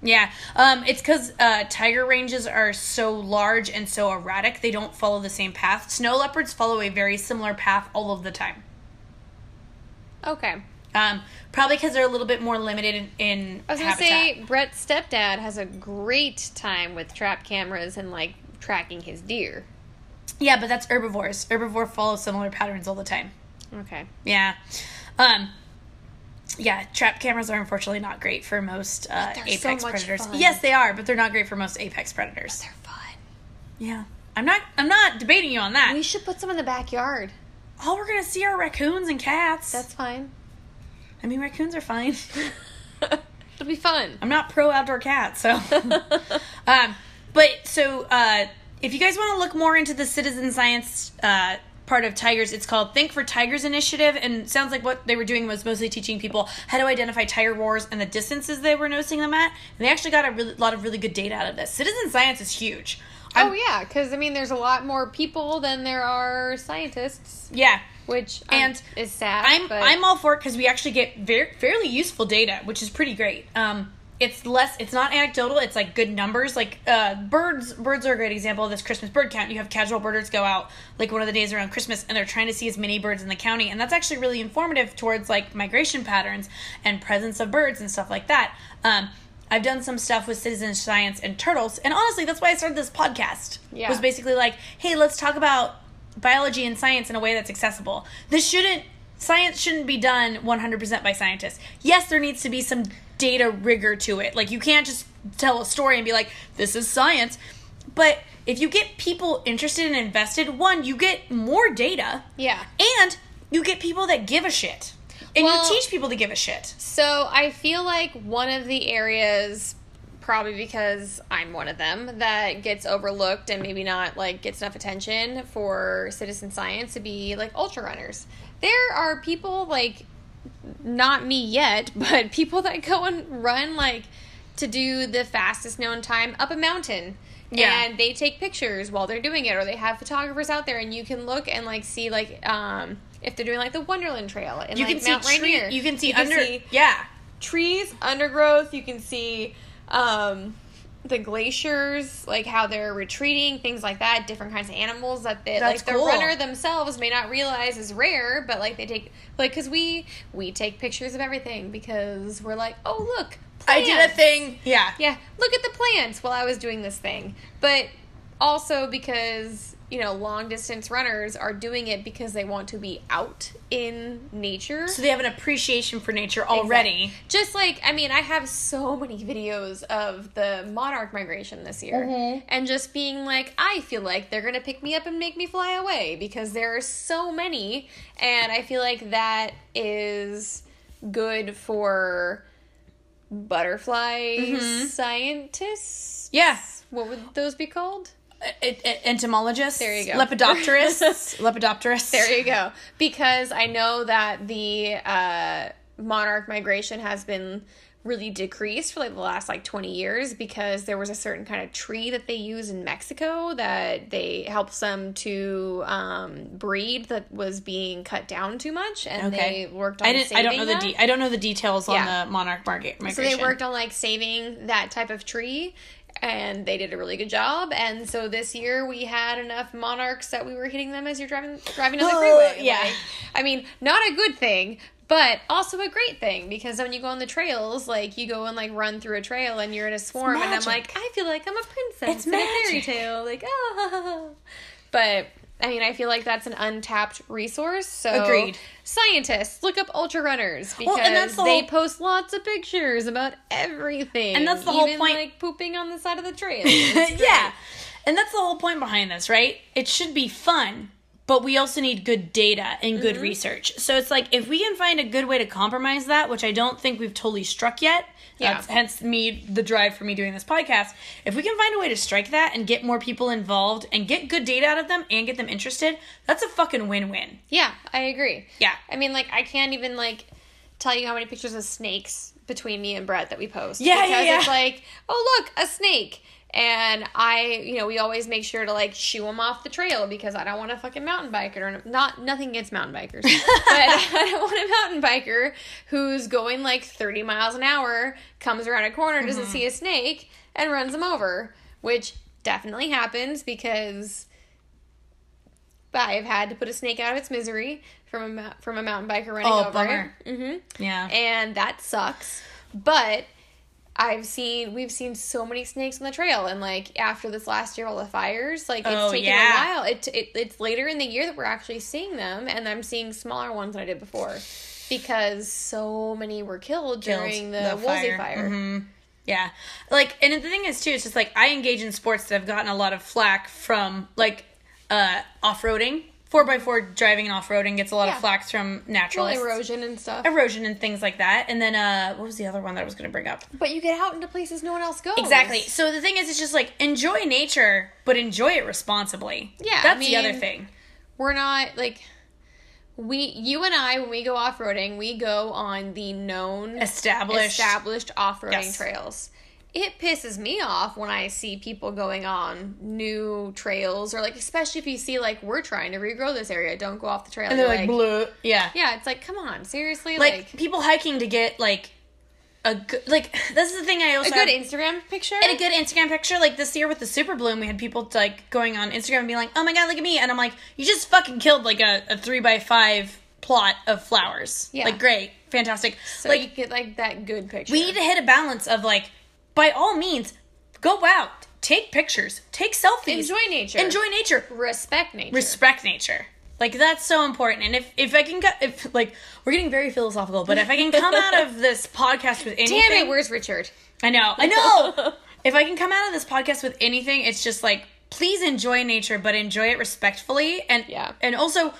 A: Yeah, um, it's because uh, tiger ranges are so large and so erratic; they don't follow the same path. Snow leopards follow a very similar path all of the time.
B: Okay.
A: Um, probably because they're a little bit more limited in, in
B: I was going to
A: habitat.
B: say, Brett's stepdad has a great time with trap cameras and like tracking his deer.
A: yeah, but that's herbivores. Herbivore follows similar patterns all the time.
B: Okay.
A: Yeah, um, yeah. Trap cameras are unfortunately not great for most uh,
B: they're so
A: apex
B: much
A: predators.
B: fun.
A: Yes, they are, but they're not great for most apex predators.
B: They're fun.
A: Yeah, I'm not. I'm not debating you on that.
B: We should put some in the backyard.
A: all we're gonna see are raccoons and cats.
B: That's fine.
A: I mean, raccoons are fine.
B: It'll be fun. Oh,
A: I'm not pro outdoor cats, so. um, but so uh, if you guys want to look more into the citizen science uh, part of tigers, it's called Think for Tigers Initiative, and it sounds like what they were doing was mostly teaching people how to identify tiger wars and the distances they were noticing them at. And they actually got a really, lot of really good data out of this. Citizen science is huge. I'm-
B: oh yeah, because I mean, there's a lot more people than there are scientists,
A: yeah.
B: which
A: And
B: and is sad.
A: I'm
B: but
A: I'm all for it because we actually get very fairly useful data, which is pretty great. Um, it's less it's not anecdotal. It's like good numbers. Like uh, birds birds are a great example of this Christmas bird count. You have casual birders go out like one of the days around Christmas and they're trying to see as many birds in the county, and that's actually really informative towards like migration patterns and presence of birds and stuff like that. Um, I've done some stuff with citizen science and turtles, and honestly, that's why I started this podcast.
B: Yeah.
A: was basically like, hey, let's talk about biology and science in a way that's accessible. This shouldn't science shouldn't be done 100% by scientists. Yes, there needs to be some data rigor to it. Like you can't just tell a story and be like this is science. But if you get people interested and invested, one, you get more data
B: yeah.
A: and you get people that give a shit. And
B: Well-
A: you teach people to give a shit.
B: So I feel like one of the areas, probably because I'm one of them, that gets overlooked and maybe not like gets enough attention for citizen science to be like ultra runners. There are people like not me yet, but people that go and run like to do the fastest known time up a mountain.
A: Yeah.
B: And they take pictures while they're doing it or they have photographers out there and you can look and like see like um if they're doing like the Wonderland Trail and
A: You
B: like
A: can, see
B: Mount
A: tree,
B: Rainier.
A: you can see under
B: see
A: yeah.
B: trees, undergrowth, you can see um the glaciers, like how they're retreating, things like that, different kinds of animals that they,
A: That's
B: like the
A: cool.
B: runner themselves may not realize is rare, but like they take like cuz we we take pictures of everything because we're like, "Oh, look,
A: I did a
B: plants."
A: thing. Yeah.
B: Yeah, look at the plants while I was doing this thing. But also because, you know, long distance runners are doing it because they want to be out in nature.
A: So they have an appreciation for nature already.
B: Exactly. Just like, I mean, I have so many videos of the monarch migration this year. And just being like, I feel like they're going to pick me up and make me fly away because there are so many. And I feel like that is good for butterfly scientists.
A: Yeah.
B: What would those be called?
A: E- e- entomologists.
B: There you go.
A: Lepidopterists. Lepidopterists.
B: There you go. Because I know that the uh, monarch migration has been really decreased for like the last like 20 years because there was a certain kind of tree that they use in Mexico that they helps them to um, breed that was being cut down too much and
A: Okay.
B: they worked on
A: I didn't. I don't
B: saving
A: know the
B: that.
A: de- I don't know the details
B: Yeah.
A: on the monarch market migration.
B: So they worked on like saving that type of tree and they did a really good job and so this year we had enough monarchs that we were hitting them as you're driving driving on the
A: Oh,
B: freeway.
A: yeah.
B: Like, I mean, not a good thing, but also a great thing because when you go on the trails, like you go and like run through a trail and you're in a swarm and I'm
A: magic.
B: like, I feel like I'm a princess
A: It's
B: in a fairy
A: magic.
B: tale. Like, oh. But I mean, I feel like that's an untapped resource. So
A: Agreed.
B: Scientists look up ultra runners because
A: Well, and that's the
B: they
A: whole-
B: post lots of pictures about everything,
A: And that's the whole
B: even,
A: point-
B: Like pooping on the side of the trail.
A: yeah, and that's the whole point behind this, right? It should be fun, but we also need good data and
B: Mm-hmm.
A: good research. So it's like if we can find a good way to compromise that, which I don't think we've totally struck yet.
B: Yeah.
A: That's hence me the drive for me doing this podcast. If we can find a way to strike that and get more people involved and get good data out of them and get them interested, that's a fucking win-win.
B: yeah, I agree.
A: Yeah.
B: I mean, like I can't even like tell you how many pictures of snakes between me and Brett that we post.
A: Yeah, yeah,
B: because
A: yeah.
B: it's like, oh look, a snake. And I, you know, we always make sure to like shoo them off the trail because I don't want a fucking mountain biker. Not nothing against mountain bikers, but I don't want a mountain biker who's going like thirty miles an hour, comes around a corner, doesn't
A: Mm-hmm.
B: see a snake, and runs them over, which definitely happens because I've had to put a snake out of its misery from a mou- from a mountain biker running
A: Oh,
B: over
A: bummer.
B: it, Mhm.
A: Yeah.
B: and that sucks. But I've seen we've seen so many snakes on the trail, and like after this last year, all the fires, like it's
A: Oh,
B: taken
A: yeah.
B: a while. It, it it's later in the year that we're actually seeing them, and I'm seeing smaller ones than I did before because so many were killed, during the, Woolsey fire.
A: Mhm. Yeah. Like, and the thing is, too, it's just like I engage in sports that have gotten a lot of flack from like uh, off roading. four by four driving and off roading gets a lot
B: Yeah.
A: of flax from
B: Well,
A: naturalists.
B: erosion and stuff.
A: Erosion and things like that. And then uh what was the other one that I was gonna bring up?
B: But you get out into places no one else goes.
A: Exactly. So the thing is it's just like enjoy nature, but enjoy it responsibly.
B: Yeah, I
A: That's the other
B: mean-
A: thing.
B: We're not like we you and I when we go off roading, we go on the known
A: Established
B: established off-roading
A: Yes.
B: trails. It pisses me off when I see people going on new trails or like especially if you see like we're trying to regrow this area, don't go off the trail.
A: and they're
B: You're
A: like, blue. Yeah.
B: Yeah, it's like come on, seriously
A: Like,
B: like,
A: people hiking to get like a good like that's the thing I also
B: a good
A: have-
B: Instagram picture.
A: and a good Instagram picture. Like this year with the super bloom, we had people like going on Instagram and being like, "Oh my god, look at me!" And I'm like, "You just fucking killed like a, a three by five plot of flowers.
B: Yeah.
A: Like great, fantastic.
B: so
A: like
B: you get like that good picture.
A: we need to hit a balance of like, by all means, go out, take pictures, take selfies,
B: enjoy nature.
A: enjoy nature,
B: respect nature.
A: respect nature. Like that's so important. And if if I can, co- if like we're getting very philosophical, but if I can come out of this podcast with anything,
B: Damn it, where's Richard?
A: I know. I know. if I can come out of this podcast with anything, it's just like please enjoy nature, but enjoy it respectfully, and
B: Yeah.
A: and also,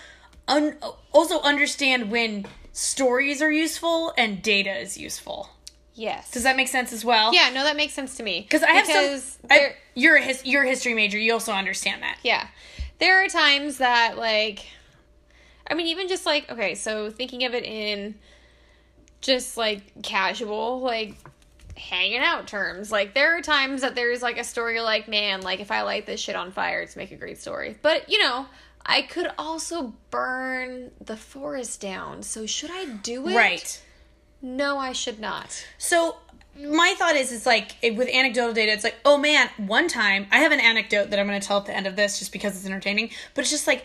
A: un- also understand when stories are useful and data is useful.
B: Yes.
A: Does that make sense as well?
B: Yeah, no, that makes sense to me.
A: Because I have some. I-
B: there-
A: you're a his, you're a history major. You also understand that.
B: yeah, there are times that like, I mean, even just like okay, so thinking of it in just like casual like hanging out terms like there are times that there's like a story you're like man like if i light this shit on fire it's make a great story but you know i could also burn the forest down so should i do it
A: Right.
B: no i should not
A: So my thought is, it's like it- with anecdotal data, it's like, oh man, one time I have an anecdote that I'm going to tell at the end of this, just because it's entertaining. But it's just like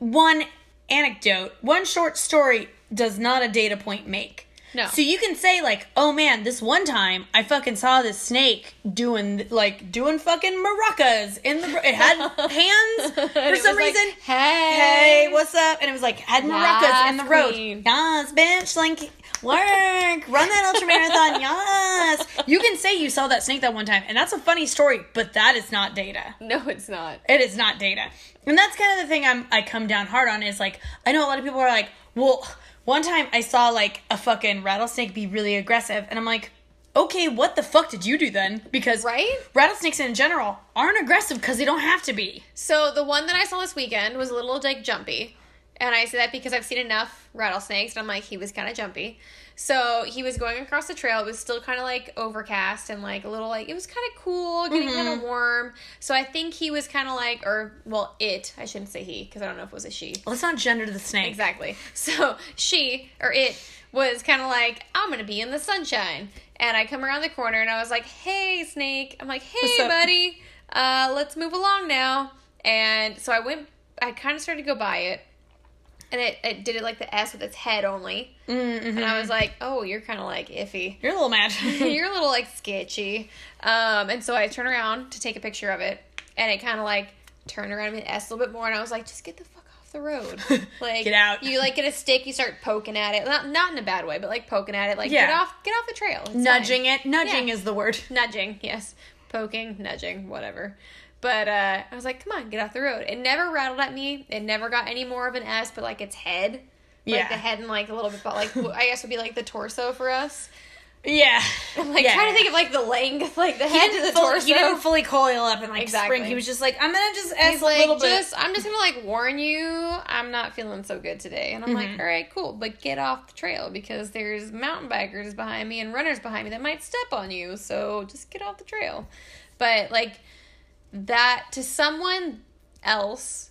A: one anecdote, one short story does not a data point make.
B: No.
A: So you can say like, oh man, this one time I fucking saw this snake doing like doing fucking maracas in the it had hands
B: And
A: for
B: it
A: some
B: was like,
A: reason.
B: hey
A: Hey, what's up? And it was like had maracas in the
B: Yas,
A: road.
B: queen.
A: Yas, bitch, like work, run that ultra marathon. Yas, you can say you saw that snake that one time, and that's a funny story, but that is not data.
B: no it's not
A: It is not data, and that's kind of the thing I'm I come down hard on is like I know a lot of people are like, well, one time I saw like a fucking rattlesnake be really aggressive, and I'm like. Okay, what the fuck did you do then? Because
B: Right?
A: rattlesnakes in general aren't aggressive because they don't have to be.
B: So the one that I saw this weekend was a little like jumpy. And I say that because I've seen enough rattlesnakes, and I'm like, he was kind of jumpy. So he was going across the trail. It was still kind of like overcast and like a little like, it was kind of cool, getting kind of warm. So I think he was kind of like, or, well, it, I shouldn't say he, because I don't know if it was a she.
A: Let's not gender the snake.
B: Exactly. So she or it was kind of like, I'm gonna be in the sunshine, and I come around the corner and I was like, Hey, snake. I'm like, Hey,
A: up?
B: buddy. Uh, let's move along now. And so I went. I kind of started to go by it, and it, it did it like the S with its head only, and I was like, Oh, you're kind of like iffy.
A: You're a little mad.
B: You're a little like sketchy. Um, and so I turn around to take a picture of it, and it kind of like turned around and asked a little bit more, and I was like, just get the fuck off the road. Like
A: Get out.
B: You like get a stick, you start poking at it. Not not in a bad way, but like poking at it. Like get
A: Yeah.
B: off, get off the trail. It's
A: nudging
B: fine.
A: it. Nudging
B: Yeah.
A: is the word.
B: nudging. Yes, poking, nudging, whatever. But uh, I was like, come on, get off the road. It never rattled at me. It never got any more of an S, but like its head. Like
A: Yeah.
B: the head and like a little bit, but like I guess would be like the torso for us.
A: Yeah.
B: Like trying to think of like the length, like the head to the
A: full-
B: torso.
A: He didn't fully coil up and like
B: Exactly.
A: spring. He was just like, I'm gonna just ask
B: He's
A: a
B: like,
A: little bit.
B: just I'm just gonna like warn you, I'm not feeling so good today. And I'm like, all right, cool, but get off the trail because there's mountain bikers behind me and runners behind me that might step on you. So just get off the trail. But like that to someone else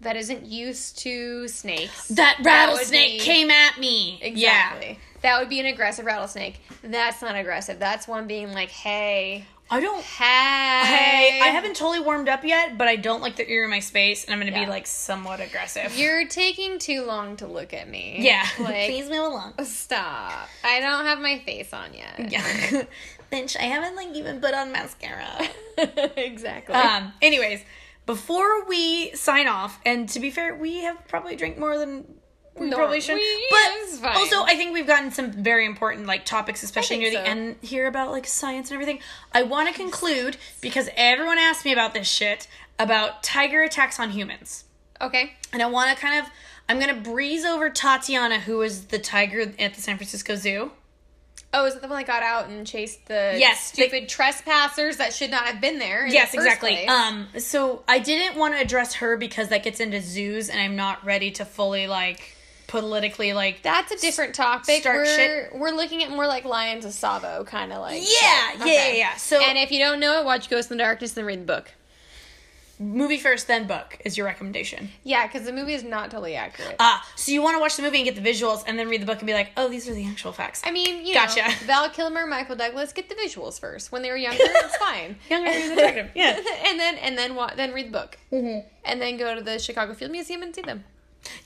B: that isn't used to snakes.
A: that
B: would
A: rattlesnake
B: be-
A: came at me.
B: Exactly.
A: Yeah.
B: That would be an aggressive rattlesnake. That's not aggressive. That's one being like, hey,
A: I don't.
B: hey.
A: Hey, I haven't totally warmed up yet, but I don't like that you're in my space, and I'm gonna
B: Yeah.
A: be like somewhat aggressive.
B: You're taking too long to look at me.
A: yeah.
B: Like,
A: move along.
B: stop. I don't have my face on yet.
A: Yeah. Bitch, I haven't like even put on mascara.
B: exactly.
A: Um, anyways, before we sign off, and to be fair, we have probably drank more than we
B: No,
A: probably should.
B: we- it's
A: but
B: fine.
A: also, I think we've gotten some very important like topics, especially near
B: think
A: the
B: so.
A: end here about like science and everything. I want to conclude because everyone asked me about this shit about tiger attacks on humans.
B: Okay.
A: And I want to kind of, I'm going to breeze over Tatiana, who is the tiger at the San Francisco Zoo.
B: Oh, is it the one that got out and chased the
A: Yes, they-
B: stupid trespassers that should not have been there? in the
A: yes,
B: first
A: exactly.
B: place?
A: Um, so I didn't want to address her because that gets into zoos, and I'm not ready to fully like politically like
B: That's a different topic.
A: start
B: we're
A: shit.
B: we're looking at more like Lions of Savo kind of like
A: Yeah, yeah, yeah, yeah. So-
B: and if you don't know it, watch Ghost in the Darkness and read the book.
A: movie first, then book is your recommendation.
B: Yeah, because the movie is not totally accurate.
A: Ah, so you want to watch the movie and get the visuals, and then read the book and be like, oh, these are the actual facts.
B: I mean, you
A: gotcha.
B: know, Val Kilmer, Michael Douglas, get the visuals first. When they were younger, it's fine.
A: Younger is attractive, yeah.
B: and then and then wa- then read the book, mm-hmm. and then go to the Chicago Field Museum and see them.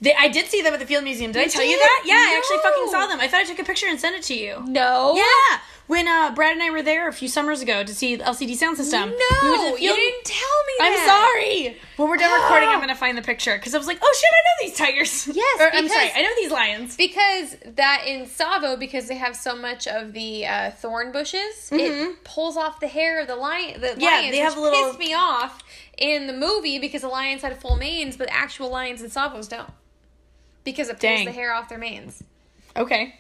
A: They, I did see them at the Field Museum. Did I tell you
B: did?
A: that? Yeah, I actually fucking
B: No.
A: saw them. I thought I took a picture and sent it to you.
B: No.
A: Yeah, when uh, Brad and I were there a few summers ago to see the LCD sound system. we went to
B: No,
A: the
B: you
A: field-
B: didn't tell me.
A: I'm
B: that.
A: sorry. When we're done recording, I'm gonna find the picture because I was like, oh shit, I know these tigers.
B: Yes,
A: Or, I'm
B: because-
A: sorry, I know these lions.
B: because that in Savo, because they have so much of the uh, thorn bushes, it pulls off the hair of the lion. The
A: Mm-hmm. Yeah,
B: lions,
A: they have
B: which
A: little-
B: pissed me off in the movie because the lions had full manes, but actual lions in Savos don't because it pulls
A: Dang.
B: the hair off their manes.
A: Okay,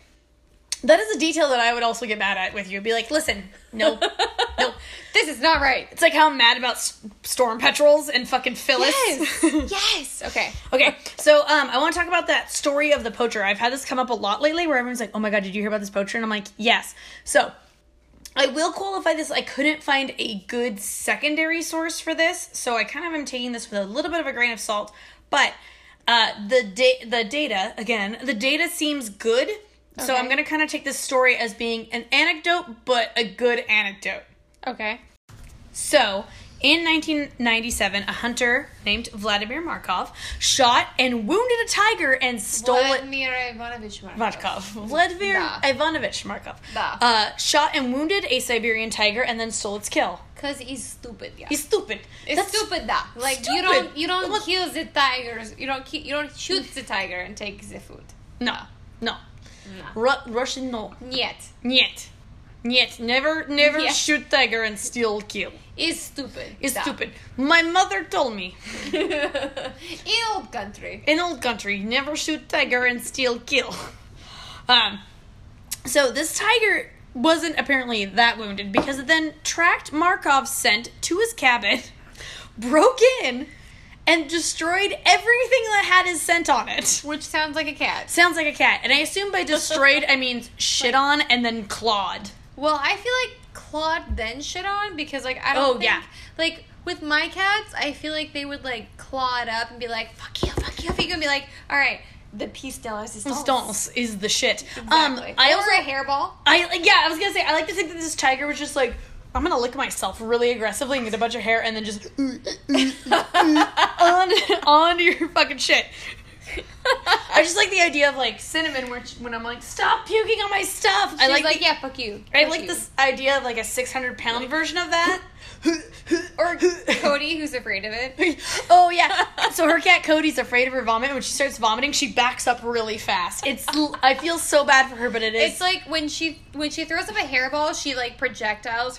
A: that is a detail that I would also get mad at with you. Be like, listen, no, no.
B: This is not right.
A: It's like how I'm mad about s- storm petrels and fucking Phyllis.
B: Yes, yes. Okay,
A: Okay, so um, I want to talk about that story of the poacher. I've had this come up a lot lately where everyone's like, oh my god, did you hear about this poacher? And I'm like, yes. So I will qualify this. I couldn't find a good secondary source for this, so I kind of am taking this with a little bit of a grain of salt. But uh, the da- the data again, the data seems good, so
B: Okay.
A: I'm going to kind of take this story as being an anecdote, but a good anecdote.
B: okay.
A: So, in 1997, a hunter named Vladimir Markov shot and wounded a tiger and stole it.
B: Vladimir Ivanovich Markov.
A: Markov. Vladimir
B: Da.
A: Ivanovich Markov.
B: Da.
A: Uh, shot and wounded a Siberian tiger and then stole its kill.
B: Cause he's stupid. Yeah.
A: He's stupid.
B: It's
A: That's-
B: stupid that like you
A: Stupid.
B: don't you don't
A: Look-
B: kill the tigers you don't ki- you don't shoot the tiger and take the food
A: No. No.
B: No.
A: Ru- Russian, no.
B: yet
A: Yet. Yet. Never, never
B: Yeah.
A: shoot tiger and steal kill.
B: is stupid
A: It's
B: Да.
A: stupid. My mother told me,
B: in old country
A: in old country, never shoot tiger and steal kill. Um, so this tiger wasn't apparently that wounded because it then tracked Markov's scent to his cabin, broke in, and destroyed everything that had his scent on it.
B: which sounds like a cat
A: Sounds like a cat. And I assume by destroyed, I mean shit on and then clawed.
B: well I feel like clawed then shit on because like I don't
A: Oh,
B: think
A: yeah.
B: like with my cats I feel like they would like claw it up and be like fuck you fuck you fuck you and be like all right the piece de la resistance
A: Stonks is the shit.
B: exactly.
A: Um, I
B: or
A: also
B: a hairball
A: I like, yeah, I was gonna say I like to think that this tiger was just like I'm gonna lick myself really aggressively and get a bunch of hair and then just Mm, on onto your fucking shit. I just like the idea of like cinnamon, which when I'm like stop puking on my stuff. I
B: She's
A: like,
B: like,
A: the,
B: yeah fuck you
A: I
B: fuck
A: like
B: you."
A: this idea of like a 600 pound version of that.
B: or Cody who's afraid of it
A: oh yeah. So her cat Cody's afraid of her vomit. and When she starts vomiting, she backs up really fast. It's l- I feel so bad for her, but it is.
B: It's like when she when she throws up a hairball, she like projectiles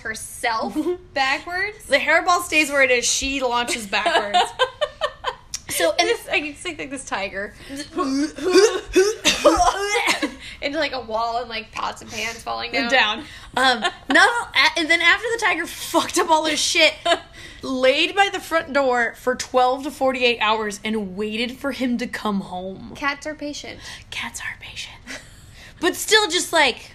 B: herself backwards.
A: the hairball stays where it is. She launches backwards. so and
B: this, I can think like this tiger into like a wall and like pots and pans falling down.
A: and down. Um, not a- and then after the tiger fucked up all his shit, laid by the front door for twelve to forty eight hours and waited for him to come home.
B: Cats are patient.
A: Cats are patient, but still just like.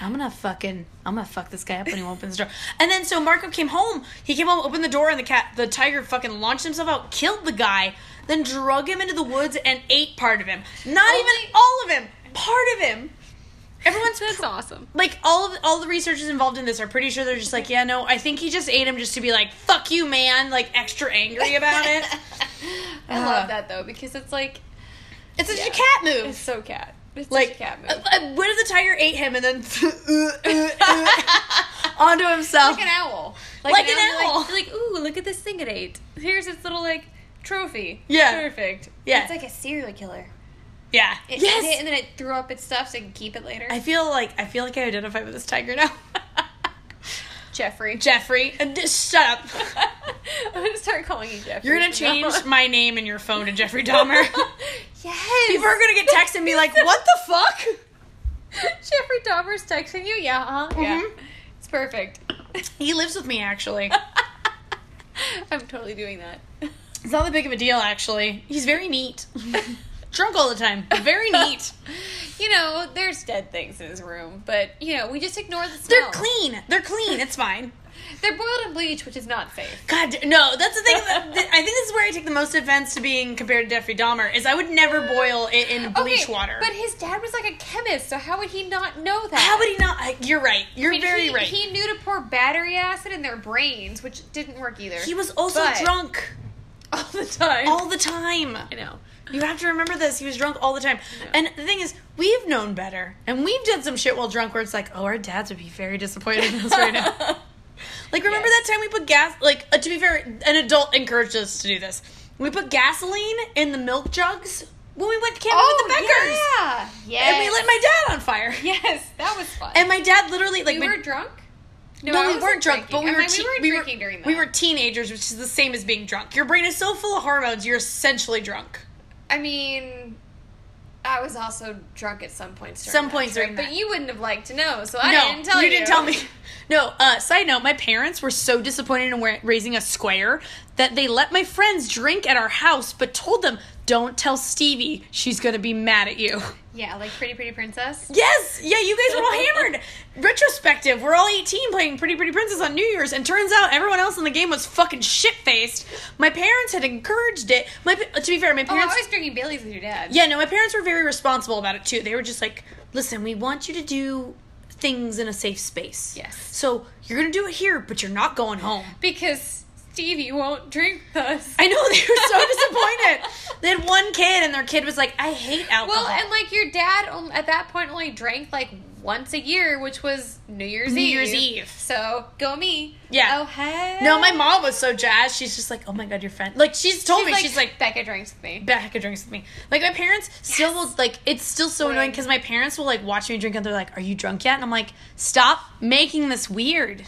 A: I'm gonna fucking I'm gonna fuck this guy up when he opens the door. And then so Markham came home. He came home, opened the door, and the cat the tiger fucking launched himself out, killed the guy, then drug him into the woods and ate part of him. Not
B: Only-
A: even all of him, part of him. Everyone's
B: That's awesome.
A: like all of all the researchers involved in this are pretty sure they're just like, yeah, no, I think he just ate him just to be like, fuck you, man, like extra angry about it.
B: I
A: Uh.
B: love that though because it's like
A: It's such a
B: Yeah.
A: cat
B: it's
A: move.
B: so cat. It's
A: Like,
B: such a cat move.
A: uh, uh, what if the tiger ate him and then onto himself?
B: like an owl.
A: uh, Like an owl.
B: Like, like, ooh, look at this thing it ate. Here's its little like trophy.
A: Yeah.
B: Perfect.
A: Yeah.
B: It's like a serial killer.
A: yeah.
B: It
A: yes.
B: yes. and then it threw up its stuff so it can keep it later.
A: I feel like I feel like I identify with this tiger now.
B: Jeffrey.
A: Jeffrey, uh, d- shut up.
B: I'm gonna start calling you Jeffrey.
A: You're gonna
B: from now
A: change
B: on.
A: my name in your phone to Jeffrey Dahmer.
B: yes.
A: People are gonna get texts and be like, "What the fuck?"
B: Jeffrey Dahmer's texting you. Yeah. Huh? Yeah.
A: Mhm.
B: It's perfect.
A: He lives with me actually.
B: I'm totally doing that.
A: It's not that big of a deal actually. He's very neat. Drunk all the time. Very neat.
B: You know, there's dead things in his room, but you know, we just ignore the smell.
A: They're clean. They're clean. It's fine.
B: They're boiled in bleach, which is not safe.
A: God, no. That's the thing. that- that- I think this is where I take the most offense to being compared to Jeffrey Dahmer. Is I would never boil it in bleach
B: Okay,
A: water.
B: But his dad was like a chemist, so how would he not know that?
A: how would he not? I- You're right. You're
B: I mean,
A: very
B: he,
A: right. He,
B: He knew to pour battery acid in their brains, which didn't work either.
A: was also
B: But-
A: drunk
B: all the time.
A: all the time.
B: I know.
A: You have to remember this. He was drunk all the time. And the thing is, we've known better. And we've done some shit while drunk where it's like, oh, our dads would be very disappointed in us right now. Like, remember
B: Yes.
A: that time we put gas, like, uh, to be fair, an adult encouraged us to do this. We put gasoline in the milk jugs when we went camping
B: oh,
A: with the Beckers.
B: yeah. Yes.
A: And we lit my dad on fire.
B: Yes, that was fun.
A: And my dad literally, like,
B: we
A: we-
B: were drunk. No,
A: well,
B: I
A: we
B: wasn't
A: weren't drunk,
B: drinking.
A: but we
B: I
A: were,
B: mean,
A: te-
B: we were
A: we
B: drinking during that.
A: We were teenagers, which is the same as being drunk. Your brain is so full of hormones, you're essentially drunk.
B: I mean, I was also drunk at some points. During
A: Some
B: that
A: points
B: trip,
A: during
B: but
A: that.
B: you wouldn't have liked to know, so I
A: no,
B: didn't tell you.
A: didn't tell me. No, uh, side note, my parents were so disappointed in wa- raising a square that they let my friends drink at our house, but told them, don't tell Stevie. She's going to be mad at you.
B: Yeah, like Pretty Pretty Princess.
A: Yes! Yeah, you guys were all hammered. Retrospective, we're all 18 playing Pretty Pretty Princess on New Year's, and turns out everyone else in the game was fucking shit faced. My parents had encouraged it. My, pa- to be fair, my
B: Oh, I
A: parents.
B: was drinking Bailey's with your dad.
A: Yeah, no, my parents were very responsible about it too. They were just like, listen, we want you to do things in a safe space.
B: Yes.
A: So you're going to do it here, but you're not going home.
B: Because Stevie won't drink with us.
A: I know, they were so disappointed. They had one kid, and their kid was like, I hate alcohol.
B: Well, and like your dad on- at that point only drank like once a year, which was New Year's
A: New
B: Eve.
A: Year's Eve.
B: So go me.
A: Yeah.
B: Oh hey.
A: no, my mom was so jazzed. She's just like, oh my god, your friend. Like, she's told
B: She's
A: me,
B: like,
A: she's like,
B: Becca drinks with me.
A: back of drinks with me. Like, my parents still will, like, it's still so
B: Right.
A: annoying because my parents will, like, watch me drink, and they're like, are you drunk yet? And I'm like, stop making this weird.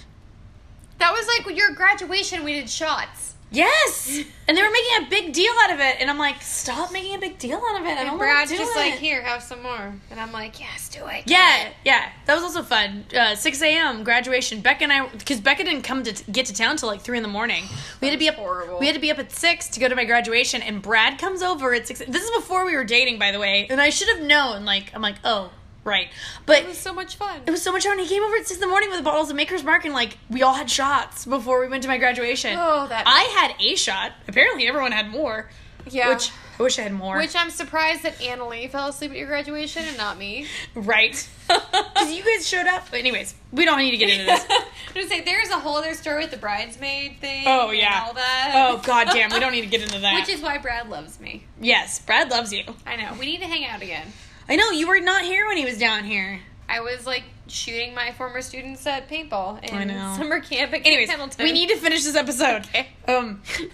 B: That was like when your graduation. We did shots.
A: Yes, and they were making a big deal out of it, and I'm like, stop making a big deal out of it. I
B: And
A: don't want
B: Brad's
A: to do
B: just
A: it.
B: like, here, have some more. And I'm like, yes, do it.
A: yeah, yeah, that was also fun. Uh, 6 a.m. graduation. Becca and I, because Becca didn't come to t- get to town till like three in the morning. We had to be up.
B: That's horrible.
A: We had to be up at six to go to my graduation, and Brad comes over at six. This is before we were dating, by the way, and I should have known. Like, I'm like, oh, right, but
B: It was so much fun.
A: it was so much fun. He came over at six in the morning with bottles of Maker's Mark, and like we all had shots before we went to my graduation.
B: Oh, that-
A: I had a shot. Apparently, everyone had more.
B: yeah.
A: Which I wish I had more.
B: Which I'm surprised that Annalie fell asleep at your graduation and not me.
A: right? Because you guys showed up. But anyways, we don't need to get into this.
B: I'm gonna say there's a whole other story with the bridesmaid thing.
A: Oh,
B: and
A: yeah.
B: all that.
A: oh god damn, we don't need to get into that.
B: Which is why Brad loves me.
A: yes, Brad loves you.
B: I know. We need to hang out again.
A: I know you were not here when he was down here.
B: I was like shooting my former students at paintball in
A: I know.
B: summer camp at
A: Anyways,
B: Pendleton.
A: we need to finish this episode.
B: Okay.
A: Um.
B: you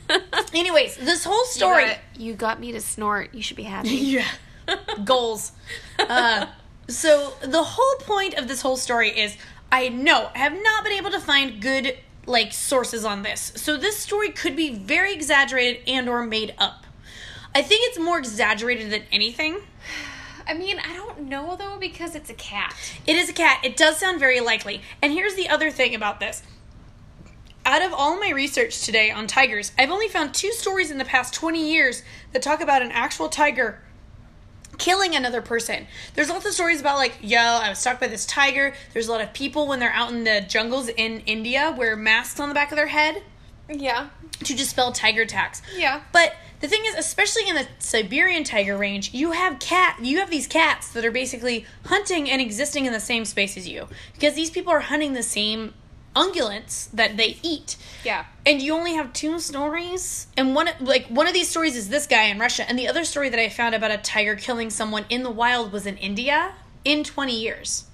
A: Anyways, this whole story.
B: got, you got me to snort. You should be happy.
A: yeah. Goals. Uh, so the whole point of this whole story is I know I have not been able to find good like sources on this. So this story could be very exaggerated and or made up. I think it's more exaggerated than anything.
B: I mean, I don't know though because it's a cat.
A: It is a cat. It does sound very likely. And here's the other thing about this. Out of all my research today on tigers, I've only found two stories in the past 20 years that talk about an actual tiger killing another person. There's lots of stories about like, yo, I was stalked by this tiger. There's a lot of people when they're out in the jungles in India wear masks on the back of their head
B: Yeah.
A: to dispel tiger attacks.
B: Yeah.
A: But the thing is, especially in the Siberian tiger range, you have cat you have these cats that are basically hunting and existing in the same space as you. Because these people are hunting the same ungulates that they eat.
B: Yeah.
A: And you only have two stories. And one like one of these stories is this guy in Russia, and the other story that I found about a tiger killing someone in the wild was in India in twenty years.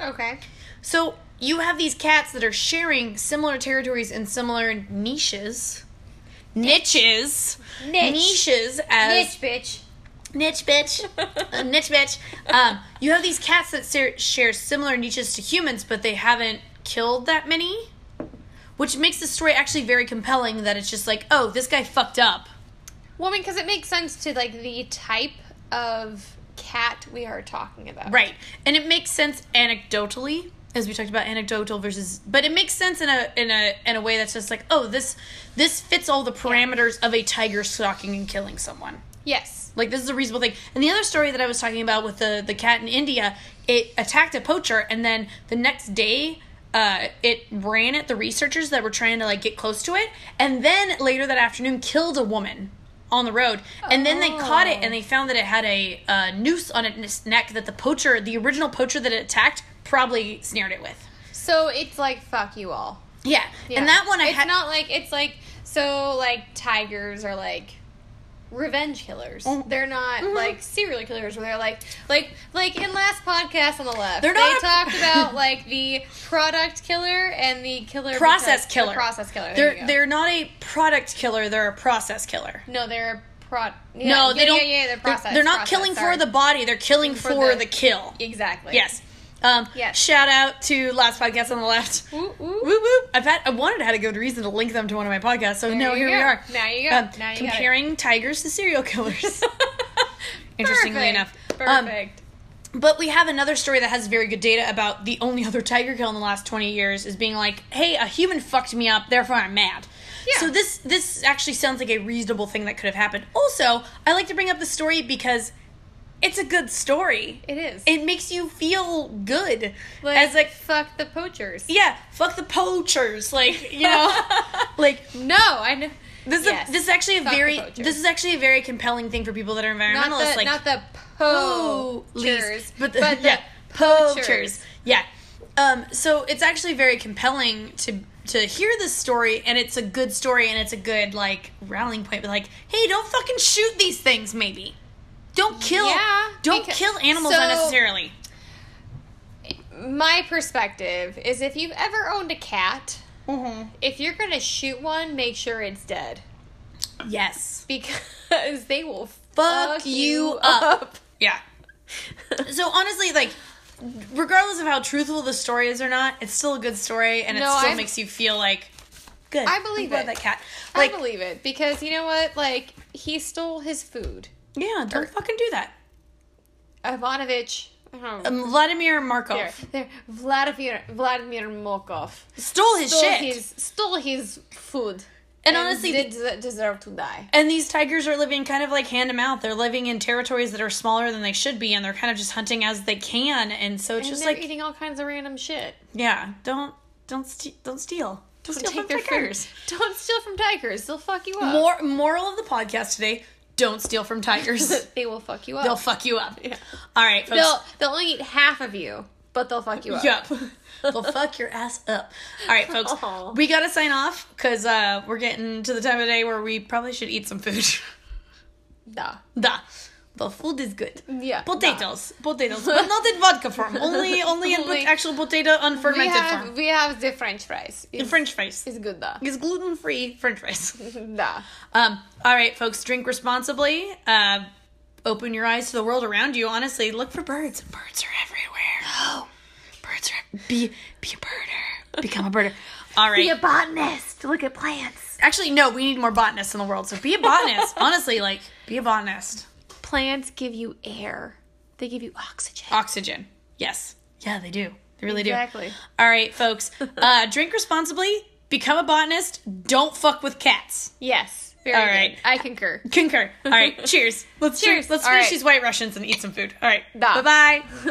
B: Okay.
A: So you have these cats that are sharing similar territories and similar niches. Niches. Niches as
B: Niche, bitch.
A: niche, bitch. Uh, niche bitch. Um, you have these cats that ser- share similar niches to humans, but they haven't killed that many. which makes the story actually very compelling. That it's just like, oh, this guy fucked up.
B: Well, because it makes sense to like the type of cat we are talking about.
A: Right. And it makes sense anecdotally, as we talked about anecdotal versus but it makes sense in a in a in a way that's just like, oh, this this fits all the parameters of a tiger stalking and killing someone.
B: Yes.
A: Like this is a reasonable thing. And the other story that I was talking about with the the cat in India, it attacked a poacher and then the next day uh, it ran at the researchers that were trying to like get close to it and then later that afternoon killed a woman on the road and then they caught it and they found that it had a uh, noose on its neck that the poacher the original poacher that it attacked probably snared it with
B: So it's like fuck you all.
A: yeah,
B: Yeah.
A: and that one i
B: it's
A: had
B: not like it's like so like tigers are like revenge killers.
A: Mm.
B: They're not like serial killers where they're like like like in last podcast on the left.
A: They're not
B: they
A: a-
B: talked about like the product killer and the killer
A: Process
B: because-
A: killer.
B: the process killer. There you
A: they're
B: go.
A: they're not a product killer they're a process killer
B: no, they're pro. Yeah,
A: no
B: yeah,
A: they don't
B: Yeah, yeah, they're
A: they're,
B: process.
A: they're not
B: process,
A: killing
B: sorry.
A: for the body they're killing for,
B: the-
A: the, kill
B: exactly.
A: yes um,
B: Yes.
A: shout out to last podcast on the left
B: Ooh, ooh.
A: Woo woo! I've had I wanted to had a good reason to link them to one of my podcasts, so no,
B: you
A: here
B: go.
A: we are. Um,
B: Now you go. Now you got it.
A: comparing tigers to serial killers. Interestingly
B: Perfect.
A: enough, Um,
B: Perfect.
A: but we have another story that has very good data about the only other tiger kill in the last 20 years is being like, hey, a human fucked me up, therefore I'm mad.
B: Yeah.
A: So this this actually sounds like a reasonable thing that could have happened. Also, I like to bring up the story because it's a good story.
B: it is.
A: It makes you feel good.
B: like,
A: as like
B: fuck the poachers.
A: yeah, fuck the poachers, like, you know, like
B: No, I know.
A: this is
B: Yes.
A: a, this is actually a
B: Fuck the
A: very
B: poachers.
A: this is actually a very compelling thing for people that are environmentalists
B: not the
A: like
B: not the
A: police,
B: poachers,
A: but the,
B: but the
A: yeah,
B: poachers.
A: poachers. Yeah. Um, so it's actually very compelling to to hear this story, and it's a good story, and it's a good like rallying point. But like, hey, don't fucking shoot these things. Maybe don't kill.
B: Yeah,
A: don't
B: because-
A: kill animals
B: so-
A: unnecessarily.
B: My perspective is if you've ever owned a cat,
A: Mm-hmm.
B: if you're gonna shoot one, make sure it's dead
A: Yes.
B: because they will
A: Fuck
B: fuck,
A: you Yeah. So honestly, like. Regardless of how truthful the story is or not, it's still a good story, and
B: No,
A: it still
B: I'm-
A: makes you feel like good.
B: I
A: I'm
B: believe
A: glad
B: it.
A: that cat.
B: I believe it because you know what? Like he stole his food.
A: Yeah,
B: er,
A: don't fucking do that.
B: Ivanovich. I don't know.
A: Um, Vladimir Markov
B: there, there, Vladimir Vladimir Mokov
A: stole his
B: stole
A: shit.
B: his stole his food
A: and honestly,
B: did des- deserve to die.
A: and these tigers are living kind of like hand to mouth. They're living in territories that are smaller than they should be, and they're kind of just hunting as they can. And so it's
B: And
A: just
B: they're
A: like,
B: eating all kinds of random shit.
A: yeah, don't don't ste don't steal. Don't, steal from
B: their
A: tigers.
B: Food. Don't steal from tigers. They'll fuck you up.
A: More moral of the podcast today: Don't steal from tigers.
B: They will fuck you up.
A: they'll fuck you up. All right, folks.
B: They'll, they'll only eat half of you, but they'll fuck you up.
A: Yep. They'll fuck your ass up. All right, folks.
B: Aw.
A: We got to sign off because uh, we're getting to the time of day where we probably should eat some food.
B: Nah.
A: da. The food is good.
B: Yeah. nah.
A: Potatoes. Potatoes. But not in vodka form. Only only in pot-
B: Only-
A: actual potato
B: We
A: unfermented
B: have,
A: form.
B: we have the french fries. It's,
A: In French fries.
B: It's good, though.
A: It's gluten free French fries.
B: Nah.
A: Um, all right, folks, drink responsibly. Uh, open your eyes to the world around you. Honestly, look for birds. Birds are everywhere. No. Birds are. Be, be a birder. Become a birder. All right.
B: Be a botanist. Look at plants.
A: Actually, no, we need more botanists in the world. So be a botanist. Honestly, like, be a botanist.
B: Plants give you air, they give you oxygen.
A: Oxygen. Yes. Yeah, they do. They really do.
B: Exactly.
A: All right, folks. Uh, drink responsibly. Become a botanist. Don't fuck with cats.
B: Yes. Very
A: All
B: good.
A: right.
B: I concur.
A: Concur. All right. Cheers. Let's
B: Cheers.
A: Let's
B: All
A: finish
B: right.
A: these white Russians and eat some food. All right.
B: Da.
A: Bye bye.